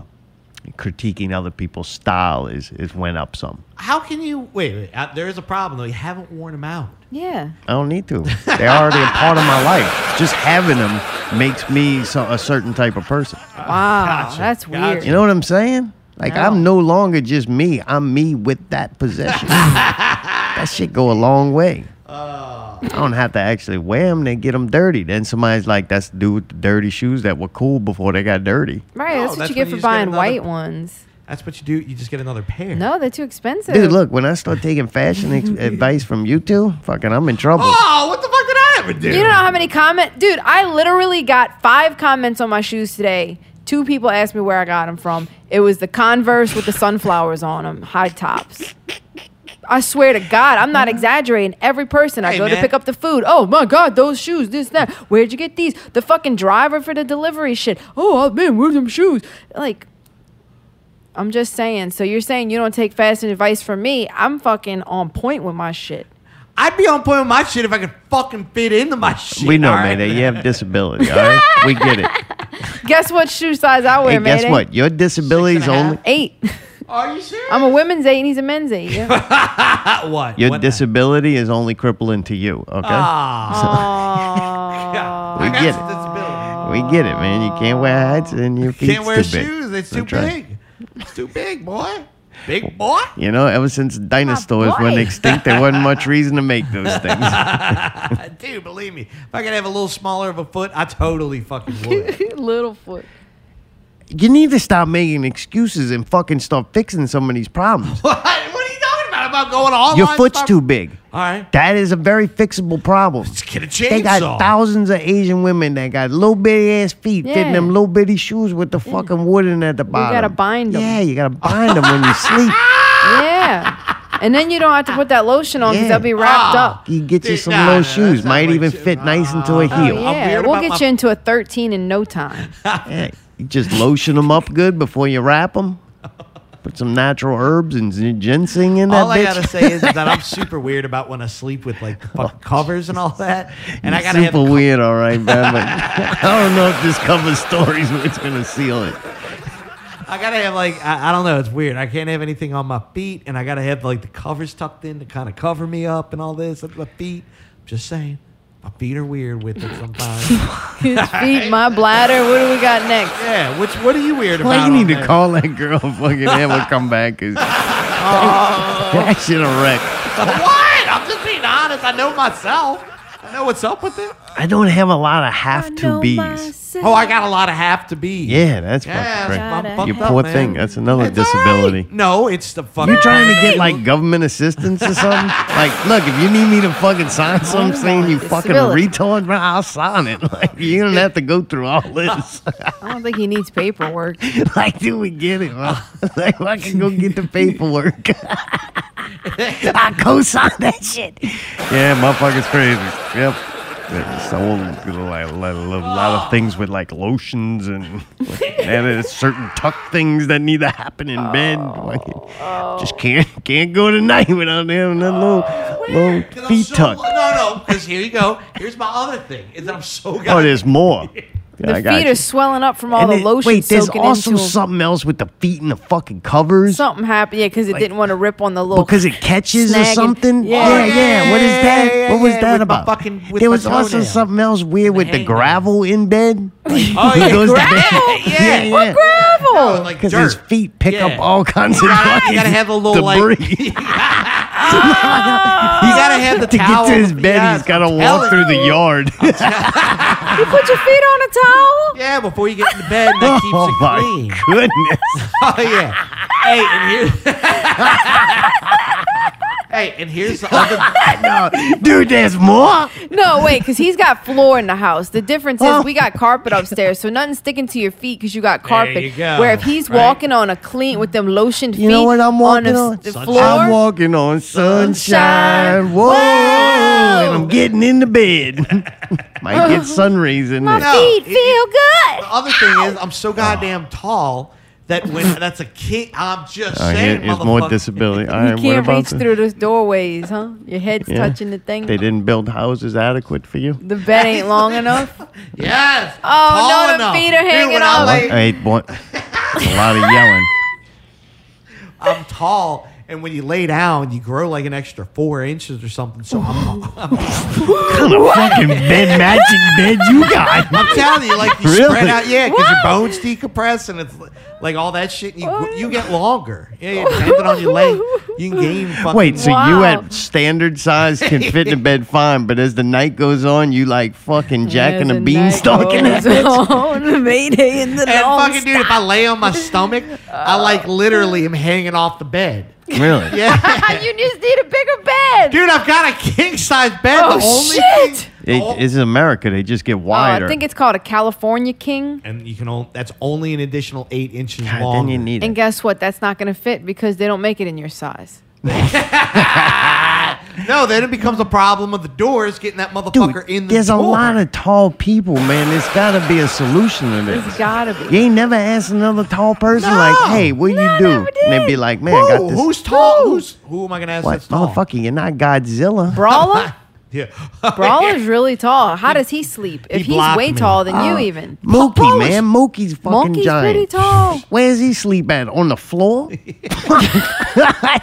B: critiquing other people's style is, is went up some.
D: How can you wait? wait uh, there is a problem though. You haven't worn him out.
C: Yeah.
B: I don't need to. They're already a part of my life. Just having them makes me so, a certain type of person.
C: Wow, that's weird.
B: You know what I'm saying? Like I'm no longer just me. I'm me with that possession. that shit go a long way.
D: Uh.
B: I don't have to actually wear them. They get them dirty. Then somebody's like, "That's the dude with the dirty shoes that were cool before they got dirty."
C: Right,
D: No,
C: that's what
D: that's
C: you get
D: when
C: for
D: you just get
C: buying
D: another-
C: white ones.
D: That's what you do. You just get another pair.
C: No, they're too expensive.
B: Dude, look, when I start taking fashion ex- advice from you two, fucking, I'm in trouble.
D: Oh, what the fuck did I ever do?
C: You don't know how many comment, dude. I literally got five comments on my shoes today. Two people asked me where I got them from. It was the Converse with the sunflowers on them, high tops. I swear to God, I'm not exaggerating. Every person I
O: Hey,
C: go to
O: man.
C: pick up the food, oh my God, those shoes, this, that. Where'd you get these? The fucking driver for the delivery shit. Oh, man, where's them shoes? Like, I'm just saying. So you're saying you don't take fashion advice from me? I'm fucking on point with my shit.
D: I'd be on point with my shit if I could fucking fit into my shit.
B: we know,
D: all right?
B: Mayday, you have disability, all right? we get it.
C: Guess what shoe size I wear,
B: hey, guess
C: Mayday?
B: what? Your disability is only
C: Eight.
D: Are you serious?
C: I'm a women's eight and he's a men's eight. Yeah.
D: what?
B: your disability is only crippling to you. Okay.
C: Aw.
B: So- we get it. We get it, man. You can't wear hats and your feet
D: Can't wear
B: too big.
D: shoes. It's too
B: That's right.
D: big. It's too big, boy. Big boy.
B: You know, ever since dinosaurs
D: Ah, boy.
B: went extinct, there wasn't much reason to make those things.
D: Dude, believe me, if I could have a little smaller of a foot, I totally fucking would.
C: Little foot.
B: You need to stop making excuses and fucking start fixing some of these problems.
D: what? What are you talking about? About going all
B: Your foot's too big.
D: All right.
B: That is a very fixable problem.
D: get a
B: They
D: chainsaw.
B: got thousands of Asian women that got little bitty ass feet
D: Yeah.
B: fitting them little bitty shoes with the fucking wooden at the bottom.
C: gotta bind 'em.
B: Yeah, you gotta bind them when you sleep.
C: yeah. and then you don't have to put that lotion on because they'll be wrapped
D: Ah.
C: up.
B: You get you some little shoes. Might even fit nice into a
C: Oh,
B: heel.
C: yeah, we'll get you into a 13 in no time.
B: Yeah, you just lotion them up good before you wrap them. Put some natural herbs and gin- ginseng in that
D: all
B: bitch.
D: I gotta say is that I'm super weird about when I sleep with like the fucking covers and all that, and I
B: You're
D: gotta have
B: super weird, all right, man. But I don't know if this cover story's what's gonna seal it.
D: I gotta have like I, I don't know, it's weird. I can't have anything on my feet, and I gotta have like the covers tucked in to kind of cover me up and all this. At my feet, just saying, my feet are weird with it sometimes.
C: His feet, my bladder. What do we got next?
D: Yeah, which what are you weird
B: Why you need to call that girl? Fucking have her come back. 'cause that shit a wreck.
D: what? I'm just being honest. I know myself. I know what's up with it.
B: I don't have a lot of have to bees.
D: Oh, I got a lot of have to be.
B: Yeah, that's
D: Yeah,
B: fucking
D: I'm
B: crazy.
D: fucked
B: You
D: up,
B: poor
D: man.
B: thing. That's another
D: It's all
B: disability.
D: No, it's the fucking.
B: You trying to get like government assistance or something? like, look, if you need me to fucking sign something saying you fucking
C: disability.
B: retard, bro, I'll sign it. Like, you don't have to go through all this.
C: I don't think he needs paperwork.
B: like, do we get it, bro? like, I can go get the paperwork. I co-signed that shit. Yeah, motherfucker's crazy. Yep. There's a whole lot, lot, lot, lot
C: Oh.
B: of things with like lotions and, and there's certain tuck things that need to happen in bed.
C: Oh.
B: Like, Just can't can't go tonight without having that little, little feet tuck.
D: No, no, because here you go. Here's my other thing is that I'm so.
B: Oh, there's more. Yeah,
C: The
B: I
C: feet
B: got you.
C: are swelling up from all
B: And
C: the
B: it-
C: lotion
B: Wait, there's
C: soaking
B: also
C: into 'em.
B: something else with the feet and the fucking covers.
C: Something happened, yeah, because it
B: Like-
C: didn't want to rip on the little.
B: because it catches or
C: snagging-
B: something.
C: Yeah.
B: yeah, yeah. What is that?
C: Yeah, yeah,
B: what was
C: yeah,
B: that
C: with my
B: about?
C: fucking- with
B: there
C: my
B: was also
C: toenail.
B: something else weird with the gravel in bed.
D: Oh yeah,
B: Those-
D: gravel. Yeah,
B: yeah, yeah.
D: What
C: gravel?
D: No, like
B: Because his
D: dirt.
B: feet pick up all kinds
D: You
B: of
D: gotta- you
B: fucking
D: gotta have a little, like-
B: debris.
D: You gotta have the
B: to
D: towel.
B: get to his bed.
D: Yeah,
B: he's gotta
D: I'm
B: walk
D: telling
B: through the
D: you.
B: yard.
C: You put your feet on a towel.
D: Yeah, before you get in the bed, and that keeps
B: oh
D: it
B: my
D: clean.
B: goodness!
D: Oh yeah. Hey, and here. hey, and here's the other.
B: no, dude, there's more.
C: No, wait, because he's got floor in the house. The difference
B: Oh.
C: is we got carpet upstairs, so nothing's sticking to your feet because you got carpet.
B: you go,
C: Where if he's
B: right?
C: walking on a clean with them lotioned feet
B: You know what I'm
C: on,
B: walking
C: the,
B: on?
C: the floor,
B: I'm walking on sunshine. Whoa, and I'm getting in the bed. Might get sun rays in there.
C: feel good.
D: The other thing is, I'm
B: Oh.
D: so goddamn tall that when that's a kid, I'm just
B: Oh, here
D: saying,
B: is more
D: motherfucker.
B: disability. All
C: you
B: right, what
C: can't
B: about
C: reach
B: this?
C: through those doorways, huh? Your head's
B: Yeah.
C: touching the thing.
B: They didn't build houses adequate for you.
C: The bed ain't long enough.
D: Yes.
C: Oh
D: Tall
C: no, the
D: enough.
C: feet are
D: Dude,
C: hanging
D: when I
C: off.
D: lay-
B: One- eight, one- a lot of yelling.
D: I'm tall, and when you lay down, you grow like an extra four inches or something. So I'm,
B: What kind of fucking bed magic bed you got?
D: I'm telling you, like you spread
B: Really?
D: out, yeah, because your bones decompress and it's like all that shit. And
C: Oh,
D: you you get longer. Yeah, yeah, depending on your leg, you can gain. Fucking
B: Wait, so you at standard size can fit in a bed fine, but as the night goes on, you like fucking Jack and the Beanstalk in that bitch.
C: on Mayday in the
D: and fucking dude, if I lay on my stomach, I like
C: Uh.
D: literally am hanging off the bed.
B: Really?
D: Yeah.
C: you just need a bigger bed.
D: Dude, I've got a king size bed.
C: Oh,
D: the only
C: shit.
D: Thing,
B: It, this is America. They just get
C: Oh,
B: wider.
C: I think it's called a California King.
D: and you can only that's only an additional eight inches
B: God,
D: long.
B: then you need
C: And
B: it.
C: guess what? That's not going to fit because they don't make it in your size.
D: No, then it becomes a problem of the doors getting that motherfucker in the
B: There's a
D: door.
B: lot of tall people, man. There's got to be a solution to this.
C: It's got to be.
B: You ain't never asked another tall person like, "Hey, what you do?" And they'd be like, "Man, I got
D: Who?
B: this."
D: Who's tall? Who's who am I gonna ask?
B: what,
D: That's tall?
B: motherfucker? You're not Godzilla.
C: Brawler?
D: Yeah.
C: Brawler's really tall. How does he sleep? If he's
B: blocked
C: way
B: me.
C: taller than you,
B: Uh,
C: even.
B: Mookie, man, Mookie's fucking
C: Monkey's
B: giant.
C: pretty tall.
B: Where's he sleep at? On the floor?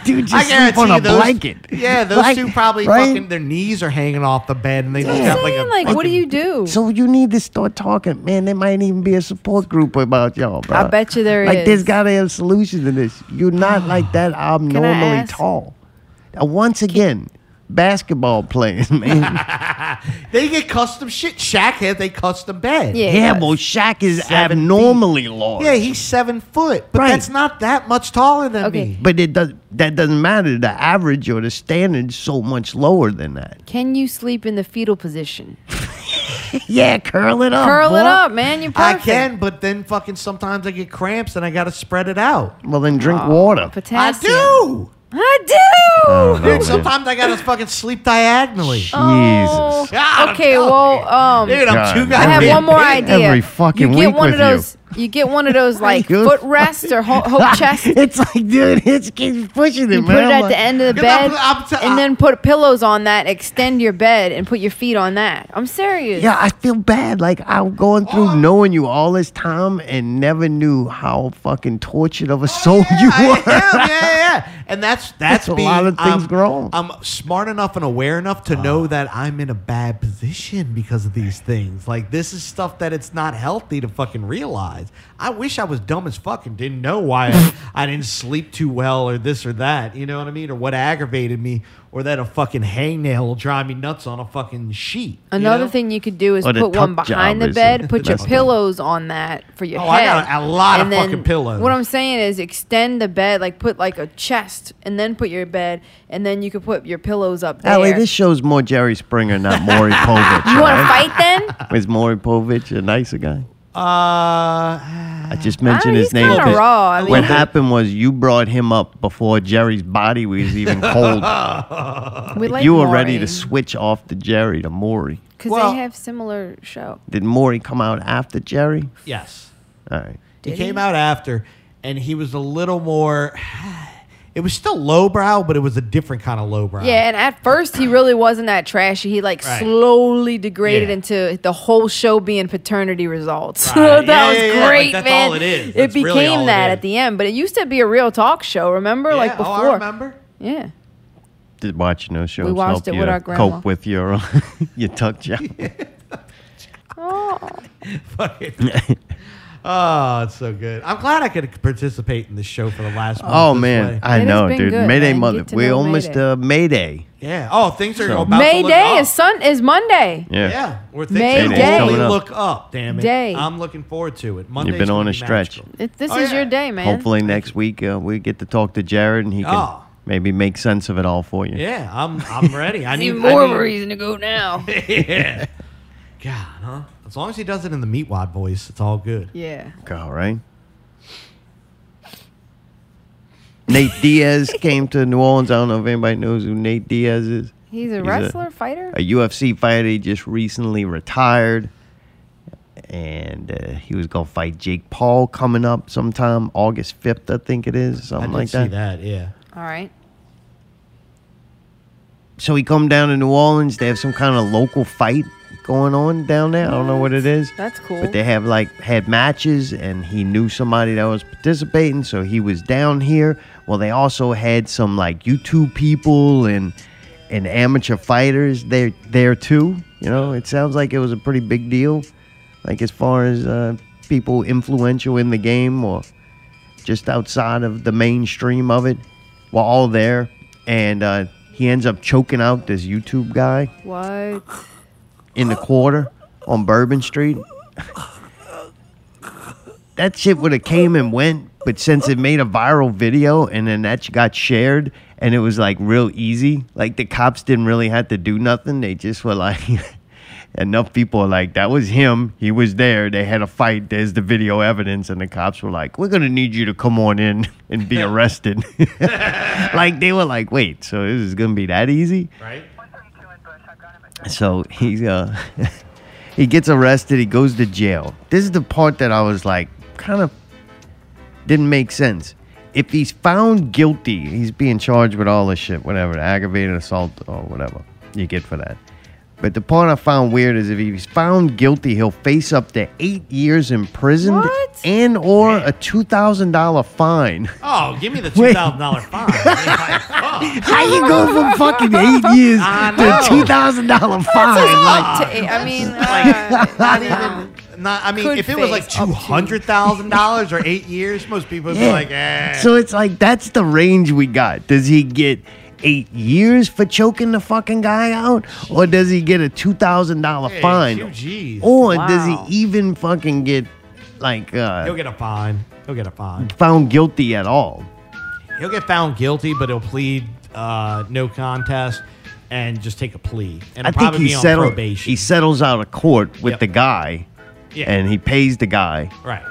B: Dude, just sleep on
D: guarantee
B: a
D: those-
B: blanket.
D: Yeah, those
B: Like,
D: two probably
B: right?
D: fucking their knees are hanging off the bed and they just
C: I'm
D: got like a
C: saying, like, what do you do?
B: So you need to start talking, man. There might even be a support group about y'all, bro.
C: I bet you there
B: like, there's
C: is.
B: got to have a solution to this. You're not like that abnormally
C: ask-
B: tall. Now, once again, basketball players, man.
D: They get custom shit. Shaq had they custom bed.
B: yeah, well, Shaq is
D: Seven
B: abnormally large.
D: Yeah, he's seven foot, but
B: Right.
D: that's not that much taller than me.
B: But it does that doesn't matter. The average or the standard's so much lower than that.
C: Can you sleep in the fetal position?
B: Yeah, curl it up.
C: Curl it
B: boy.
C: up, man. You're
D: I
C: perfect.
D: can, but then fucking sometimes I get cramps and I gotta spread it out.
C: Oh,
B: Well, then drink water.
C: Potassium.
D: I do.
C: I do.
B: Oh, no,
D: Dude,
B: man.
D: sometimes I gotta fucking sleep diagonally.
C: Oh
B: Jesus.
D: God, I'm
C: okay, well, um,
D: Dude, I'm too
C: I have
D: goddamn
C: one more
D: big.
C: idea.
B: Every fucking
C: you get
B: week
C: one
B: with
C: of those. You. get one of those like
B: You
C: foot rests or ho- hope chest.
B: it's like, dude, it's keeps pushing it,
C: You
B: man.
C: put it
B: I'm
C: at
B: like-
C: the end of the
D: You're not
C: bed,
D: pl- I'm t-
C: and then put pillows on that. Extend your bed and put your feet on that. I'm serious.
B: Yeah, I feel bad. Like I'm going through
C: Oh.
B: knowing you all this time and never knew how fucking tortured of a soul you were.
D: yeah, yeah, yeah. And that's that's
B: That's a
D: being,
B: lot of things
D: I'm,
B: grown.
D: I'm smart enough and aware enough to know that I'm in a bad position because of these things. Like this is stuff that it's not healthy to fucking realize. I wish I was dumb as fuck and didn't know why I, I didn't sleep too well or this or that. You know what I mean? Or what aggravated me, or that a fucking hangnail will drive me nuts on a fucking sheet.
C: Another thing you could do is
D: Or the
C: put one
D: tuck job
C: behind the
D: is
C: bed,
D: a-
C: put your
D: that's-
C: pillows on that for your
D: Oh, I
C: head.
D: got a lot of
C: And then
D: fucking pillows.
C: What I'm saying is extend the bed, like put like a chest, and then put your bed, and then you could put your pillows up there.
B: Allie, this show's more Jerry Springer, not Maury Povich.
C: you want to
B: right?
C: fight then?
B: Is Maury Povich a nicer guy?
D: Uh,
B: I just mentioned his
C: he's
B: name.
C: kinda
B: 'cause
C: raw, I mean-
B: what happened was you brought him up before Jerry's body was even cold.
C: We like
B: you were ready to
C: Maury.
B: switch off the Jerry to Maury.
C: Because they have similar show.
B: Did Maury come out after Jerry?
D: Yes.
B: All right.
D: He
C: Did
D: came
C: he?
D: out after, and he was a little more. It was still lowbrow, but it was a different kind of lowbrow.
C: Yeah, and at first he really wasn't that trashy. He like
D: Right.
C: slowly degraded
D: Yeah.
C: into the whole show being paternity results.
D: Right.
C: that
D: Yeah,
C: was
D: yeah, yeah. Like,
C: great,
D: that's
C: man.
D: all it is. That's really
C: became
D: all it
C: that
D: is.
C: at the end, but it used to be a real talk show. Remember, like
D: Yeah, oh,
C: before.
D: I remember.
C: Yeah.
B: Did watching those shows
C: We
B: help
C: watched it
B: you
C: with our grandma.
B: cope with your your tuck job?
C: Oh.
D: Fuck it. oh, it's so good. I'm glad I could participate in this show for the last. month
B: Oh
D: this
B: man,
D: way.
B: I know, dude. Mayday, mother.
C: Get to
B: We're
C: know
B: almost
C: Mayday.
B: uh, Mayday.
D: Yeah. Oh, things are
B: So-
D: about
C: May
D: to look up.
C: Day is sun is Monday.
B: Yeah.
D: Yeah, we're
C: May
D: thinking
C: Day.
D: only
B: Coming up.
D: look up. Damn it.
C: Day.
D: I'm looking forward to it. Monday's
B: You've been
D: gonna
B: on
D: be
B: a stretch.
D: magical.
C: It- this
D: Oh,
C: is
D: yeah.
C: your day, man.
B: Hopefully next week uh, we get to talk to Jared and he can
D: Oh.
B: maybe make sense of it all for you.
D: Yeah, I'm. I'm ready. I need
C: Even more
D: I
C: of a
D: need-
C: reason to go now.
D: yeah. God, huh? As long as he does it in the meatwad voice, it's all good.
C: Yeah.
B: All right. Nate Diaz came to New Orleans. I don't know if anybody knows who Nate Diaz is.
C: He's a wrestler, fighter?
B: a UFC fighter. He just recently retired, and uh, he was gonna fight Jake Paul coming up sometime August fifth, I think it is,
D: I
B: something
D: did
B: like
D: see that. Yeah.
C: All right.
B: So he come down to New Orleans. They have some kind of local fight going on down there. I don't know what it is.
C: That's cool.
B: But they have like had matches, and he knew somebody that was participating, so he was down here. Well, they also had some like YouTube people and and amateur fighters there there too. You know, it sounds like it was a pretty big deal, like as far as uh, people influential in the game or just outside of the mainstream of it. We're all there, and uh, he ends up choking out this YouTube guy
C: What?
B: in the quarter on Bourbon Street. that shit would have came and went, but since it made a viral video and then that got shared and it was like real easy, like the cops didn't really have to do nothing. They just were like, enough people are like, that was him. He was there. They had a fight. There's the video evidence. And the cops were like, we're going to need you to come on in and be arrested. like they were like, wait, so this is going to be that easy?
D: Right.
B: So he uh, he gets arrested. He goes to jail. This is the part that I was like, kind of didn't make sense. If he's found guilty, he's being charged with all this shit, whatever, aggravated assault or whatever you get for that. But the part I found weird is if he's found guilty, he'll face up to eight years imprisoned and or a two thousand dollar fine.
D: Oh, give me the two
B: Wait.
D: thousand dollar fine.
B: How you go from fucking eight years
D: I
B: to
D: know.
B: two thousand dollar fine?
C: Up
B: Like,
C: to eight. I mean, uh,
D: Like, not even. Not, I mean,
C: Could
D: if it was like
C: face up
D: two
C: to-
D: hundred thousand dollars or eight years, most people would be
B: Yeah.
D: like, eh.
B: So it's like that's the range we got. Does he get eight years for choking the fucking guy out, or does he get a two thousand dollar
D: Hey,
B: fine,
D: two Gs.
B: or does
D: Wow.
B: he even fucking get like
D: he'll
B: uh,
D: get a fine. He'll get a fine.
B: found guilty at all?
D: He'll get found guilty, but he'll plead uh, no contest and just take a plea. And
B: I
D: it'll
B: think
D: probably
B: he
D: be on
B: settled.
D: probation.
B: He settles out of court with
D: Yep.
B: the guy,
D: Yeah.
B: and he pays the guy,
D: Right.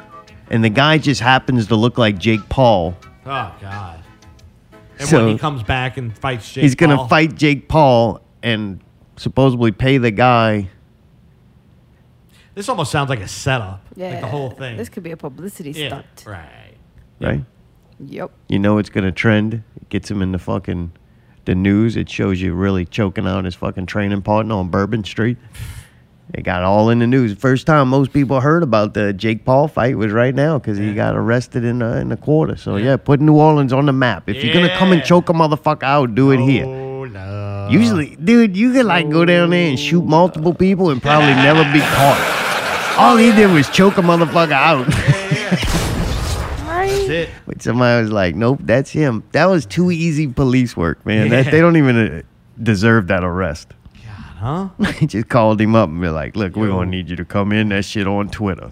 B: and the guy just happens to look like Jake Paul.
D: Oh God. And
B: So-
D: when he comes back and fights Jake
B: he's gonna
D: Paul,
B: fight Jake Paul and supposedly pay the guy.
D: This almost sounds like a setup.
C: Yeah,
D: Like the whole thing.
C: This could be a publicity stunt.
D: Right.
B: Right?
C: Yep.
B: You know it's gonna trend. It gets him in the fucking the news. It shows you really choking out his fucking training partner on Bourbon Street. It got all in the news. First time most people heard about the Jake Paul fight was right now because he got arrested in a, in a quarter. So yeah. put New Orleans on the map. If you're gonna come and choke a motherfucker out, do it here. Usually, dude, you could like go down there and shoot multiple people and probably never be caught. All he did was choke a motherfucker out.
D: That's it.
B: But somebody was like, "Nope, that's him. That was too easy police work, man. That they don't even uh, deserve that arrest."
D: Huh?
B: He just called him up and be like, "Look, we're gonna need you to come in that shit on Twitter."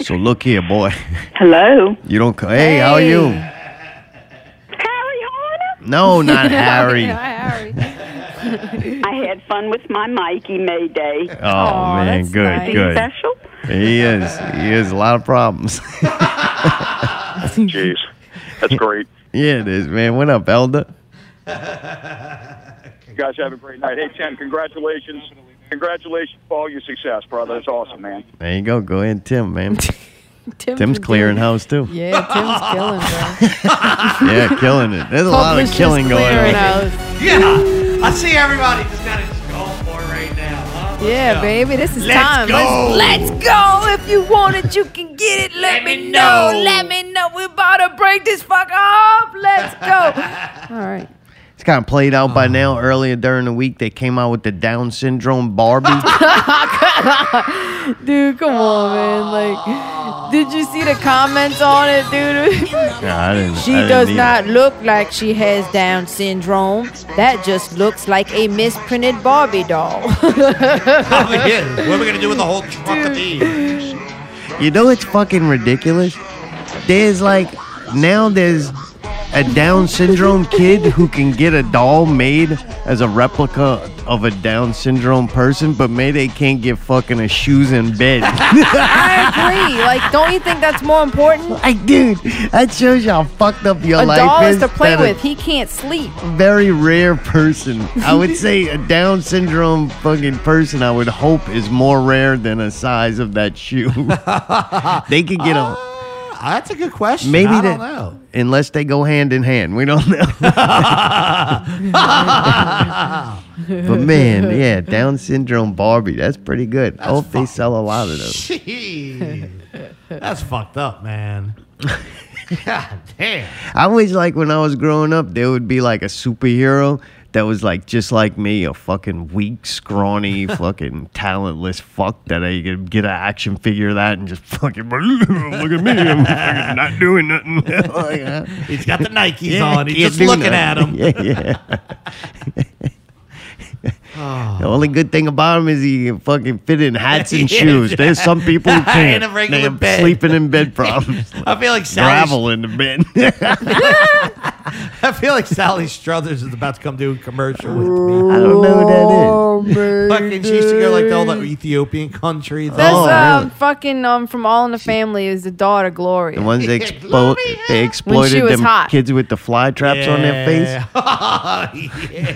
B: so look here, boy.
O: Hello.
B: You don't. Co- hey, how are
O: Hey.
B: you? Harry Horner? No, not Harry.
O: Not Harry. I had fun with my Mikey May Day.
B: Oh, man, good, good.
O: Special?
B: He is. He is a lot of problems. Jeez, that's great. Yeah, it is, man. What up, Elder?
M: You guys have a great night. Hey, Tim, congratulations. Congratulations for all your success, brother. It's awesome, man.
B: There you go. Go ahead, Tim, man.
C: Tim's
B: Tim's clearing house too.
C: Yeah, Tim's killing, bro.
B: Yeah, killing it. There's a lot of
C: Publishers
B: killing going
C: clearing
B: on.
C: house.
D: Yeah. I see everybody just kind of just going for it right now. Huh?
C: Yeah, baby, this is
D: Let's
C: time.
D: go.
C: Let's, let's go. If you want it, you can get it. Let, me know. Let me know. We're about to break this fuck up. Let's go. All right.
B: It's kind of played out by now. Earlier during the week, they came out with the Down syndrome Barbie.
C: dude, come on, man. Like, did you see the comments on it, dude?
B: Nah, I didn't-
C: she
B: I didn't
C: does
B: either.
C: not look like she has Down syndrome. That just looks like a misprinted Barbie doll.
D: Probably is. Oh, What are we going to do with the whole truck of these?
B: You know it's fucking ridiculous. There's like now there's a Down syndrome kid who can get a doll made as a replica of a Down syndrome person, but may they can't get fucking a shoes in bed.
C: I agree. Like, don't you think that's more important?
B: like, dude, that shows you how fucked up your
C: a
B: life
C: doll
B: is.
C: is to play
B: that a
C: with. He can't sleep.
B: very rare person. I would say a Down syndrome fucking person. I would hope is more rare than a size of that shoe. they could get a.
D: Uh, That's a good question.
B: Maybe
D: I
B: that,
D: don't know.
B: unless they go hand in hand, we don't know. but man, yeah, Down syndrome Barbie, that's pretty good. I hope they sell a lot of those.
D: Jeez. That's fucked up, man. God damn.
B: I always like when I was growing up, there would be like a superhero that was like just like me, a fucking weak, scrawny, fucking talentless fuck that I could get an action figure of that and just fucking look at me, I'm fucking not doing nothing. Like, huh?
D: He's got the Nikes
B: Yeah,
D: on. He's
B: can't
D: just
B: do
D: looking at
B: nothing.
D: him.
B: Yeah, yeah. The only good thing about him is he can fucking fit in hats and
D: Yeah.
B: shoes. There's some people who
D: In a
B: can't.
D: regular
B: they have
D: bed.
B: sleeping in bed problems.
D: I feel like Sally-
B: gravel in the bed.
D: I feel like Sally Struthers is about to come do a commercial with me.
B: I don't know
C: who that is.
D: Fucking, she used to go like to all the Ethiopian countries. Oh,
C: That's
B: Oh,
C: um, fucking um, from All in the Family is the daughter Gloria.
B: The ones that expo- they exploited
C: was
B: them
C: hot.
B: kids with the fly traps on their face.
D: Oh,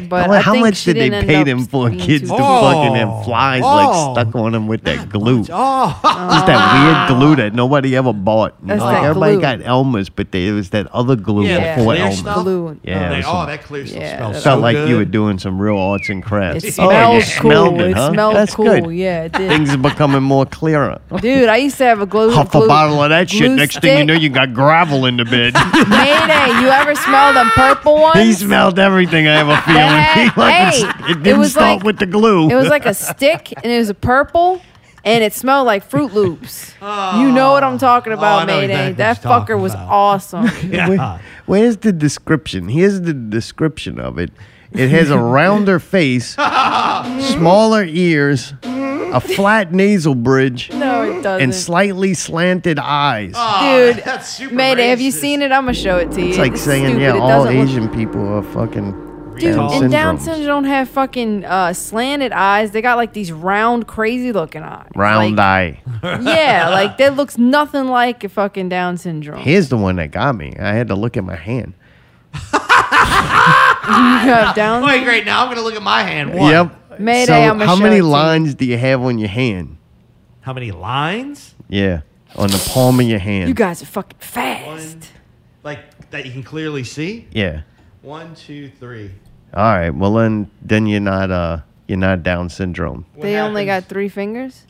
C: But
B: Well,
C: I
B: how
C: think
B: much
C: she
B: did they
C: didn't
B: pay
C: end
B: them
C: up
B: for
C: being
B: kids
C: too
B: to
C: old.
B: fucking have flies
C: Oh.
B: like stuck on them with that glue?
D: Oh,
B: It's that weird glue that nobody ever bought.
D: That's
B: like
D: that
B: everybody
D: glue.
B: got Elmer's, but there was that other glue
D: Yeah,
B: before
D: clear
B: Elmer's.
D: stuff? Glue.
B: Yeah,
D: Oh,
B: it
D: they-
B: was
D: oh,
B: some-
D: that clear stuff
C: Yeah,
D: smells
B: It
D: so
B: felt like you
D: good.
B: were doing some real arts and crafts.
C: It
B: Oh, you
C: smells
B: smelled
C: cool.
B: it,
C: It
B: huh?
C: smelled
B: That's
C: cool.
B: good.
C: Yeah, it did.
B: Things are becoming more clearer.
C: Dude, I used to have a glue.
B: Huff
C: glue-
B: a bottle of that shit.
C: glue
B: Next thing you
C: stick.
B: know, you got gravel in the bed.
C: Mayday, you ever smell them purple ones?
B: He smelled everything I ever feel.
C: had-
B: it
C: hey, it
B: didn't
C: was
B: start
C: like-
B: with the glue.
C: It was like a stick, and it was purple, and it smelled like Fruit Loops. you know what I'm talking about,
B: Oh. I know
C: Mayday.
B: exactly
C: that
B: what
C: fucker was awesome.
B: Where- where's the description? Here's the description of it. It has a rounder face, smaller ears, a flat nasal bridge,
C: No, it doesn't. Ah.
B: and slightly slanted eyes.
C: Dude, Mayday, have you seen it? I'm gonna show it to you.
B: It's like saying,
C: stupid.
B: yeah,
C: It
B: all
C: doesn't look-
B: Asian people are fucking
C: Dude,
B: Down
C: and
B: syndrome.
C: Down syndrome don't have fucking uh, slanted eyes. They got like these round, crazy looking eyes.
B: round eye.
C: yeah, like that looks nothing like a fucking Down syndrome.
B: Here's the one that got me. I had to look at my hand.
C: you have Down.
D: Wait, great. Now I'm gonna look at my hand.
B: Yep.
C: Mayday,
B: so
C: I'ma
B: how
C: show
B: many
C: it to you.
B: lines do you have on your hand?
D: How many lines?
B: Yeah, on the palm of your hand.
C: You guys are fucking fast.
D: Like that you can clearly see.
B: yeah.
D: One, two, three.
B: All right. Well, then then you're not uh you're not Down syndrome.
C: they only got three fingers.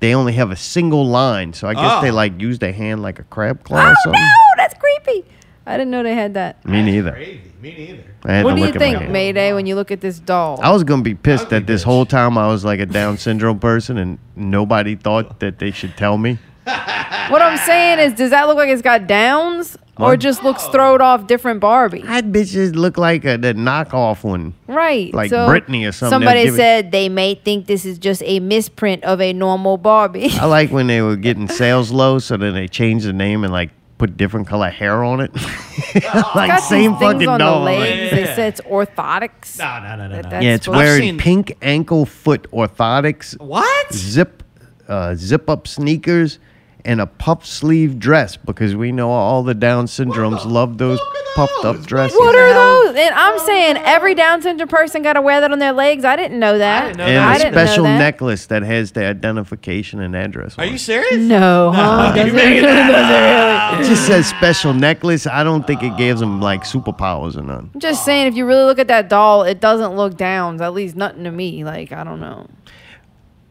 B: They only have a single line, so I guess
C: Oh.
B: they like use their hand like a crab claw or
C: oh
B: something.
C: no, that's creepy. I didn't know they had that.
B: Me neither.
D: Me neither.
B: I had
C: What
B: to
C: do
B: look at
C: you
B: my Oh.
C: think,
B: hand.
C: Mayday, when you look at this doll?
B: I was gonna be pissed that this whole time I was like a Down syndrome person, and nobody thought that they should tell me.
C: What I'm saying is, does that look like it's got downs, or
B: Mine-
C: just looks throwed off different Barbie?
B: That bitches look like a the knockoff one.
C: Right.
B: Like
C: so
B: Britney or something, they'll
C: Somebody
B: give it-
C: said they may think this is just a misprint of a normal Barbie.
B: I like when they were getting sales low, so then they changed the name and like put different color hair on it. like
C: got
B: same
C: these things
B: fucking
C: on
B: doll.
C: The
B: like-
C: legs. They said it's orthotics.
D: No, no, no, no.
B: yeah, it's wearing pink ankle foot orthotics.
D: What?
B: Zip, uh, zip up sneakers, and a puff sleeve dress because we know all the Down syndromes love those puffed up dresses.
C: What are those? And I'm saying every Down syndrome person got to wear that on their legs. I didn't know that. I didn't
B: And a
C: know
B: special
C: that.
B: necklace that has their identification and address. on
D: Are you serious?
C: No, huh? Does it- does it really?
B: It just says special necklace. I don't think it gives them like superpowers or none.
C: I'm just saying, if you really look at that doll, it doesn't look downs. At least nothing to me. Like I don't know.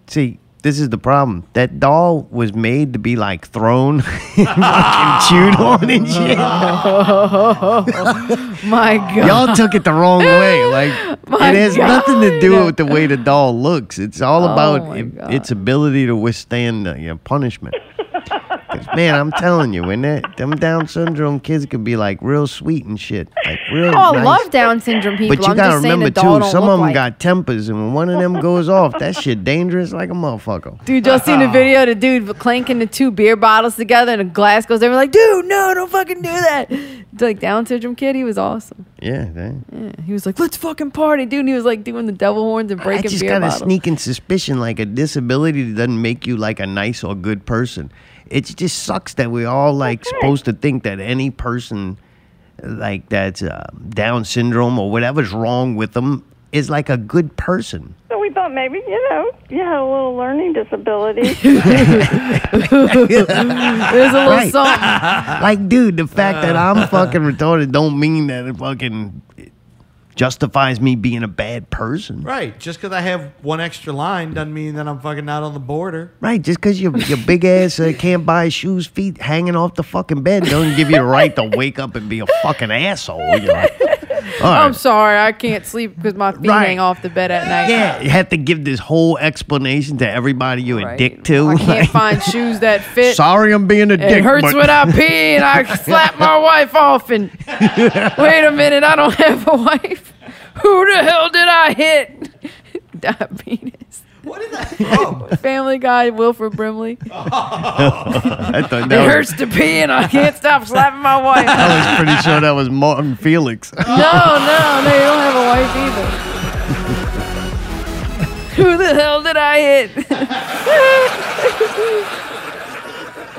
B: See, this is the problem. That doll was made to be like thrown, fucking chewed on and shit.
C: My God.
B: Y'all took it the wrong way. Like
C: My
B: it has
C: God.
B: nothing to do with the way the doll looks. It's all
C: Oh
B: about
C: my
B: it- its ability to withstand the, you know, punishment. 'Cause, man, I'm telling you, when that them Down syndrome kids could be like real sweet and shit, like real.
C: Oh, I
B: nice.
C: love Down syndrome people.
B: But you
C: I'm
B: gotta
C: just saying
B: remember
C: the doll
B: too,
C: don't
B: some
C: look
B: of them
C: like-
B: got tempers, and when one of them goes off, that shit dangerous like a motherfucker.
C: Dude, y'all seen
B: Uh-huh.
C: the video of the dude clanking the two beer bottles together and a glass goes over like, dude, no, don't fucking do that. It's like Down syndrome kid, he was awesome.
B: Yeah, dang.
C: Yeah. He was like, let's fucking party, dude. And he was like doing the devil horns and
B: I
C: breaking
B: just
C: beer
B: got a
C: bottles.
B: sneaking suspicion like a disability doesn't make you like a nice or good person. It just sucks that we're all like supposed to think that any person like that's uh, Down syndrome or whatever's wrong with them is like a good person.
O: So we thought maybe, you know, you had a little learning disability.
C: There's a little
B: Right.
C: something.
B: Like, dude, the fact that
C: Ah.
B: I'm fucking retarded don't mean that it fucking justifies me being a bad person.
D: Right. Just because I have one extra line doesn't mean that I'm fucking not on the border.
B: Right, just because your your big ass uh, can't buy shoes, feet hanging off the fucking bed, don't give you the right to wake up and be a fucking asshole. You know? All
C: I'm
B: right.
C: sorry, I can't sleep because my feet
B: Right.
C: hang off the bed at night.
B: yeah, you have to give this whole explanation to everybody you're a dick to.
C: I can't find shoes that fit.
B: Sorry, I'm being a
C: It
B: dick.
C: hurts
B: but-
C: when I pee and I slap my wife off and wait a minute, I don't have a wife. Who the hell did I hit? Diabetes. What is that? Oh. Family Guy, Wilford Brimley.
B: I thought that
C: it
B: was-
C: hurts to pee and I can't stop slapping my wife.
B: I was pretty sure that was Martin Felix.
C: No, no, no, you don't have a wife either. Who the hell did I hit?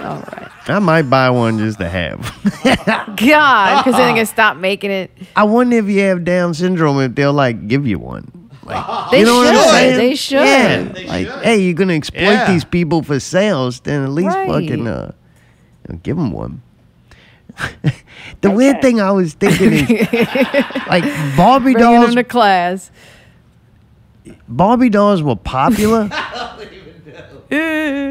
C: All right.
B: I might buy one just to have.
C: God, because
B: Uh-uh.
C: then they can stop making it.
B: I wonder if you have Down syndrome if they'll like give you one. Like,
C: They
B: you know What
C: should.
B: I'm saying?
C: They should.
B: Yeah. like, hey, you're gonna exploit
C: Yeah.
B: these people for sales, then at least
C: Right.
B: fucking uh, give them one. the weird thing I was thinking is, like, Barbie
C: Bringing
B: dolls.
C: them to class.
B: Barbie dolls were popular.
O: Dolled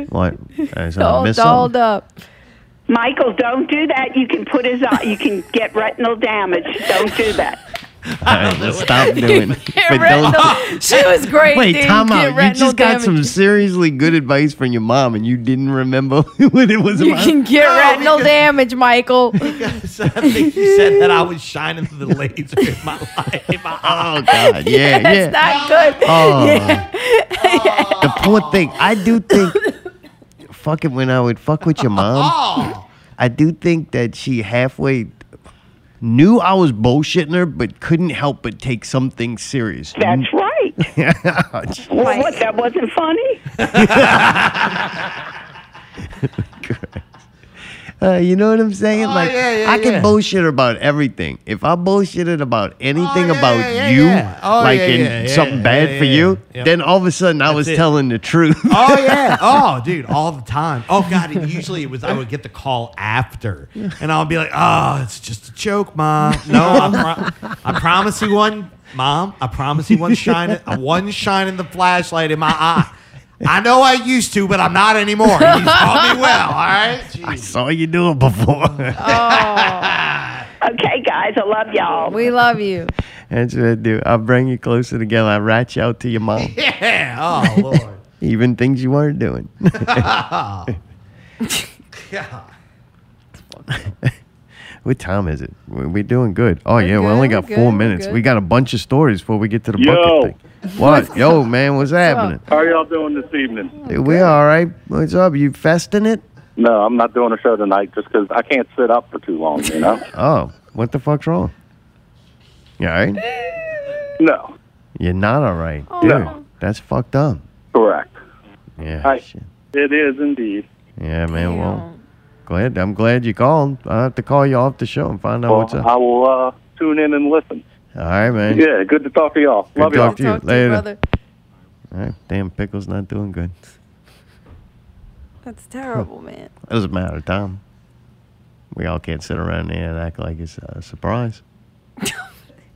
B: what? I said I missed something?
C: up.
O: Michael, don't do that. You can put his eye. You can get retinal damage. Don't do that.
B: All right, let's stop doing. it.
O: Get
B: But
O: retinal-
B: don't-
O: She was great,
B: Wait,
O: dude.
B: time
O: Get
B: out. You
O: retinal
B: just got some
O: damage.
B: seriously good advice from your mom, and you didn't remember what it was
C: You
B: about.
C: can get retinal damage, Michael.
D: I think you said that I was shining through the laser in my life. In my
B: oh God, yeah,
C: That's
B: yeah.
C: not good.
B: Oh.
C: Yeah.
B: the poor thing. I do think, fuck it, when I would fuck with your mom, I do think that she halfway knew I was bullshitting her, but couldn't help but take some things serious.
O: That's right.
B: right.
O: Well, what? That wasn't funny.
B: Uh, you know what I'm saying?
O: Oh,
B: like
O: yeah, yeah,
B: I can
O: yeah.
B: bullshit about everything. If I bullshitted about anything about
O: Oh, yeah,
B: you,
O: yeah. Oh,
B: like
O: yeah,
B: in
D: yeah, yeah,
B: something
D: yeah,
B: bad
D: yeah,
B: for
D: yeah.
B: you,
D: Yep.
B: then all of a sudden I
D: That's
B: was
D: it.
B: telling the truth.
D: Oh yeah. Oh, dude, all the time. Oh god. And usually it was I would get the call after, and I'll be like, "Oh, it's just a joke, mom. No, I, pro- I promise you one, mom. I promise you one shining, uh, one shining the flashlight in my eye. I know I used to, but I'm not anymore. You taught me well. All right.
B: I saw you do it before.
O: Okay, guys, I love y'all.
C: We love you.
B: That's what I do. I bring you closer together. I rat you out to your mom.
D: Yeah. Oh lord.
B: Even things you weren't doing.
D: yeah.
B: what time is it? We- We're doing good. Oh yeah, we
D: good,
B: only got
D: we're
B: four
D: good, we're
B: minutes. We
D: good.
B: got a bunch of stories before we get to the
M: Yo.
B: bucket thing. What? Yo, man, what's happening?
M: How are y'all doing this evening?
B: We all right? What's up? You festing it?
M: No, I'm not doing a show tonight just because I can't sit up for too long, you know?
B: Oh, what the fuck's wrong? You all right?
M: No,
B: You're not all right,
D: Oh.
B: dude.
M: No.
B: That's fucked up.
M: correct.
B: Yeah,
M: I, it is indeed.
B: yeah, man. Well, glad I'm glad you called. I will have to call you off the show and find out
M: Well,
B: what's up.
M: I will uh, tune in and listen.
B: All right, man.
M: Yeah, good to talk to y'all.
B: Good
M: Love
B: talk
M: y'all.
B: to you. Talk to you, Later. brother. All right, damn pickle's not doing good.
C: That's terrible, man.
B: It was a matter of time. We all can't sit around here and act like it's a surprise.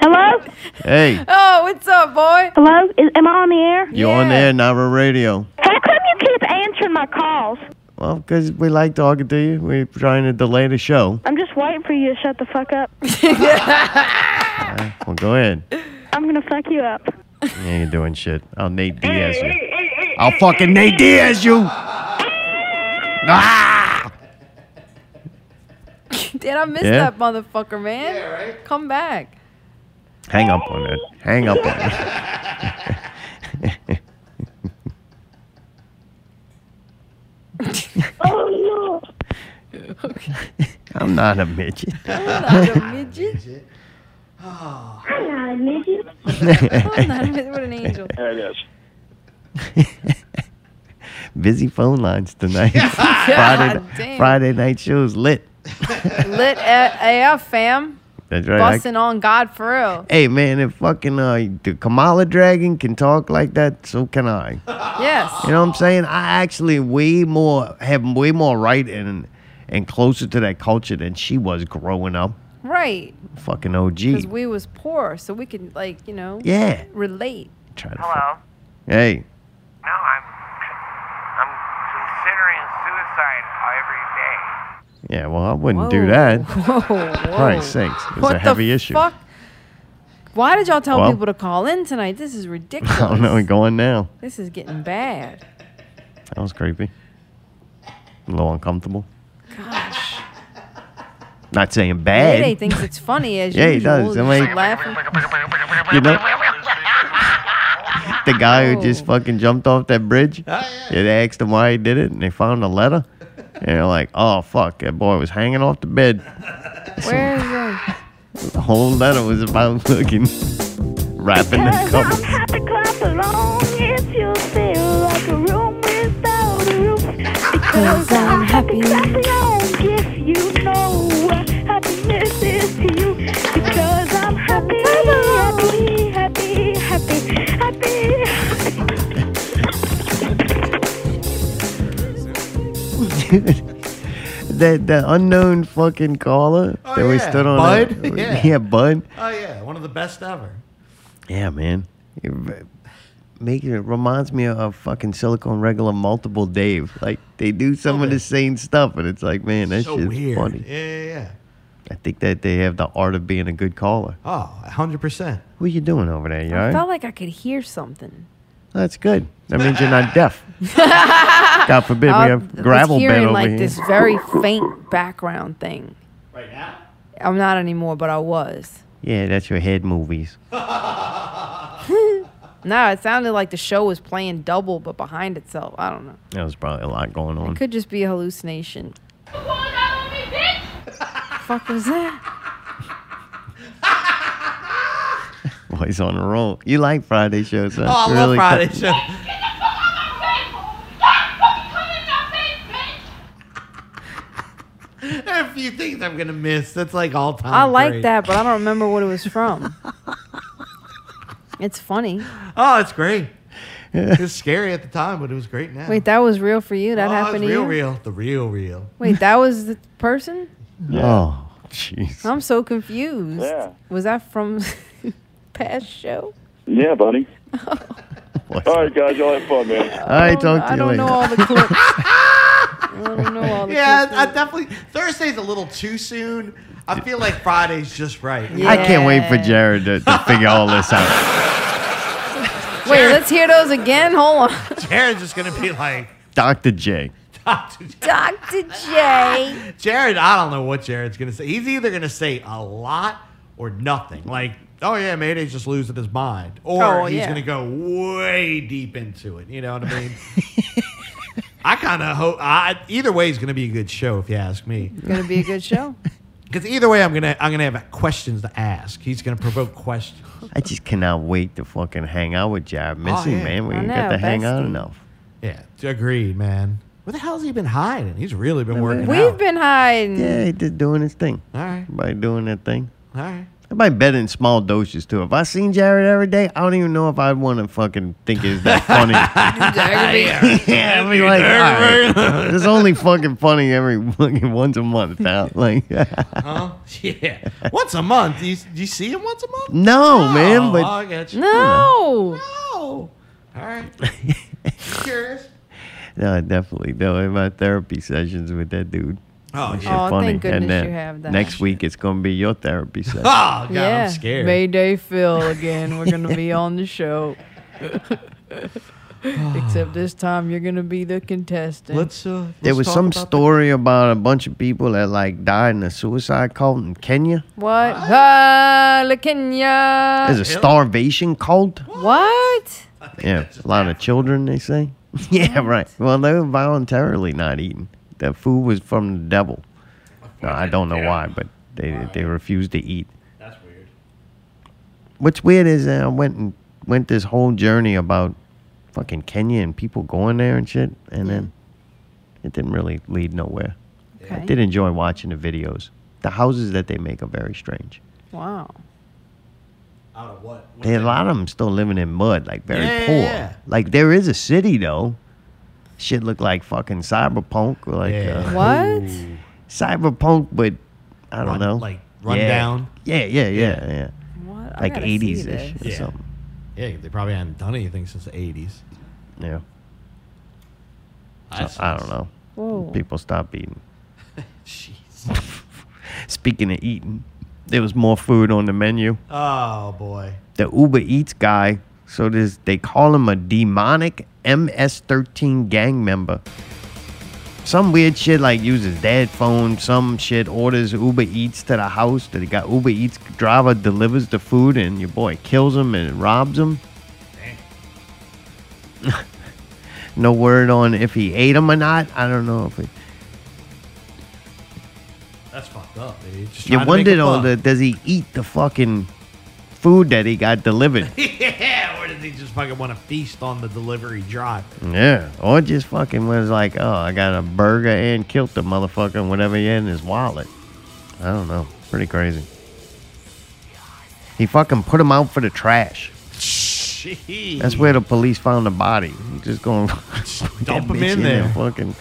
P: Hello?
B: Hey,
C: Oh, what's up, boy?
P: Hello? Is, am I on the air?
B: you're on the air, not on radio.
P: How come you keep answering my calls?
B: Well, because we like talking to you. We're trying to delay the show.
P: I'm just waiting for you to shut the fuck up.
B: All right, well, go ahead.
P: I'm gonna fuck you up.
B: You ain't doing shit. I'll Nate Diaz you. I'll fucking Nate Diaz you. Ah!
C: Did I miss
B: Yeah.
C: that motherfucker, man? Yeah, right? Come back.
B: Hang up on it. Hang up on it.
P: oh
C: no. Okay.
B: I'm not a midget.
C: midget.
P: I'm not a midget.
C: I'm not a midget. What an angel.
M: There it is.
B: Busy phone lines tonight. Friday,
C: damn.
B: Friday night show's lit.
C: Lit A- AF, fam.
B: That's right. I-
C: Busting on God for real.
B: hey man, if fucking uh, the Kamala Dragon can talk like that, so can I.
C: Yes.
B: You know what I'm saying? I actually way more have way more right and and closer to that culture than she was growing up.
C: Right.
B: Fucking
C: Because
B: OG.
C: we was poor, so we can, like, you know,
B: Yeah.
C: relate.
B: Try to Hello. Hey,
Q: No, I'm I'm considering suicide every day.
B: yeah. Well, I wouldn't do
C: Whoa.
B: that.
C: Whoa, whoa.
B: Christ sakes, it's
C: what
B: a heavy
C: the
B: issue.
C: Fuck? Why did y'all tell
B: Well-
C: people to call in tonight? This is
B: I
C: ridiculous.
B: don't know. Going now.
C: This is getting bad.
B: That was creepy. A little uncomfortable.
C: Gosh.
B: Not saying bad.
C: Mayday thinks it's funny as
B: Yeah, he
C: usual.
B: does. I
C: Just
B: mean-
C: laughing.
B: You know? The guy who just fucking jumped off that bridge.
D: Ah,
B: They asked him why he did it, and they found a letter. And they're like, "Oh fuck, that boy was hanging off the bed.
C: Where is it?
B: The whole letter was about looking, wrapping the cover."
P: Because I'm happy. Clap along if you know what happiness is to you. Because I'm happy, happy, happy, happy, happy.
B: that the unknown fucking caller that we
D: Oh, yeah.
B: stood on.
D: Bud?
B: that-
D: Yeah.
B: Bud.
D: Oh yeah, one of the best ever.
B: Yeah, man. It re- make it reminds me of fucking Silicone Regular Multiple Dave. Like they do some of the same stuff, and it's like, man, that
D: so
B: shit's
D: weird.
B: funny.
D: Yeah, yeah, yeah.
B: I think that they have the art of being a good caller.
D: Oh, 100%.
B: What you doing over there? You all
C: I
B: right?
C: felt like I could hear something.
B: That's good. That means you're not deaf. God forbid we
C: Uh, I
B: have
C: was
B: gravel bed
C: hearing
B: over
C: like
B: here.
C: this very faint background thing. Right now? I'm not anymore, but I was.
B: yeah, that's your head movies.
C: Nah, it sounded like the show was playing double, but behind itself. I don't know.
B: That was probably a lot going on.
C: It could just be a hallucination. Fuck was that?
B: boy's on a roll. You like Friday shows, huh?
D: Oh, I love
B: Really?
D: Friday show. There are a few things I'm gonna miss. That's like all time.
C: I like
D: great.
C: that, but I don't remember what it was from. it's funny.
D: Oh, it's great. it was scary at the time, but it was great now.
C: Wait, that was real for you. That
D: Oh, it's
C: happened to
D: real,
C: you.
D: real, the real, real.
C: Wait, that was the person.
B: Oh, jeez.
C: I'm so confused.
M: Yeah.
C: Was that from past show?
M: Yeah, buddy. all right, guys, y'all have fun, man.
B: All right, talk to you later.
D: yeah, I definitely Thursday's a little too soon. I feel like Friday's just right.
B: I can't wait for Jared to, to figure all this out.
C: Wait, let's hear those again. Hold on.
D: Jared's just gonna be like,
B: Dr. J.
D: Dr.
C: Dr. J.
D: Jared, I don't know what Jared's gonna say. He's either gonna say a lot or nothing. Like, oh yeah, Mayday's just losing his mind, or
C: Oh,
D: he's
C: yeah.
D: gonna go way deep into it. You know what I mean? I kind of hope. I, either way, is gonna be a good show if you ask me.
C: Gonna be a good show.
D: Because either way, I'm gonna I'm gonna have questions to ask. He's gonna provoke questions.
B: I just cannot wait to fucking hang out with Jared. Miss
D: Oh,
B: him,
D: yeah.
B: man. We
D: I
B: ain't got
D: know,
B: to hang out
D: bestie.
B: enough.
D: Yeah, agreed, man. Where the hell's he been hiding? He's really been working
C: We've
D: out.
C: been hiding.
B: Yeah, he just doing his thing.
D: All right,
B: Everybody doing their thing.
D: all right.
B: Everybody better in small doses too. If I seen Jared every day, I don't even know if I'd want to fucking think it's that funny. yeah, I'd be like, all right, it's only fucking funny every fucking once a month, pal. Like,
D: Huh? Yeah. Once a month. Do you, do you see him once a month?
B: no, man,
D: Oh,
B: but
D: I got you.
C: No.
D: No. All right. Curious.
B: No, I definitely do. In my therapy sessions with that dude.
D: Oh,
B: That
D: yeah.
B: shit
D: Oh, thank
C: goodness
B: and then
C: you have that.
B: Next week, it's going to be your therapy session.
D: Oh, God, I'm scared.
C: Mayday Phil again. We're gonna be on the show. Except this time you're gonna be the contestant.
D: Let's uh
B: there was some story about a bunch of people that like died in a suicide cult in Kenya.
C: what? Ah, look in ya.
B: There's a starvation cult.
C: What?
B: Yeah, a lot of children. They say. yeah, right. Well, they were voluntarily not eating. The food was from the devil. No, I don't know why, but they they refused to eat.
D: That's weird.
B: What's weird is that I went and went this whole journey about fucking Kenya and people going there and shit, and then it didn't really lead nowhere. I
C: Okay.
B: did enjoy watching the videos. The houses that they make are very strange.
C: Wow.
D: Out of what?
B: They, a lot of them still living in mud, like very
D: Yeah,
B: poor.
D: yeah.
B: Like there is a city though. Shit look like fucking cyberpunk, or like uh,
C: What?
B: cyberpunk, but I don't
D: Run-
B: know,
D: like
B: Yeah.
D: rundown?
B: Yeah, yeah, yeah, yeah.
C: What? I
B: Like
C: gotta see
B: eighties ish
C: this.
B: or
D: Yeah.
B: something.
D: Yeah, they probably hadn't done anything since the 80s.
B: Yeah.
D: That
B: So, I don't know.
D: Whoa.
B: People stop eating.
D: Jeez.
B: Speaking of eating, there was more food on the menu.
D: Oh boy.
B: the Uber Eats guy. So this they call him a demonic MS13 gang member. Some weird shit like uses dad phone, some shit orders Uber Eats to the house. That he got Uber Eats driver delivers the food and your boy kills him and robs him. no word on if he ate him or not. I don't know if it,
D: That's fucked up, dude. Just
B: you
D: trying to make
B: wondered
D: a
B: on the
D: buck.
B: does he eat the fucking food that he got delivered.
D: yeah, or did they just fucking want to feast on the delivery drive?
B: Yeah, or just fucking was like, oh, I got a burger and killed the motherfucker and whatever he had in his wallet. I don't know. Pretty crazy. He fucking put him out for the trash.
D: Jeez.
B: That's where the police found the body. He just going
D: Dump him in there.
B: Fucking,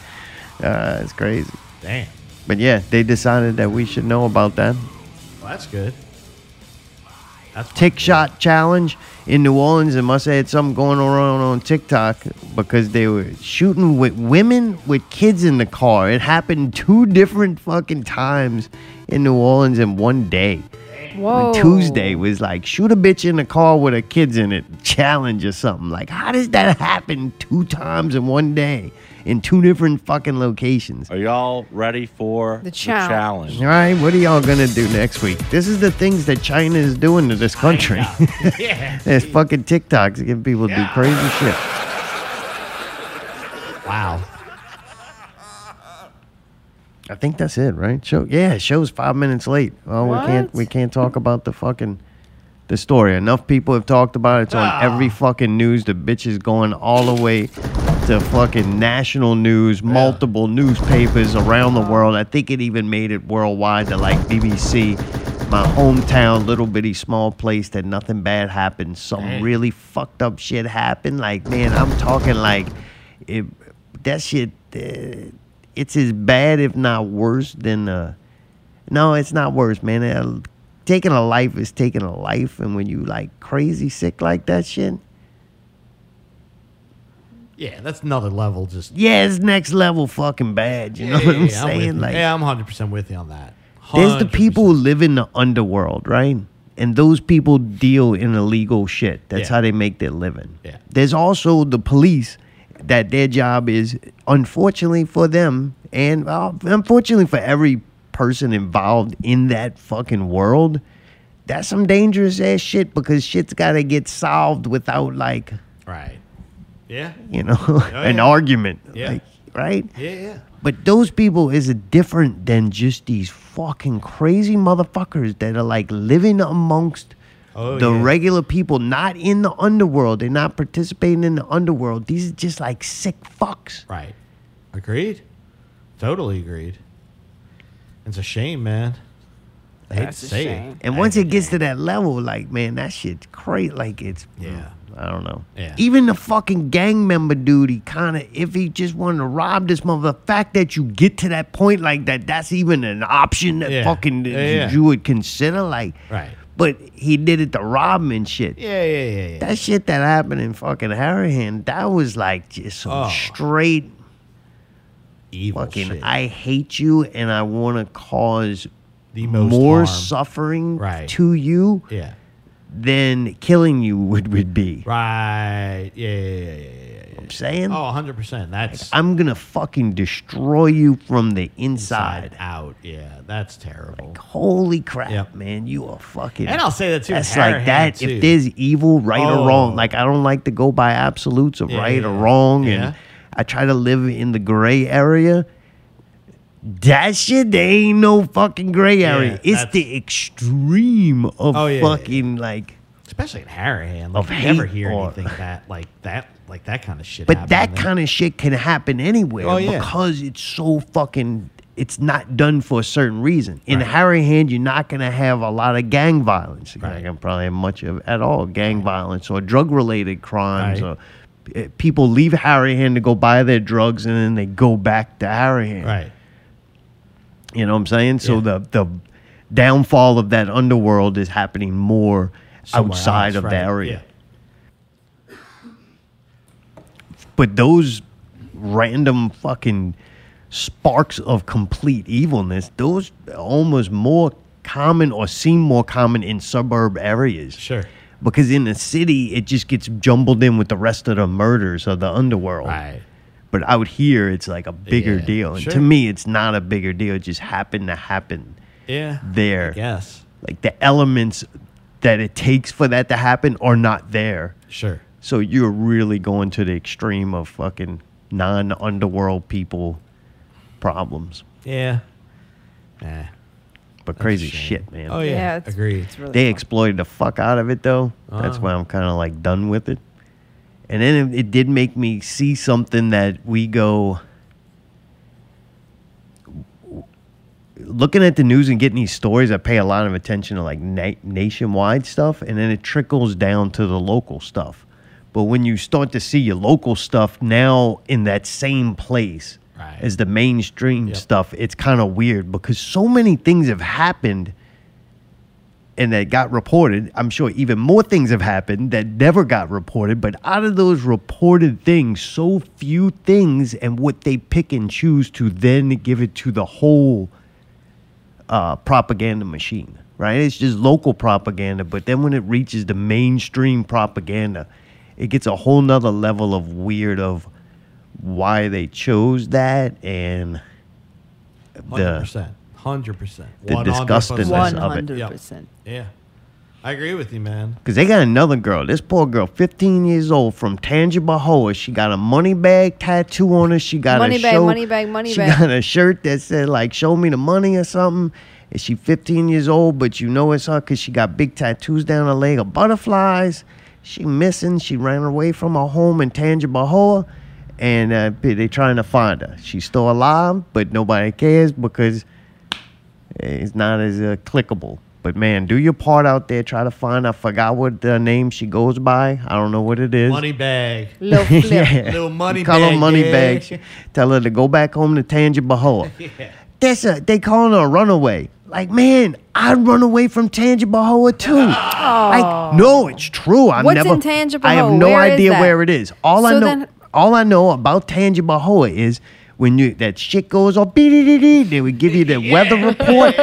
B: uh, it's crazy.
D: Damn.
B: But yeah, they decided that we should know about that.
D: Well, that's good. That's
B: Tick shot challenge in New Orleans. It must have had something going on on TikTok because they were shooting with women with kids in the car. It happened two different fucking times in New Orleans in one day.
C: Whoa.
B: Tuesday was like shoot a bitch in the car with her kids in it challenge or something. Like how does that happen two times in one day in two different fucking locations?
R: Are y'all ready for the
C: challenge.
R: challenge?
B: All right, what are y'all gonna do next week? This is the things that China is doing to this country.
D: Yeah.
B: There's fucking TikToks giving people to do crazy shit.
D: Wow.
B: I think that's it, right? Show yeah, show's five minutes late. Oh, we can't
C: What?
B: we can't talk about the fucking the story. Enough people have talked about it. It's on every fucking news. The bitch is going all the way to fucking national news, multiple newspapers around the world. I think it even made it worldwide to like BBC. My hometown, little bitty small place that nothing bad happened. Some
S: Dang.
B: really fucked up shit happened. Like, man, I'm talking like it, that shit. Uh, it's as bad, if not worse, than uh, no, it's not worse, man. Uh, taking a life is taking a life, and when you like crazy sick like that shit,
D: Yeah, that's another level. Just
B: yeah, it's next level fucking bad. You know what I'm
D: with
B: saying?
D: you.
B: like,
D: yeah, I'm 100 percent with you on that.
B: there's the people who live in the underworld, right? And those people deal in illegal shit. That's
D: Yeah.
B: how they make their living.
D: Yeah.
B: There's also the police that their job is, unfortunately for them, and uh, unfortunately for every person involved in that fucking world, that's some dangerous ass shit because shit's got to get solved without, like,
D: right, yeah,
B: you know,
D: Oh,
B: an
D: yeah.
B: argument.
D: Yeah.
B: Like, right?
D: yeah, yeah.
B: But those people is different than just these fucking crazy motherfuckers that are like living amongst
D: Oh,
B: the
D: yeah.
B: regular people, not in the underworld. They're not participating in the underworld. These are just like sick fucks.
D: Right. Agreed. Totally agreed. It's a shame, man. I hate to say it.
B: And once it gets to that level, like, man, that shit's crazy. Like, it's.
D: Yeah.
B: I don't know.
D: Yeah.
B: Even the fucking gang member dude, he kind of, if he just wanted to rob this mother, the fact that you get to that point like that, that's even an option that
D: Yeah.
B: fucking
D: Yeah, yeah.
B: you would consider. Like,
D: Right.
B: but he did it to rob him and shit.
D: Yeah, yeah, yeah, yeah.
B: That shit that happened in fucking Harahan, that was like just some
D: Oh.
B: straight
D: evil
B: fucking
D: shit.
B: I hate you and I want to cause
D: The most
B: more
D: harm.
B: suffering
D: Right.
B: to you
D: Yeah.
B: than killing you would, would be.
D: Right. Yeah, yeah, yeah, yeah, yeah, yeah. I'm
B: saying.
D: Oh, 100%. That's
B: I'm going to fucking destroy you from the inside.
D: inside out. Yeah, that's terrible.
B: Holy crap, man. You are fucking.
D: And I'll say that too,
B: That's
D: Harahan
B: like that.
D: too.
B: If there's evil, right
D: Oh.
B: or wrong, like I don't like to go by absolutes of
D: Yeah,
B: right
D: yeah,
B: or
D: yeah.
B: wrong.
D: Yeah.
B: And I try to live in the gray area. That shit, there ain't no fucking gray
D: Yeah,
B: area.
D: that's-
B: it's the extreme of
D: Oh, yeah, yeah, yeah.
B: fucking like.
D: Especially in Harahan. Like,
B: Of
D: you never
B: hate
D: hear
B: or-
D: anything that, like that, like that kind of shit.
B: But
D: happening
B: that
D: there.
B: kind of shit can happen anywhere
D: Oh, yeah.
B: because it's so fucking. It's not done for a certain reason. In Harry Hand, you're not gonna have a lot of gang violence. You're not gonna probably have much of at all gang violence or drug related crimes
D: Right.
B: or uh, people leave Harry Hand to go buy their drugs and then they go back to Harry Hand.
D: Right.
B: You know what I'm saying? So the the downfall of that underworld is happening more
D: Somewhere
B: outside
D: else,
B: of
D: right,
B: the area but those random fucking sparks of complete evilness those are almost more common or seem more common in suburb areas
D: sure
B: because in the city it just gets jumbled in with the rest of the murders of the underworld
D: right
B: but out here it's like a bigger
D: Yeah,
B: deal and
D: sure.
B: to me it's not a bigger deal it just happened to happen
D: Yeah.
B: there
D: Yes.
B: like the elements that it takes for that to happen are not there
D: Sure.
B: so you're really going to the extreme of fucking non underworld people problems.
D: Yeah. Nah.
B: But crazy shit, man.
D: Oh, yeah. Yeah, it's- Agreed. it's really
B: they
D: fun.
B: exploited the fuck out of it though. That's
D: Oh.
B: why I'm kind of like done with it. And then it, it did make me see something that we go looking at the news and getting these stories. I pay a lot of attention to like na- nationwide stuff, and then it trickles down to the local stuff. But when you start to see your local stuff now in that same place as the mainstream stuff, it's kind of weird because so many things have happened and that got reported. I'm sure even more things have happened that never got reported, but out of those reported things, so few things and what they pick and choose to then give it to the whole uh, propaganda machine, right? It's just local propaganda, but then when it reaches the mainstream propaganda, it gets a whole nother level of weird of why they chose that and the
D: 100%. 100%.
B: the
D: 100%.
B: disgustingness of it.
D: Yeah. Yeah. I agree with you, man.
B: Cause they got another girl. This poor girl, 15 years old, from Tangibahoa. She got a money bag tattoo on her. She got
C: Money
B: a
C: bag,
B: show,
C: money bag, money
B: she
C: bag.
B: got a shirt that said like "Show me the money" or something. Is she 15 years old? But you know it's her because she got big tattoos down her leg of butterflies. She missing. She ran away from her home in Tangibahoa, and uh, they trying to find her. She's still alive, but nobody cares because it's not as uh, clickable. But man, do your part out there. Try to find. I forgot what the name she goes by. I don't know what it is.
D: Money bag.
C: Lil
B: yeah.
D: Little
B: You
D: money
B: Call
D: bag.
B: her money
D: yeah.
B: bag. She- Tell her to go back home to Tangibahoa.
D: Yeah.
B: That's a they calling her a runaway. Like man, I'd run away from Tangibahoa too. Oh, Like no, it's true. I
C: Oh. What's
B: never.
C: in Tangibahoa?
B: I have no
C: Where is
B: idea
C: that?
B: where it is. All I
C: So
B: know,
C: then-
B: all I know about Tangibahoa is when you that shit goes off, beep-de-de-de, they would give you the weather report.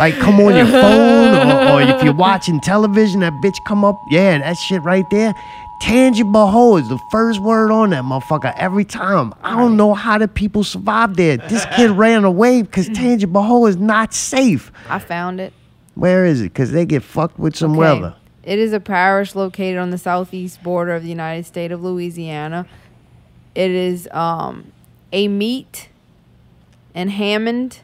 B: Like come on your phone, or, or if you're watching television, that bitch come up. Yeah, that shit right there. Tangibahoa is the first word on that motherfucker every time. I don't know how the people survived there. This kid ran away because Tangibahoa is not safe.
C: I found it.
B: Where is it? Because they get fucked with some
C: Okay.
B: weather.
C: It is a parish located on the southeast border of the United States of Louisiana. It is um, a meat and Hammond.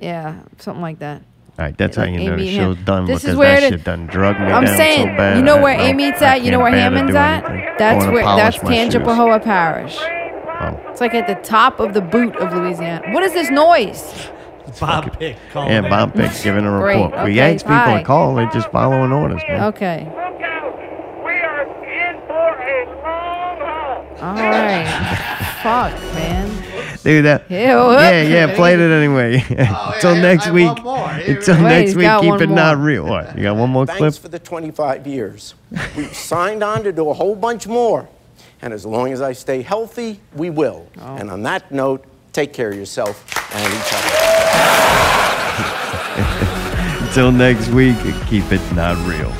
C: Yeah, something like that.
B: All right, that's
C: Like
B: how you know
C: Amy
B: the
C: and
B: show's
C: him.
B: done
C: This is
B: because
C: where
B: that
C: it-
B: shit done drug me
C: I'm
B: down
C: saying,
B: so bad.
C: you know
B: I-
C: where
B: I-
C: Amy's
B: I
C: at, you know
B: can't
C: where
B: bear to
C: Hammond's
B: do
C: at.
B: anything.
C: That's
B: I wanna
C: where
B: polish
C: that's
B: my shoes.
C: Tangipahoa Parish.
B: Oh.
C: It's like at the top of the boot of Louisiana. What is this noise?
D: Bob Pick. Call
B: Yeah, Bob Pick's giving a
C: Great.
B: report.
C: Okay,
B: we ask people
C: bye.
B: to call; they just following orders, man.
C: Okay. All right. Fuck, man.
B: Dude, that.
C: Ew.
B: Yeah, yeah. Played it anyway.
C: Oh,
B: Until next week. Until
G: Wait,
B: next
G: he's
B: week,
G: got
B: keep
G: one
B: it not
G: more.
B: real. What? You got one more clip?
G: Thanks for the 25 years. We've signed on to do a whole bunch more. And as long as I stay healthy, we will. And on that note, take care of yourself and each other.
B: Until next week, keep it not real.